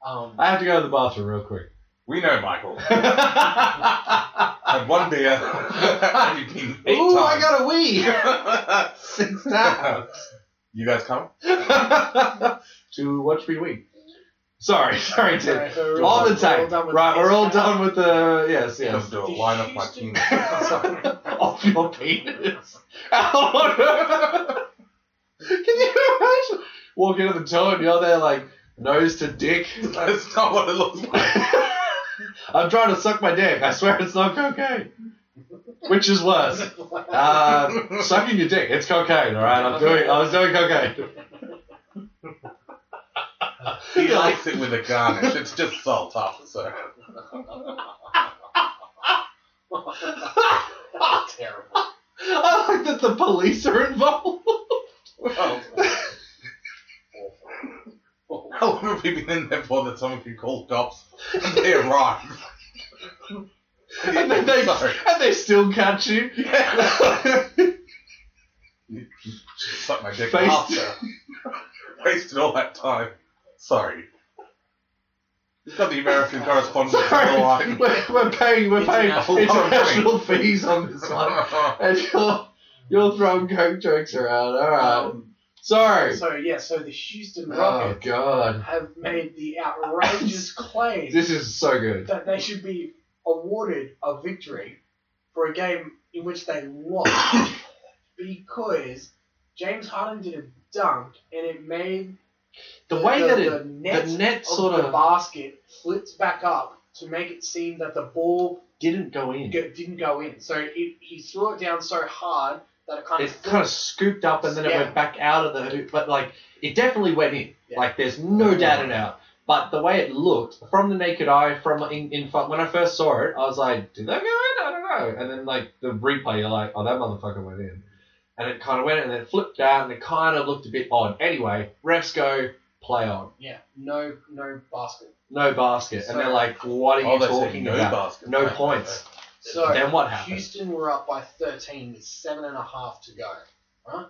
A: Um,
B: I have to go to the bathroom real quick.
C: We know Michael. Had one beer. and you've been eight
B: Ooh, I
C: times.
B: got a wee.
C: got
B: Six times.
C: You guys come?
B: to watch me wee. Sorry, sorry, Tim.
A: alright, so we're all- we're all
B: On the tape.
A: done with
B: Right,
A: this.
B: we're all done with the yes,
C: Come
B: yes.
C: do a
A: The
C: line up my
A: Houston-
C: penis.
B: Off your penis. How on earth? Can you imagine? Walk into the toilet and you're there like nose to dick.
C: That's not what it looks like.
B: I'm trying to suck my dick. I swear it's not cocaine. Which is worse? Uh, sucking your dick. It's cocaine, all right? I'm doing. I was doing cocaine.
C: He likes it with a garnish. It's just salt after so.
A: Terrible.
B: I like that the police are involved.
C: How long have we been in there for that someone can call cops? They arrive.
B: and, then they,
C: Sorry.
B: and they still catch you.
C: Suck my dick
B: Based-
C: after. Wasted all that time. Sorry. You've got the American correspondent.
B: Sorry, we're, we're paying we're paying
C: International-
B: international fees on this one, and you're you're throwing coke jokes around. All right,
A: Um,
B: sorry.
A: so yeah, so the Houston
B: Oh
A: Rockets
B: god,
A: have made the outrageous claim
B: this is so good.
A: that they should be awarded a victory for a game in which they lost because James Harden did a dunk and it made
B: The way that it
A: the net,
B: the net
A: of
B: sort
A: the
B: of
A: basket flipped back up to make it seem that the ball
B: didn't go in.
A: go- didn't go in. So it, he threw it down so hard that it kind
B: It
A: of
B: kind of scooped up and then it
A: Yeah.
B: went back out of the hoop, but like it definitely went in.
A: Yeah.
B: Like there's no doubt it out. But the way it looked from the naked eye, from in, in front, when I first saw it, I was like, did that go in? I don't know. And then like the replay, you're like, oh that motherfucker went in, and it kind of went in, and then it flipped out and it kind of looked a bit odd. Anyway, refs go play on,
A: yeah no no basket.
B: no basket, and they're like, what are
C: Oh,
B: you
C: they said
B: talking
C: no
B: about?
C: basket.
B: No points.
A: So
B: then what happened?
A: Houston were up by 13 with seven and a half to go. Right?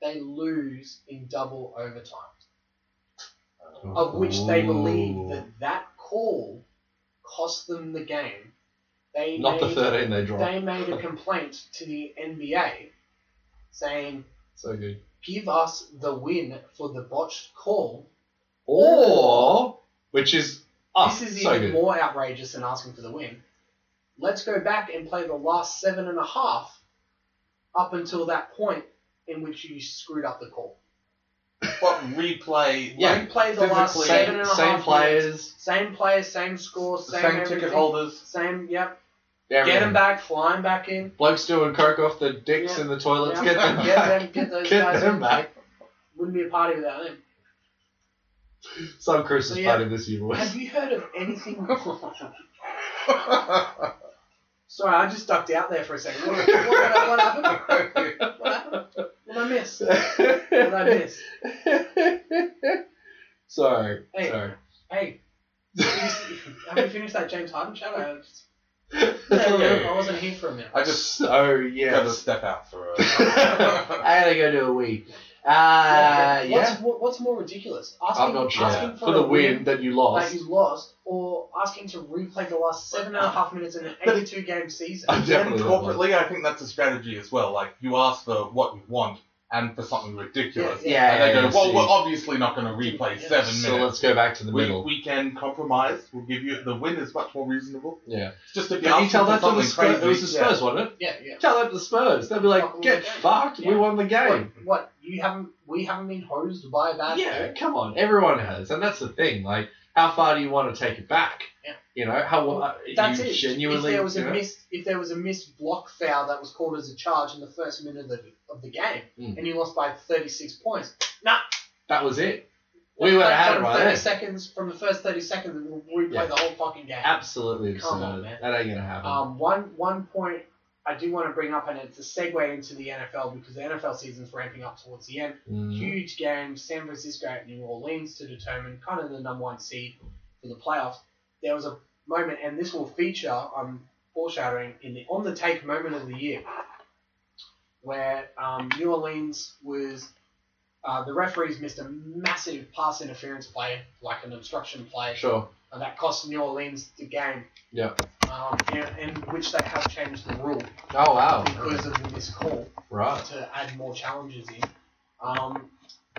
A: They lose in double overtime, of which they believe that that call cost them the game. They
B: not the
A: made,
B: thirteen they dropped.
A: They made a complaint to the NBA saying,
B: so good.
A: "Give us the win for the botched call."
B: Or, which is oh,
A: this is
B: so
A: even
B: good.
A: more outrageous than asking for the win. Let's go back and play the last seven and a half up until that point in which you screwed up the call.
C: What replay?
B: Yeah.
A: Replay the last
C: Physically,
A: seven and
B: same
A: a half minutes,
B: same players,
A: same players, same score,
C: the
A: same,
C: same
A: everything,
C: ticket holders.
A: same. Yep.
B: everything.
A: Get them back, fly them back in.
B: Blokes doing coke off the dicks
A: Yeah.
B: in the toilets.
A: Yeah.
B: Get them
A: Get
B: back.
A: them, get those
B: Get
A: guys
B: them
A: in.
B: back.
A: Wouldn't be a party without them.
B: Some Christmas
A: So, yeah.
B: party this year
A: Have
B: was.
A: you heard of anything? Sorry, I just ducked out there for a second. What, what, what, what happened? What happened? What I miss? What did I miss?
B: sorry,
A: Hey.
B: sorry.
A: Hey, have we finished that James Harden chat? I, was-
C: yeah.
A: I wasn't here for a minute.
C: I just
B: So
C: gotta
B: yes,
C: step out for
B: I
C: a.
B: gotta go do a wee. Uh,
A: what's,
B: yeah.
A: what- what's more ridiculous? Asking,
B: I'm not sure
A: asking for,
B: for the
A: a
B: win that you
A: that
B: lost.
A: you lost, or asking to replay the last seven and a half minutes in an 82 game season.
B: I
C: Then
B: definitely don't like-
C: corporately, I think that's a strategy as well. Like you ask for what you want and for something ridiculous.
A: Yeah,
B: Yeah,
C: And they
B: yeah,
C: go,
B: yeah,
C: well,
B: see.
C: we're obviously not going to replay
A: Yeah.
C: seven
B: so
C: minutes.
B: let's go back to the
C: We,
B: middle.
C: we can compromise. We'll give you the win is much more reasonable.
B: yeah.
C: It's just if
B: Can you
C: ask
B: tell
C: them
B: that
C: for
B: to the
C: something
B: Spurs? It was the
C: crazy,
B: Spurs, wasn't it?
A: Yeah, yeah.
B: Tell that to the Spurs. They'll be like,
A: Fuck,
B: get
A: yeah.
B: fucked. We
A: Yeah.
B: won the game.
A: What, what? You haven't? We haven't been hosed by a bad
B: Yeah,
A: team?
B: come on. Everyone has, and that's the thing. Like, how far do you want to take it back?
A: Yeah.
B: You know how uh,
A: Well,
B: you
A: That's it.
B: genuinely.
A: if there was
B: you
A: a
B: know?
A: missed, if there was a missed block foul that was called as a charge in the first minute of the, of the game,
B: Mm.
A: and you lost by 36 points,
B: that was it. We would have had it
A: from
B: right
A: 30
B: there.
A: seconds from the first 30 seconds and we'll replay
B: Yeah.
A: the whole fucking game.
B: Absolutely
A: Come
B: absurd.
A: on, man.
B: That ain't gonna happen.
A: Um, one one point I do want to bring up, and it's a segue into the NFL because the NFL season's ramping up towards the end.
B: Mm.
A: Huge game, San Francisco at New Orleans to determine kind of the number one seed for the playoffs. There was a moment, and this will feature. I'm foreshadowing in the on the take moment of the year, where um, New Orleans was. Uh, the referees missed a massive pass interference play, like an obstruction play,
B: Sure.
A: and that cost New Orleans the game.
B: Yeah.
A: Um, in, in which they have changed the rule
B: Oh wow.
A: because of this call
B: Right.
A: to add more challenges in. Um,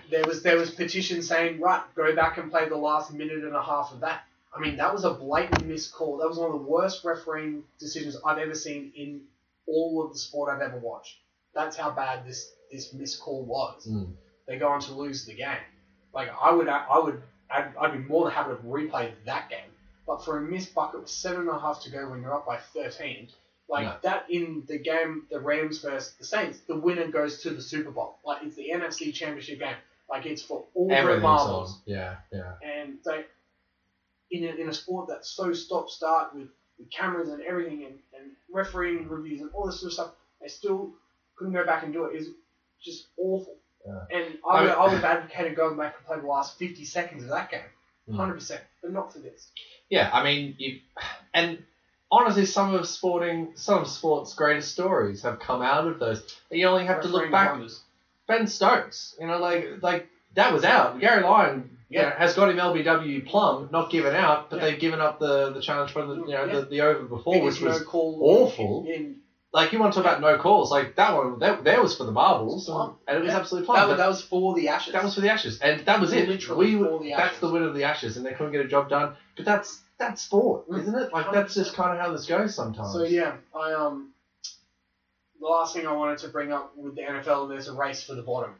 A: there was there was petition saying right go back and play the last minute and a half of that. I mean that was a blatant missed call. That was one of the worst refereeing decisions I've ever seen in all of the sport I've ever watched. That's how bad this this missed call was.
B: Mm.
A: They're going to lose the game. Like I would I would I'd, I'd be more than happy to replay that game. But for a missed bucket with seven and a half to go when you're up by thirteen, like
B: No.
A: that in the game, the Rams versus the Saints, the winner goes to the Super Bowl. Like it's the NFC Championship game. Like it's for all the
B: Everything's
A: marbles.
B: on. Yeah. Yeah.
A: And they, in a, in a sport that's so stop start with, with cameras and everything and, and refereeing reviews and all this sort of stuff, they still couldn't go back and do it. It's just awful.
B: Yeah.
A: And I would,
B: I-
A: I, would have advocated going back and play the last 50 seconds of that game.
B: Mm.
A: 100%. But not for this.
B: Yeah, I mean, you, and honestly, some of sporting, some of sports' greatest stories have come out of those. You only have to look
A: Refereeing
B: back.
A: wonders.
B: Ben Stokes, you know, like like that was out. Gary Lyon, you know, has got him LBW plum, not given out, but
A: Yeah.
B: they've given up the the challenge for the you know
A: Yeah.
B: the, the over before,
A: Biggest
B: which was
A: no call
B: awful.
A: in-
B: Like you want to talk about no calls, like that one that there was for the marbles,
A: Plum.
B: and it was
A: Yeah.
B: absolutely plum.
G: That was,
B: but
G: that was for the Ashes.
B: that was for the Ashes, and that was it.
G: Literally
B: we
G: for the
B: that's
G: Ashes.
B: the win of the Ashes, and they couldn't get a job done. But that's that's sport,
A: Mm.
B: isn't it? Like that's just kind of how this goes sometimes.
A: So yeah, I um, the last thing I wanted to bring up with the NFL, there's a race for the bottom.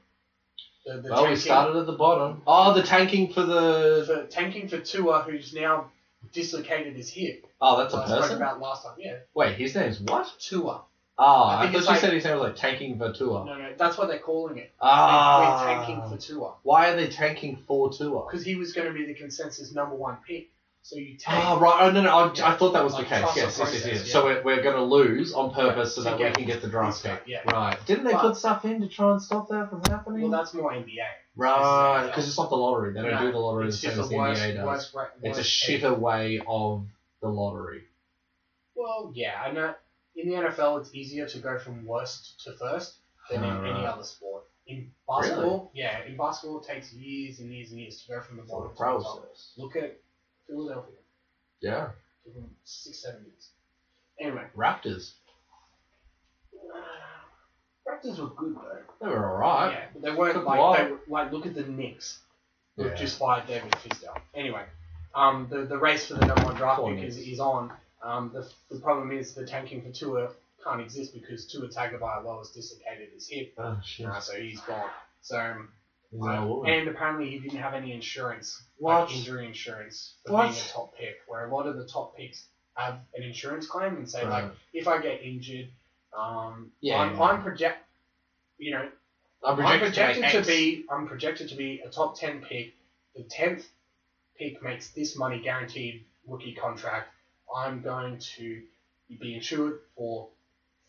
A: The, the
B: Well, we
A: tanking-
B: started at the bottom. Oh, the tanking for the
A: for tanking for Tua, who's now dislocated his hip.
B: oh, that's a
A: I spoke
B: person.
A: about last time. Yeah,
B: Wait, his name's what?
A: Tua.
B: Ah,
A: I
B: I,
A: think
B: thought
A: it's
B: you
A: like-
B: said his name was like tanking for
A: No,
B: Tua.
A: no, that's what they're calling it.
B: Ah,
A: We're tanking for Tua
B: Why are they tanking for Tua?
A: because he was going to be the consensus number one pick. So you tank.
B: Ah, right. Oh no, no. I, I
A: Yeah.
B: thought that was
A: Like
B: the case.
A: trust
B: Yes,
A: the
B: yes, yes, yes.
A: process,
B: So we're, we're going to lose on purpose so
A: To
B: that we
A: get-
B: can get the draft
A: this
B: pick.
A: guy, yeah.
B: Right. Didn't they
A: But-
B: put stuff in to try and stop that from happening?
A: Well, that's more NBA.
B: right, because it's not the lottery. They don't
A: No,
B: do the lottery the
A: It's
B: same
A: just
B: as
A: a
B: the
A: worse,
B: NBA does.
A: worse, ra-
B: it's a
A: worse
B: shitter way of the lottery.
A: Well, yeah, I know. In the NFL, it's easier to go from worst to first than in
B: Alright.
A: any other sport. In basketball, yeah, in basketball, it takes years and years and years to go from the
B: It's not
A: bottom
B: the
A: to the top.
B: process.
A: Look at Philadelphia.
B: Yeah.
A: Give them six, seven years. Anyway,
B: Raptors.
A: uh, Raptors were good though.
B: They were alright.
A: yeah, but they weren't
B: Took a
A: like
B: while.
A: they were, like look at the Knicks. who've
B: Yeah.
A: just fired David Fisdale. Anyway, um, the the race for the number one draft
B: Four
A: pick is,
B: minutes.
A: is on. Um, the, the problem is the tanking for Tua can't exist because Tua Tagovailoa has dislocated his hip,
B: Oh shit.
A: uh, so he's gone. So um,
B: Is that a woman?
A: and apparently he didn't have any insurance,
B: What?
A: like injury insurance for being
B: What?
A: a top pick, where a lot of the top picks have an insurance claim and say like,
B: Right.
A: if I get injured, um,
B: Yeah.
A: I'm, I'm project, you know,
B: I'm
A: I'm projected to,
B: make X.
A: be I'm projected to be a top ten pick. The tenth pick makes this money guaranteed rookie contract. I'm going to be insured for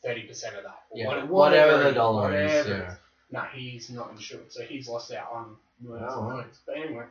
A: thirty percent of that. or
B: Yeah,
A: what-
B: whatever the
A: it-
B: dollar is,
A: whatever it
B: yeah.
A: No, he's not insured, so he's lost out on millions
B: Oh,
A: and
B: right.
A: millions. But anyway,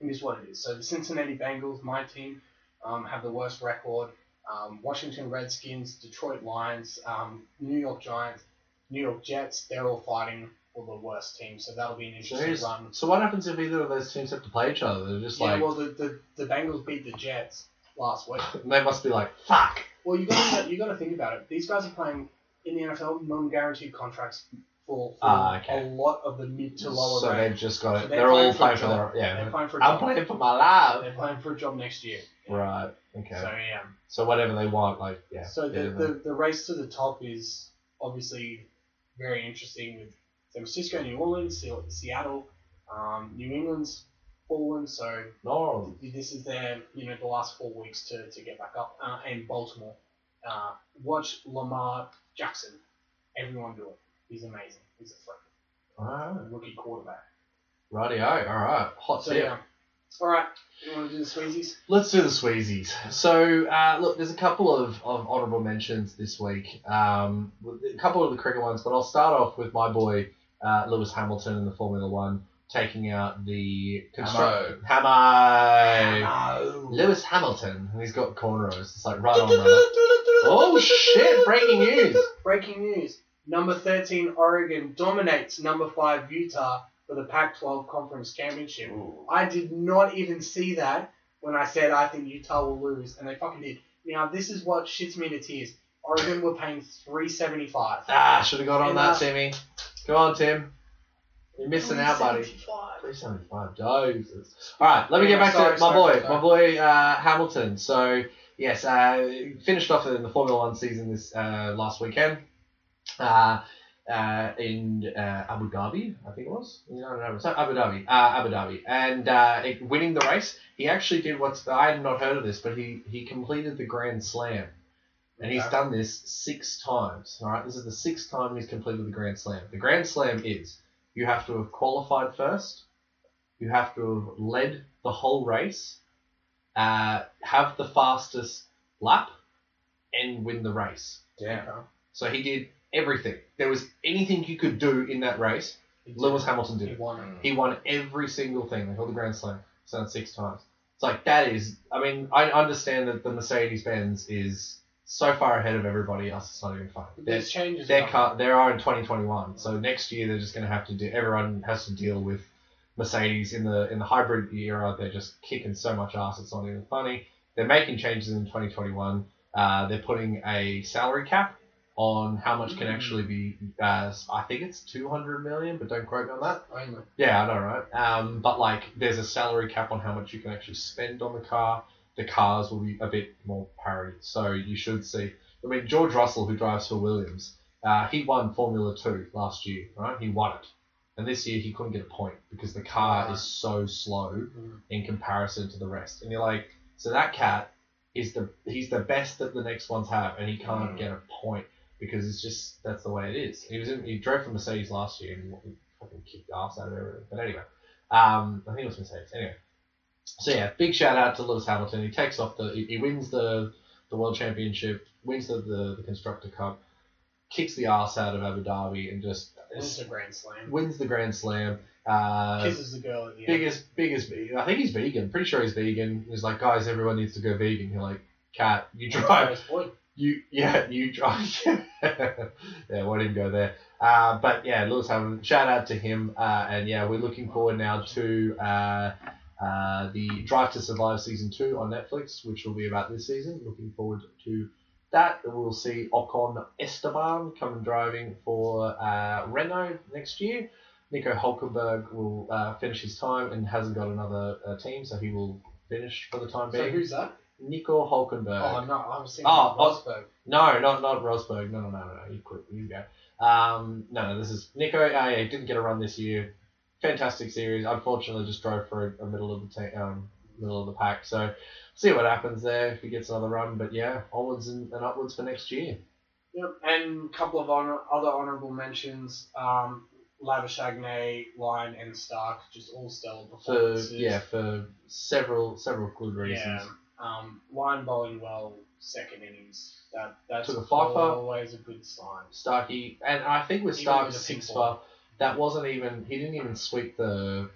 A: it is what it is. So the Cincinnati Bengals, my team, um, have the worst record. Um, Washington Redskins, Detroit Lions, um, New York Giants, New York Jets, they're all fighting for the worst team, so that'll be an
B: So,
A: interesting
B: here's-
A: run.
B: so what happens if either of those teams have to play each other? They're just
A: Yeah,
B: like
A: well, the, the, the Bengals beat the Jets last week.
B: they must be like fuck.
A: Well, you got you got to think about it. These guys are playing in the NFL non-guaranteed contracts for, for
B: Ah, okay.
A: a lot of the mid to lower
B: so
A: range.
B: they've just got it.
A: So
B: they're,
A: they're playing
B: all playing
A: for
B: for their
A: They're
B: yeah.
A: playing for a
B: I'm
A: job.
B: playing for my life.
A: They're playing for a job next year.
B: Right. Okay.
A: So
B: So,
A: yeah.
B: whatever they want, like yeah.
A: So
B: yeah,
A: the, the, the race to the top is obviously very interesting with San Francisco, New Orleans, Se- Seattle, um, New England's fallen. So
B: no.
A: this is their you know the last four weeks to, to get back up. Uh, and Baltimore, uh, watch Lamar Jackson. Everyone do it. He's amazing. He's a freak.
B: Alright.
A: Rookie quarterback.
B: Rightio. All right. Hot
A: So
B: tip.
A: yeah. All right. You want to do the squeezies?
B: Let's do the Sweezies. So, uh, look, there's a couple of, of honourable mentions this week. Um, with- a couple of the cricket ones, but I'll start off with my boy uh, Lewis Hamilton in the Formula One taking out the construct- Hammo. Lewis Hamilton, and he's got cornrows. It's like right on. Right. Oh shit! Breaking news.
A: Breaking news. Number 13, Oregon dominates number 5, Utah for the Pac 12 Conference Championship. I did not even see that when I said I think Utah will lose, and they fucking did. Now, this is what shits me to tears. Oregon were paying 375
B: Ah, should have got on that,
A: Enough.
B: Timmy. Come on, Tim. You're missing out, buddy.
A: 375.
B: Please tell me five Jesus. All right, let me get
A: Anyway,
B: back
A: sorry,
B: to my
A: sorry,
B: boy,
A: sorry.
B: my boy uh, Hamilton. So yes, uh, finished off in the Formula One season this uh, last weekend uh, uh, in uh, Abu Dhabi, I think it was. No, no, no, it was not Abu Dhabi, uh, Abu Dhabi, and uh, it- winning the race. He actually did what's I had not heard of this, but he he completed the Grand Slam. And he's
A: Okay.
B: done this six times. All right, this is the sixth time he's completed the Grand Slam. The Grand Slam is you have to have qualified first, you have to have led the whole race, uh, have the fastest lap, and win the race.
C: Damn.
B: So he did everything. There was anything you could do in that race. Lewis Hamilton did
A: He
B: it. Mm.
A: won.
B: He won every single thing. They called the Grand Slam. He's done it six times. It's like that is. I mean, I understand that the Mercedes Benz is so far ahead of everybody else. It's not even funny. They're-
A: There's changes.
B: their
A: coming.
B: car they are in 2021 so next year they're just going to have to do everyone has to deal with mercedes in the in the hybrid era they're just kicking so much ass it's not even funny they're making changes in 2021 uh, they're putting a salary cap on how much can actually be uh, i think it's 200 million but don't quote me on that
A: I know.
B: yeah, I know, right? Um, but like, there's a salary cap on how much you can actually spend on the car. The cars will be a bit more parity, so you should see. I mean, George Russell, who drives for Williams, uh, he won Formula Two last year, right? He won it, and this year he couldn't get a point because the car
A: Right.
B: is so slow
A: Mm.
B: in comparison to the rest. And you're like, so that cat is the he's the best that the next ones have, and he can't
C: Mm.
B: get a point because it's just that's the way it is. He was in, he drove for Mercedes last year and he wa- he fucking kicked ass out of everything. But anyway, um, I think it was Mercedes. Anyway, so yeah, big shout out to Lewis Hamilton. He takes off the he, he wins the the world championship, wins the the, the constructor cup, kicks the ass out of Abu Dhabi, and just
A: Wins the Grand Slam.
B: wins the Grand Slam. Uh,
A: Kisses the girl at the end.
B: biggest biggest vegan. I think he's vegan. Pretty sure he's vegan. He's like, guys, everyone needs to go vegan. You're like, cat, you drive.
A: Nice boy.
B: You yeah, you drive. yeah, won't even go there. Uh, but yeah, Lewis Hamilton. Shout out to him. Uh, and yeah, we're looking forward now to uh, uh, the Drive to Survive season two on Netflix, which will be about this season. Looking forward to that. We'll see Ocon Esteban come driving for uh, Renault next year. Nico Hulkenberg will uh, finish his time and hasn't got another uh, team, so he will finish for the time
A: So
B: being.
A: who's that?
B: Nico Hulkenberg.
A: Oh no, I was thinking
B: Oh,
A: oh, Rosberg.
B: no, not not Rosberg. No, no, no, no. You quit. You go. Um, no, no, this is Nico. Uh, yeah, didn't get a run this year. Fantastic series. Unfortunately, just drove for a, a middle of the ta- um, middle of the pack. So see what happens there if he gets another run. But yeah, onwards and, and upwards for next year.
A: Yep. And a couple of honor, other honourable mentions. Um, Labashagné, Lyon, and Stark, just all stellar
B: For
A: performances.
B: yeah, for several several good reasons.
A: Yeah. Um, Lyon bowling well, second innings. That that's
B: Took a five for-
A: always a good sign.
B: Starkey, and I think with
A: Even
B: Stark's
A: with a
B: six
A: pink
B: bar, that wasn't even he didn't even sweep the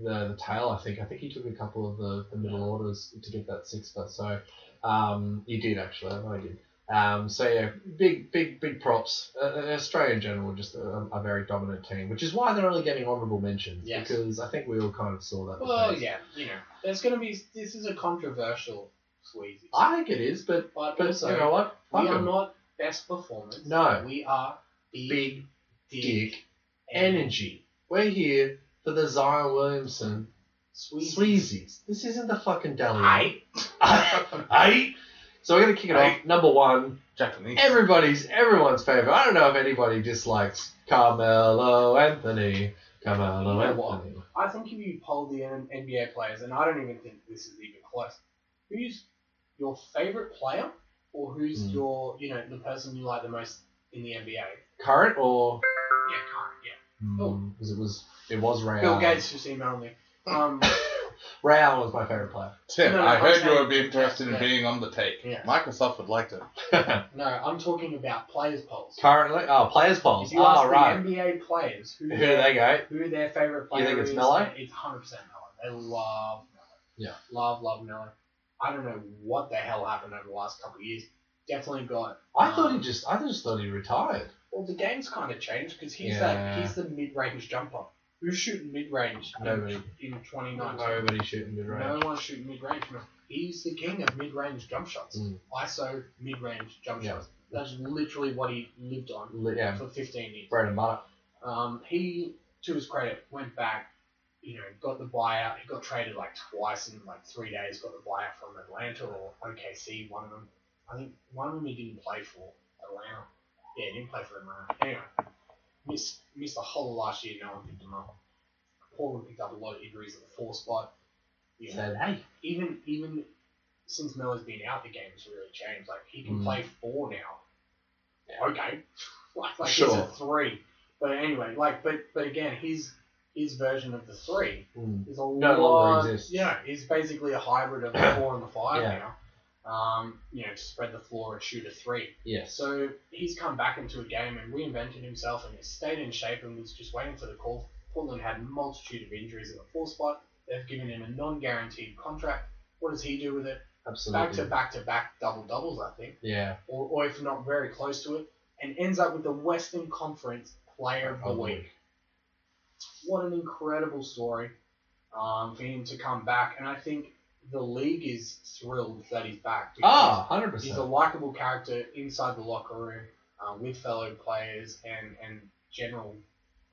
B: the, the tail. I think I think he took a couple of the, the middle orders to get that six bar. So um, you did actually, I know you did. Um, so yeah, big big big props. Uh, uh, Australia in general, just a, a very dominant team, which is why they're only getting honourable mentions
A: Yes.
B: because I think we all kind of saw that. was
A: Well,
B: there.
A: yeah, you know, there's gonna be this is a controversial Sweezy,
B: I think it is, but
A: but,
B: but
A: also
B: you know what? Fuck
A: we are
B: 'em.
A: not best performance.
B: No.
A: we are big,
B: big
A: dick,
B: dick energy. We're here for the Zion Williamson
A: Sweezy.
B: Sweezies. This isn't the fucking deli.
A: Aye.
B: Aye. So we're gonna kick it off. Number one,
C: Japanese.
B: everybody's everyone's favorite. I don't know if anybody dislikes Carmelo Anthony. Carmelo
A: You know what?
B: Anthony.
A: I think if you poll the N- NBA players, and I don't even think this is even close, who's your favorite player, or who's
B: Hmm.
A: your you know the person you like the most in the NBA? Yeah,
B: Current or
A: current, yeah.
B: Hmm, 'cause it was it was Ray
A: Bill
B: Allen.
A: Gates just emailed me. Um,
B: Ray Allen was my favorite player.
C: Tim,
A: No, no,
C: I
A: I'm
C: heard you
A: saying-
C: would be interested in
A: Yeah.
C: being on the take.
A: Yeah.
C: Microsoft would like to.
A: no, I'm talking about players polls.
B: Currently, oh players polls.
A: If you
B: Ah,
A: ask
B: right.
A: the NBA players who
B: Here
A: their,
B: they go.
A: who their favorite
B: You
A: player
B: think it's
A: is,
B: Melo?
A: it's 100 percent Melo. They love Melo.
B: Yeah.
A: love love Melo. I don't know what the hell happened over the last couple of years. Definitely got
B: I thought he just I just thought he retired.
A: Well, the game's kind of changed because he's
B: Yeah.
A: that he's the mid-range jumper. Who's shooting mid-range in,
B: Nobody.
A: in 2019?
B: Nobody shooting mid
A: No
B: range.
A: one's shooting mid-range. man. He's the king of mid-range jump shots.
B: Mm.
A: ISO mid-range jump
B: Yeah.
A: shots. That's literally what he lived on
B: Li- Yeah,
A: for 15 years.
B: bread and butter.
A: Um, he, to his credit, went back, you know, got the buyout. He got traded like twice in like three days, got the buyout from Atlanta or OKC, one of them. I think one of them he didn't play for, Atlanta. Yeah, he didn't play for Atlanta. Anyway, missed, missed the whole of last year, no one picked him up. Portland picked up a lot of injuries at the four spot. You know,
B: Said hey.
A: even even since Miller's been out, the game's really changed. Like he can
B: Mm.
A: play four now. Okay, like like he's
B: Sure.
A: a three. But anyway, like but but again, his his version of the three
B: Mm.
A: is a
B: longer
A: lot.
B: exists.
A: Yeah, he's basically a hybrid of the four and the five
B: Yeah.
A: now. Um, you know, to spread the floor and shoot a three.
B: Yes.
A: So he's come back into a game and reinvented himself and has stayed in shape and was just waiting for the call. Portland had a multitude of injuries in the four spot. They've given him a non-guaranteed contract. What does he do with it? Back to
B: Absolutely.
A: back to back double doubles, I think,
B: Yeah.
A: or, or if not very close to it, and ends up with the Western Conference Player of the
B: Probably.
A: Week. What an incredible story um, for him to come back, and I think the league is thrilled that he's back.
B: Ah, hundred
A: He's a
B: percent.
A: likable character inside the locker room uh, with fellow players and, and general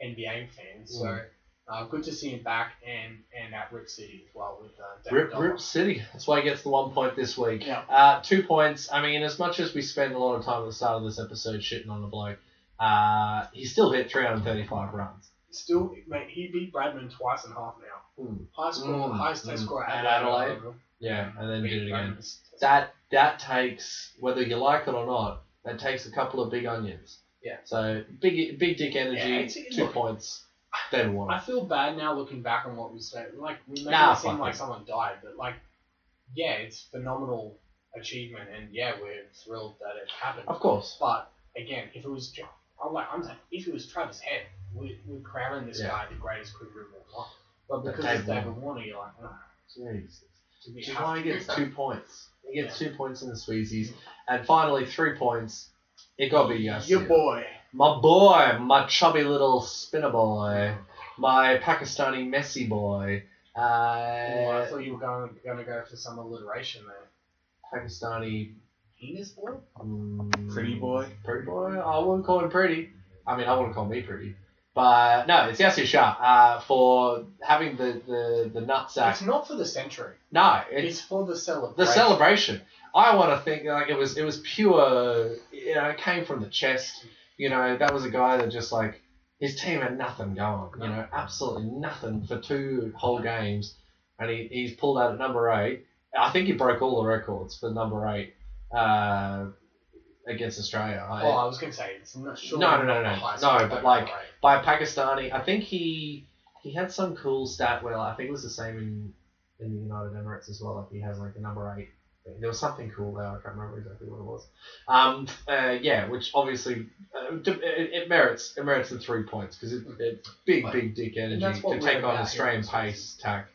A: NBA fans. So
B: Mm.
A: uh, good to see him back and, and at Rip City as well with uh, David
B: Rip,
A: Dollar.
B: Rip City. That's why he gets the one point this week.
A: Yeah.
B: Uh, two points. I mean, as much as we spend a lot of time at the start of this episode shitting on the bloke, uh, he still hit 335 runs.
A: Still, mate, he beat Bradman twice in half now. Highest score,
B: Mm,
A: highest test
B: mm.
A: score
B: At
A: at
B: Adelaide.
A: Adelaide.
B: Yeah, and then
A: Beat
B: did it again.
A: Bradman's-
B: That that takes whether you like it or not. That takes a couple of big onions.
A: Yeah.
B: So big big dick energy.
A: Yeah, it's- it's-
B: two
A: look,
B: points. They won.
A: I feel bad now looking back on what we said. Like we made
B: Nah,
A: it seem
B: fuck
A: like
B: it.
A: someone died, but like, yeah, it's phenomenal achievement, and yeah, we're thrilled that it happened.
B: of course.
A: But again, if it was John, I'm like, I'm like, if it was Travis Head, we we're crowning this
B: Yeah.
A: guy the greatest cricketer of all time. But
B: But
A: because it's
B: David
A: David Warner, you're like, oh,
B: Jesus.
A: do we
B: Which is
A: have
B: why
A: to
B: he
A: do
B: gets
A: that?
B: two points. He gets two points in the Sweezies. And finally, three points. It got be yes.
A: Your boy.
B: My boy, my chubby little spinner boy, my Pakistani Messi boy,
A: Oh, I
B: uh,
A: thought you were going going to go for some alliteration there.
B: Pakistani
A: Penis boy.
B: mm,
C: Pretty boy.
B: Pretty boy. I wouldn't call him pretty. I mean, I wouldn't call me pretty. But no, it's Yasir Shah uh, for having the the the
A: It's
B: nutsack.
A: not for the century.
B: No,
A: It's,
B: it's
A: for the
B: the
A: celebration.
B: celebration. I want to think like it was it was pure. You know, it came from the chest. You know, that was a guy that just like his team had nothing going. You know, absolutely nothing for two whole games, and he, he's pulled out at number eight. I think he broke all the records for number eight uh, against Australia. I-
A: Oh, I was going to say it's not sure.
B: No, no, no,
A: the
B: no.
A: highest
B: No,
A: score,
B: but like-
A: right.
B: by a Pakistani. I think he he had some cool stat where like, I think it was the same in in the United Emirates as well. Like he has like a number eight. thing. There was something cool there. I can't remember exactly what it was. Um, uh, yeah, which obviously uh, d- it, it merits it merits the three points because it, it big
A: Right.
B: big dick energy
A: that's what
B: to
A: we're
B: take on
A: about
B: Australian
A: here, I
B: pace tack.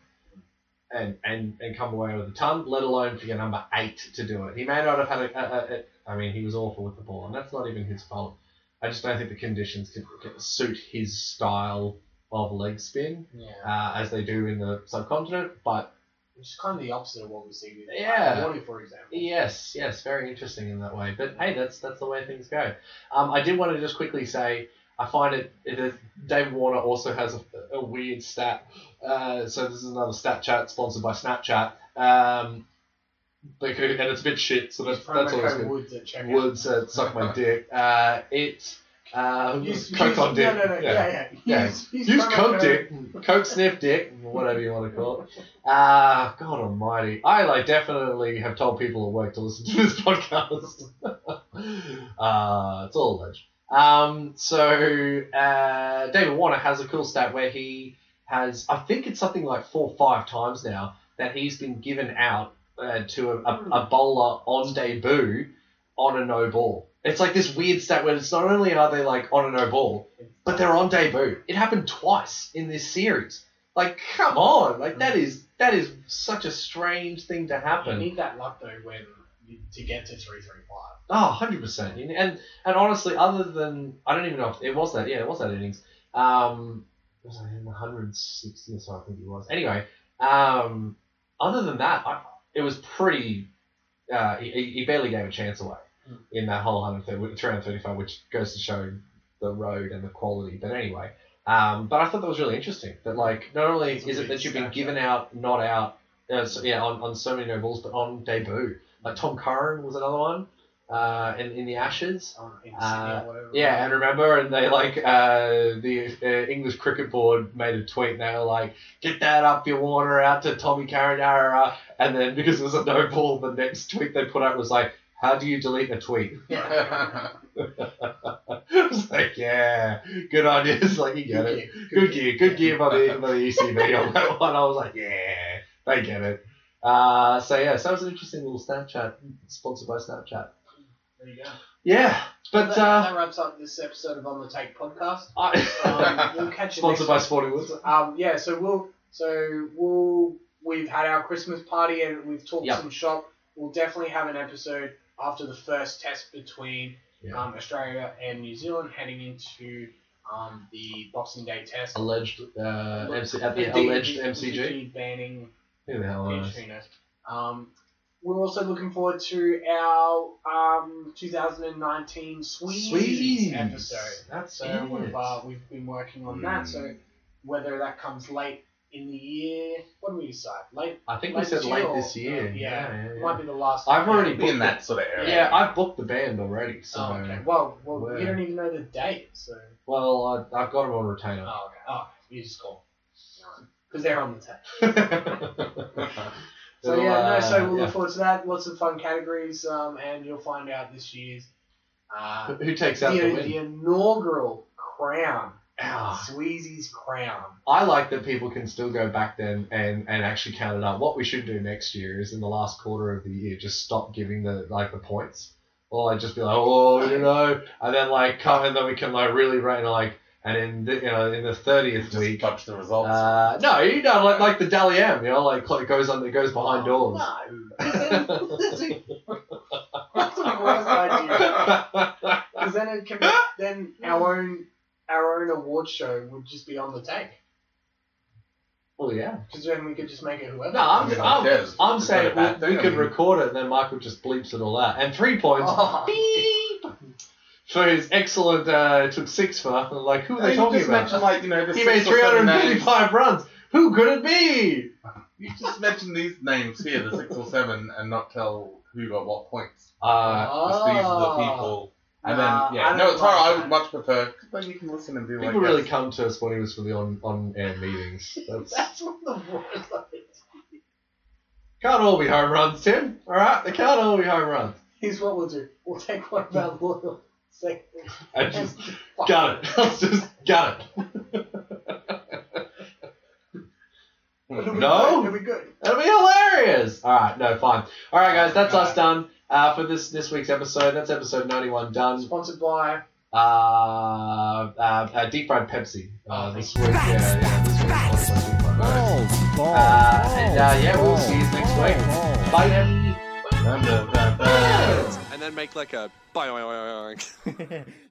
B: And, and, and come away with a ton, let alone for your number eight to do it. He may not have had a, a, a, a. I mean, he was awful with the ball, and that's not even his fault. I just don't think the conditions could could suit his style of leg spin
A: Yeah.
B: uh, as they do in the subcontinent. But
A: Which is kind of the opposite of what we see with like,
B: Yeah.
A: Warner, for example.
B: yes, yes, very interesting in that way. But hey, that's that's the way things go. Um, I did want to just quickly say I find it. it is, Dave Warner also has a, a weird stat. Uh, so this is another stat chat sponsored by Snapchat. Um, because, and it's a bit shit, so that's,
A: Promo
B: that's always
A: code
B: good.
A: Woods at checkout.
B: Woods uh, suck my dick. Uh, it uh,
A: Use,
B: Coke
A: use,
B: on dick.
A: No, no, no. Yeah, yeah.
B: Yeah.
A: Use, use,
B: Use
A: promo
B: coke dick, coke sniff dick, whatever you want to call it. Ah, God Almighty! I like definitely have told people at work to listen to this podcast. uh, it's all alleged. Um, so uh, David Warner has a cool stat where he has, I think it's something like four, or five times now that he's been given out uh, to a, a, a bowler on debut on a no ball. It's like this weird stat where it's not only are they like on a no ball, but they're on debut. It happened twice in this series. Like, come on! Like that is that is such a strange thing to
A: You
B: happen.
A: need that luck though when you, to get to three three five.
B: Oh, 100%. And, and and honestly, other than I don't even know if it was that. Yeah, it was that innings. Um, was I in 160 or so? I think it was. Anyway, um, other than that, I, it was pretty. Uh, he, he- he barely gave a chance away
A: Hmm.
B: in that whole 130 335, which goes to show the road and the quality. But anyway, um, but I thought that was really interesting. That like not only
A: It's a
B: is it
A: weird
B: that you've been
A: stat,
B: given out, not out, uh, so, yeah, on, on so many no balls, but on debut. Like Tom Curran was another one uh, in, in the Ashes.
A: Um, in Sydney
B: Uh,
A: or whatever.
B: Yeah, and remember, and they like uh, the uh, English Cricket Board made a tweet, and they were like, "Get that up your Warner out to Tommy Carradara," and then because it was a no ball, the next tweet they put out was like, "How do you delete a tweet?" I was like, "Yeah, good idea." It's like you get it, good gear, good gear by the by the ECB on that one. I was like, "Yeah, they get it." Uh, so yeah, so it was an interesting little Snapchat sponsored by Snapchat.
A: There you go.
B: Yeah,
A: that,
B: but uh,
A: that wraps up this episode of On the Take podcast.
B: I, uh,
A: Um, we'll catch you
B: sponsored by
A: next
B: Sporting Woods.
A: time. Um, yeah, so we'll So we'll we've had our Christmas party and we've talked
B: Yep.
A: some shop. We'll definitely have an episode after the first test between
B: Yeah.
A: um, Australia and New Zealand, heading into um, the Boxing Day test.
B: Alleged uh,
A: Look,
B: MC, at the
A: the
B: alleged
A: DG
B: MCG.
A: banning
B: Who the hell knows?
A: Peach, who knows? Um, we're also looking forward to our um, 2019 Sweezies,
B: Sweezies.
A: episode.
B: That's
A: So
B: it.
A: we've, uh, we've been working on that.
B: Hmm.
A: So whether that comes late in the year, what do we decide? Late,
B: I think we
A: late
B: said
A: this
B: late
A: year or-
B: this year.
A: Yeah,
B: yeah, yeah,
A: it
B: yeah.
A: might be the last.
B: I've already
C: Be
B: booked
C: in that sort of area.
B: Yeah, I've booked the band already. So,
A: Oh, okay. Well, well,
B: Where?
A: you don't even know the date, so.
B: well, I, I've got it on retainer.
A: Oh, okay. Oh, you just call. Because they're on the tape. Oh. So
B: It'll,
A: yeah, no.
B: uh,
A: So we'll
B: yeah.
A: look forward to that. Lots of fun categories, um, and you'll find out this year's uh,
B: Who takes
A: the,
B: out the win?
A: the inaugural crown,
B: Ah.
A: Sweezy's crown.
B: I like that people can still go back then and, and actually count it up. What we should do next year is in the last quarter of the year, just stop giving the like the points, or like just be like, oh, you know, and then like come and then we can like really rate like, and in the, you know in the thirtieth
C: Just
B: week,
C: fudge the results.
B: uh, no, you know, like like the Dally M, you know, like it goes under, goes behind
A: Oh,
B: doors.
A: No, that's the that's the worst idea. Because then it can be, then our own our own award show would just be on the tank.
B: well, yeah.
A: Because then we could just make it whoever.
B: No, I'm
C: I mean,
B: just,
C: who
B: I'm,
C: cares?
B: I'm
C: It's
B: saying
C: not a bad
B: we, we
C: thing, I
B: could
C: mean.
B: record it and then Michael just bleeps it all out. And three points
A: Oh.
B: beep, for his excellent, uh, took six for, like, who are they
C: you
B: talking
C: just
B: about?
C: mentioned, like, you know, the
B: he
C: six
B: made
C: or seven names.
B: 355 runs. Who could it be?
C: You just mentioned these names here, the six or seven, and not tell who got what points.
B: Uh,
C: Just these are the people. And
A: Oh. Nah,
C: then, yeah,
A: I
C: no,
A: don't
C: it's alright.
A: like
C: I would
A: that.
C: much prefer. 'cause Then you can listen and be like,
B: people really
C: yes.
B: come to us when he was for the on, on air meetings. That's,
A: That's one of the worst ideas.
B: can't all be home runs, Tim. All right, they can't all be home runs.
A: Here's what we'll do. We'll take one of our loyal segments.
B: I
A: and
B: just
A: just
B: got it. Let's just got it.
A: It'll be
B: No?
A: good, It'll be good.
B: That'll be hilarious. All right, no, fine. All right, guys, that's us done uh, for this this week's episode. That's episode ninety one done.
A: Sponsored by.
B: Uh, uh, uh, deep fried Pepsi uh, this week. Yeah, yeah, this week.
D: Facts,
B: sponsored by Deep Fried Pepsi.
D: Balls, balls,
B: Uh, and uh,
D: balls,
B: yeah, we'll
D: balls,
B: see you next
D: balls,
B: week.
D: balls.
B: Bye.
C: Dun, dun, dun, dun.
E: And then make like a boing.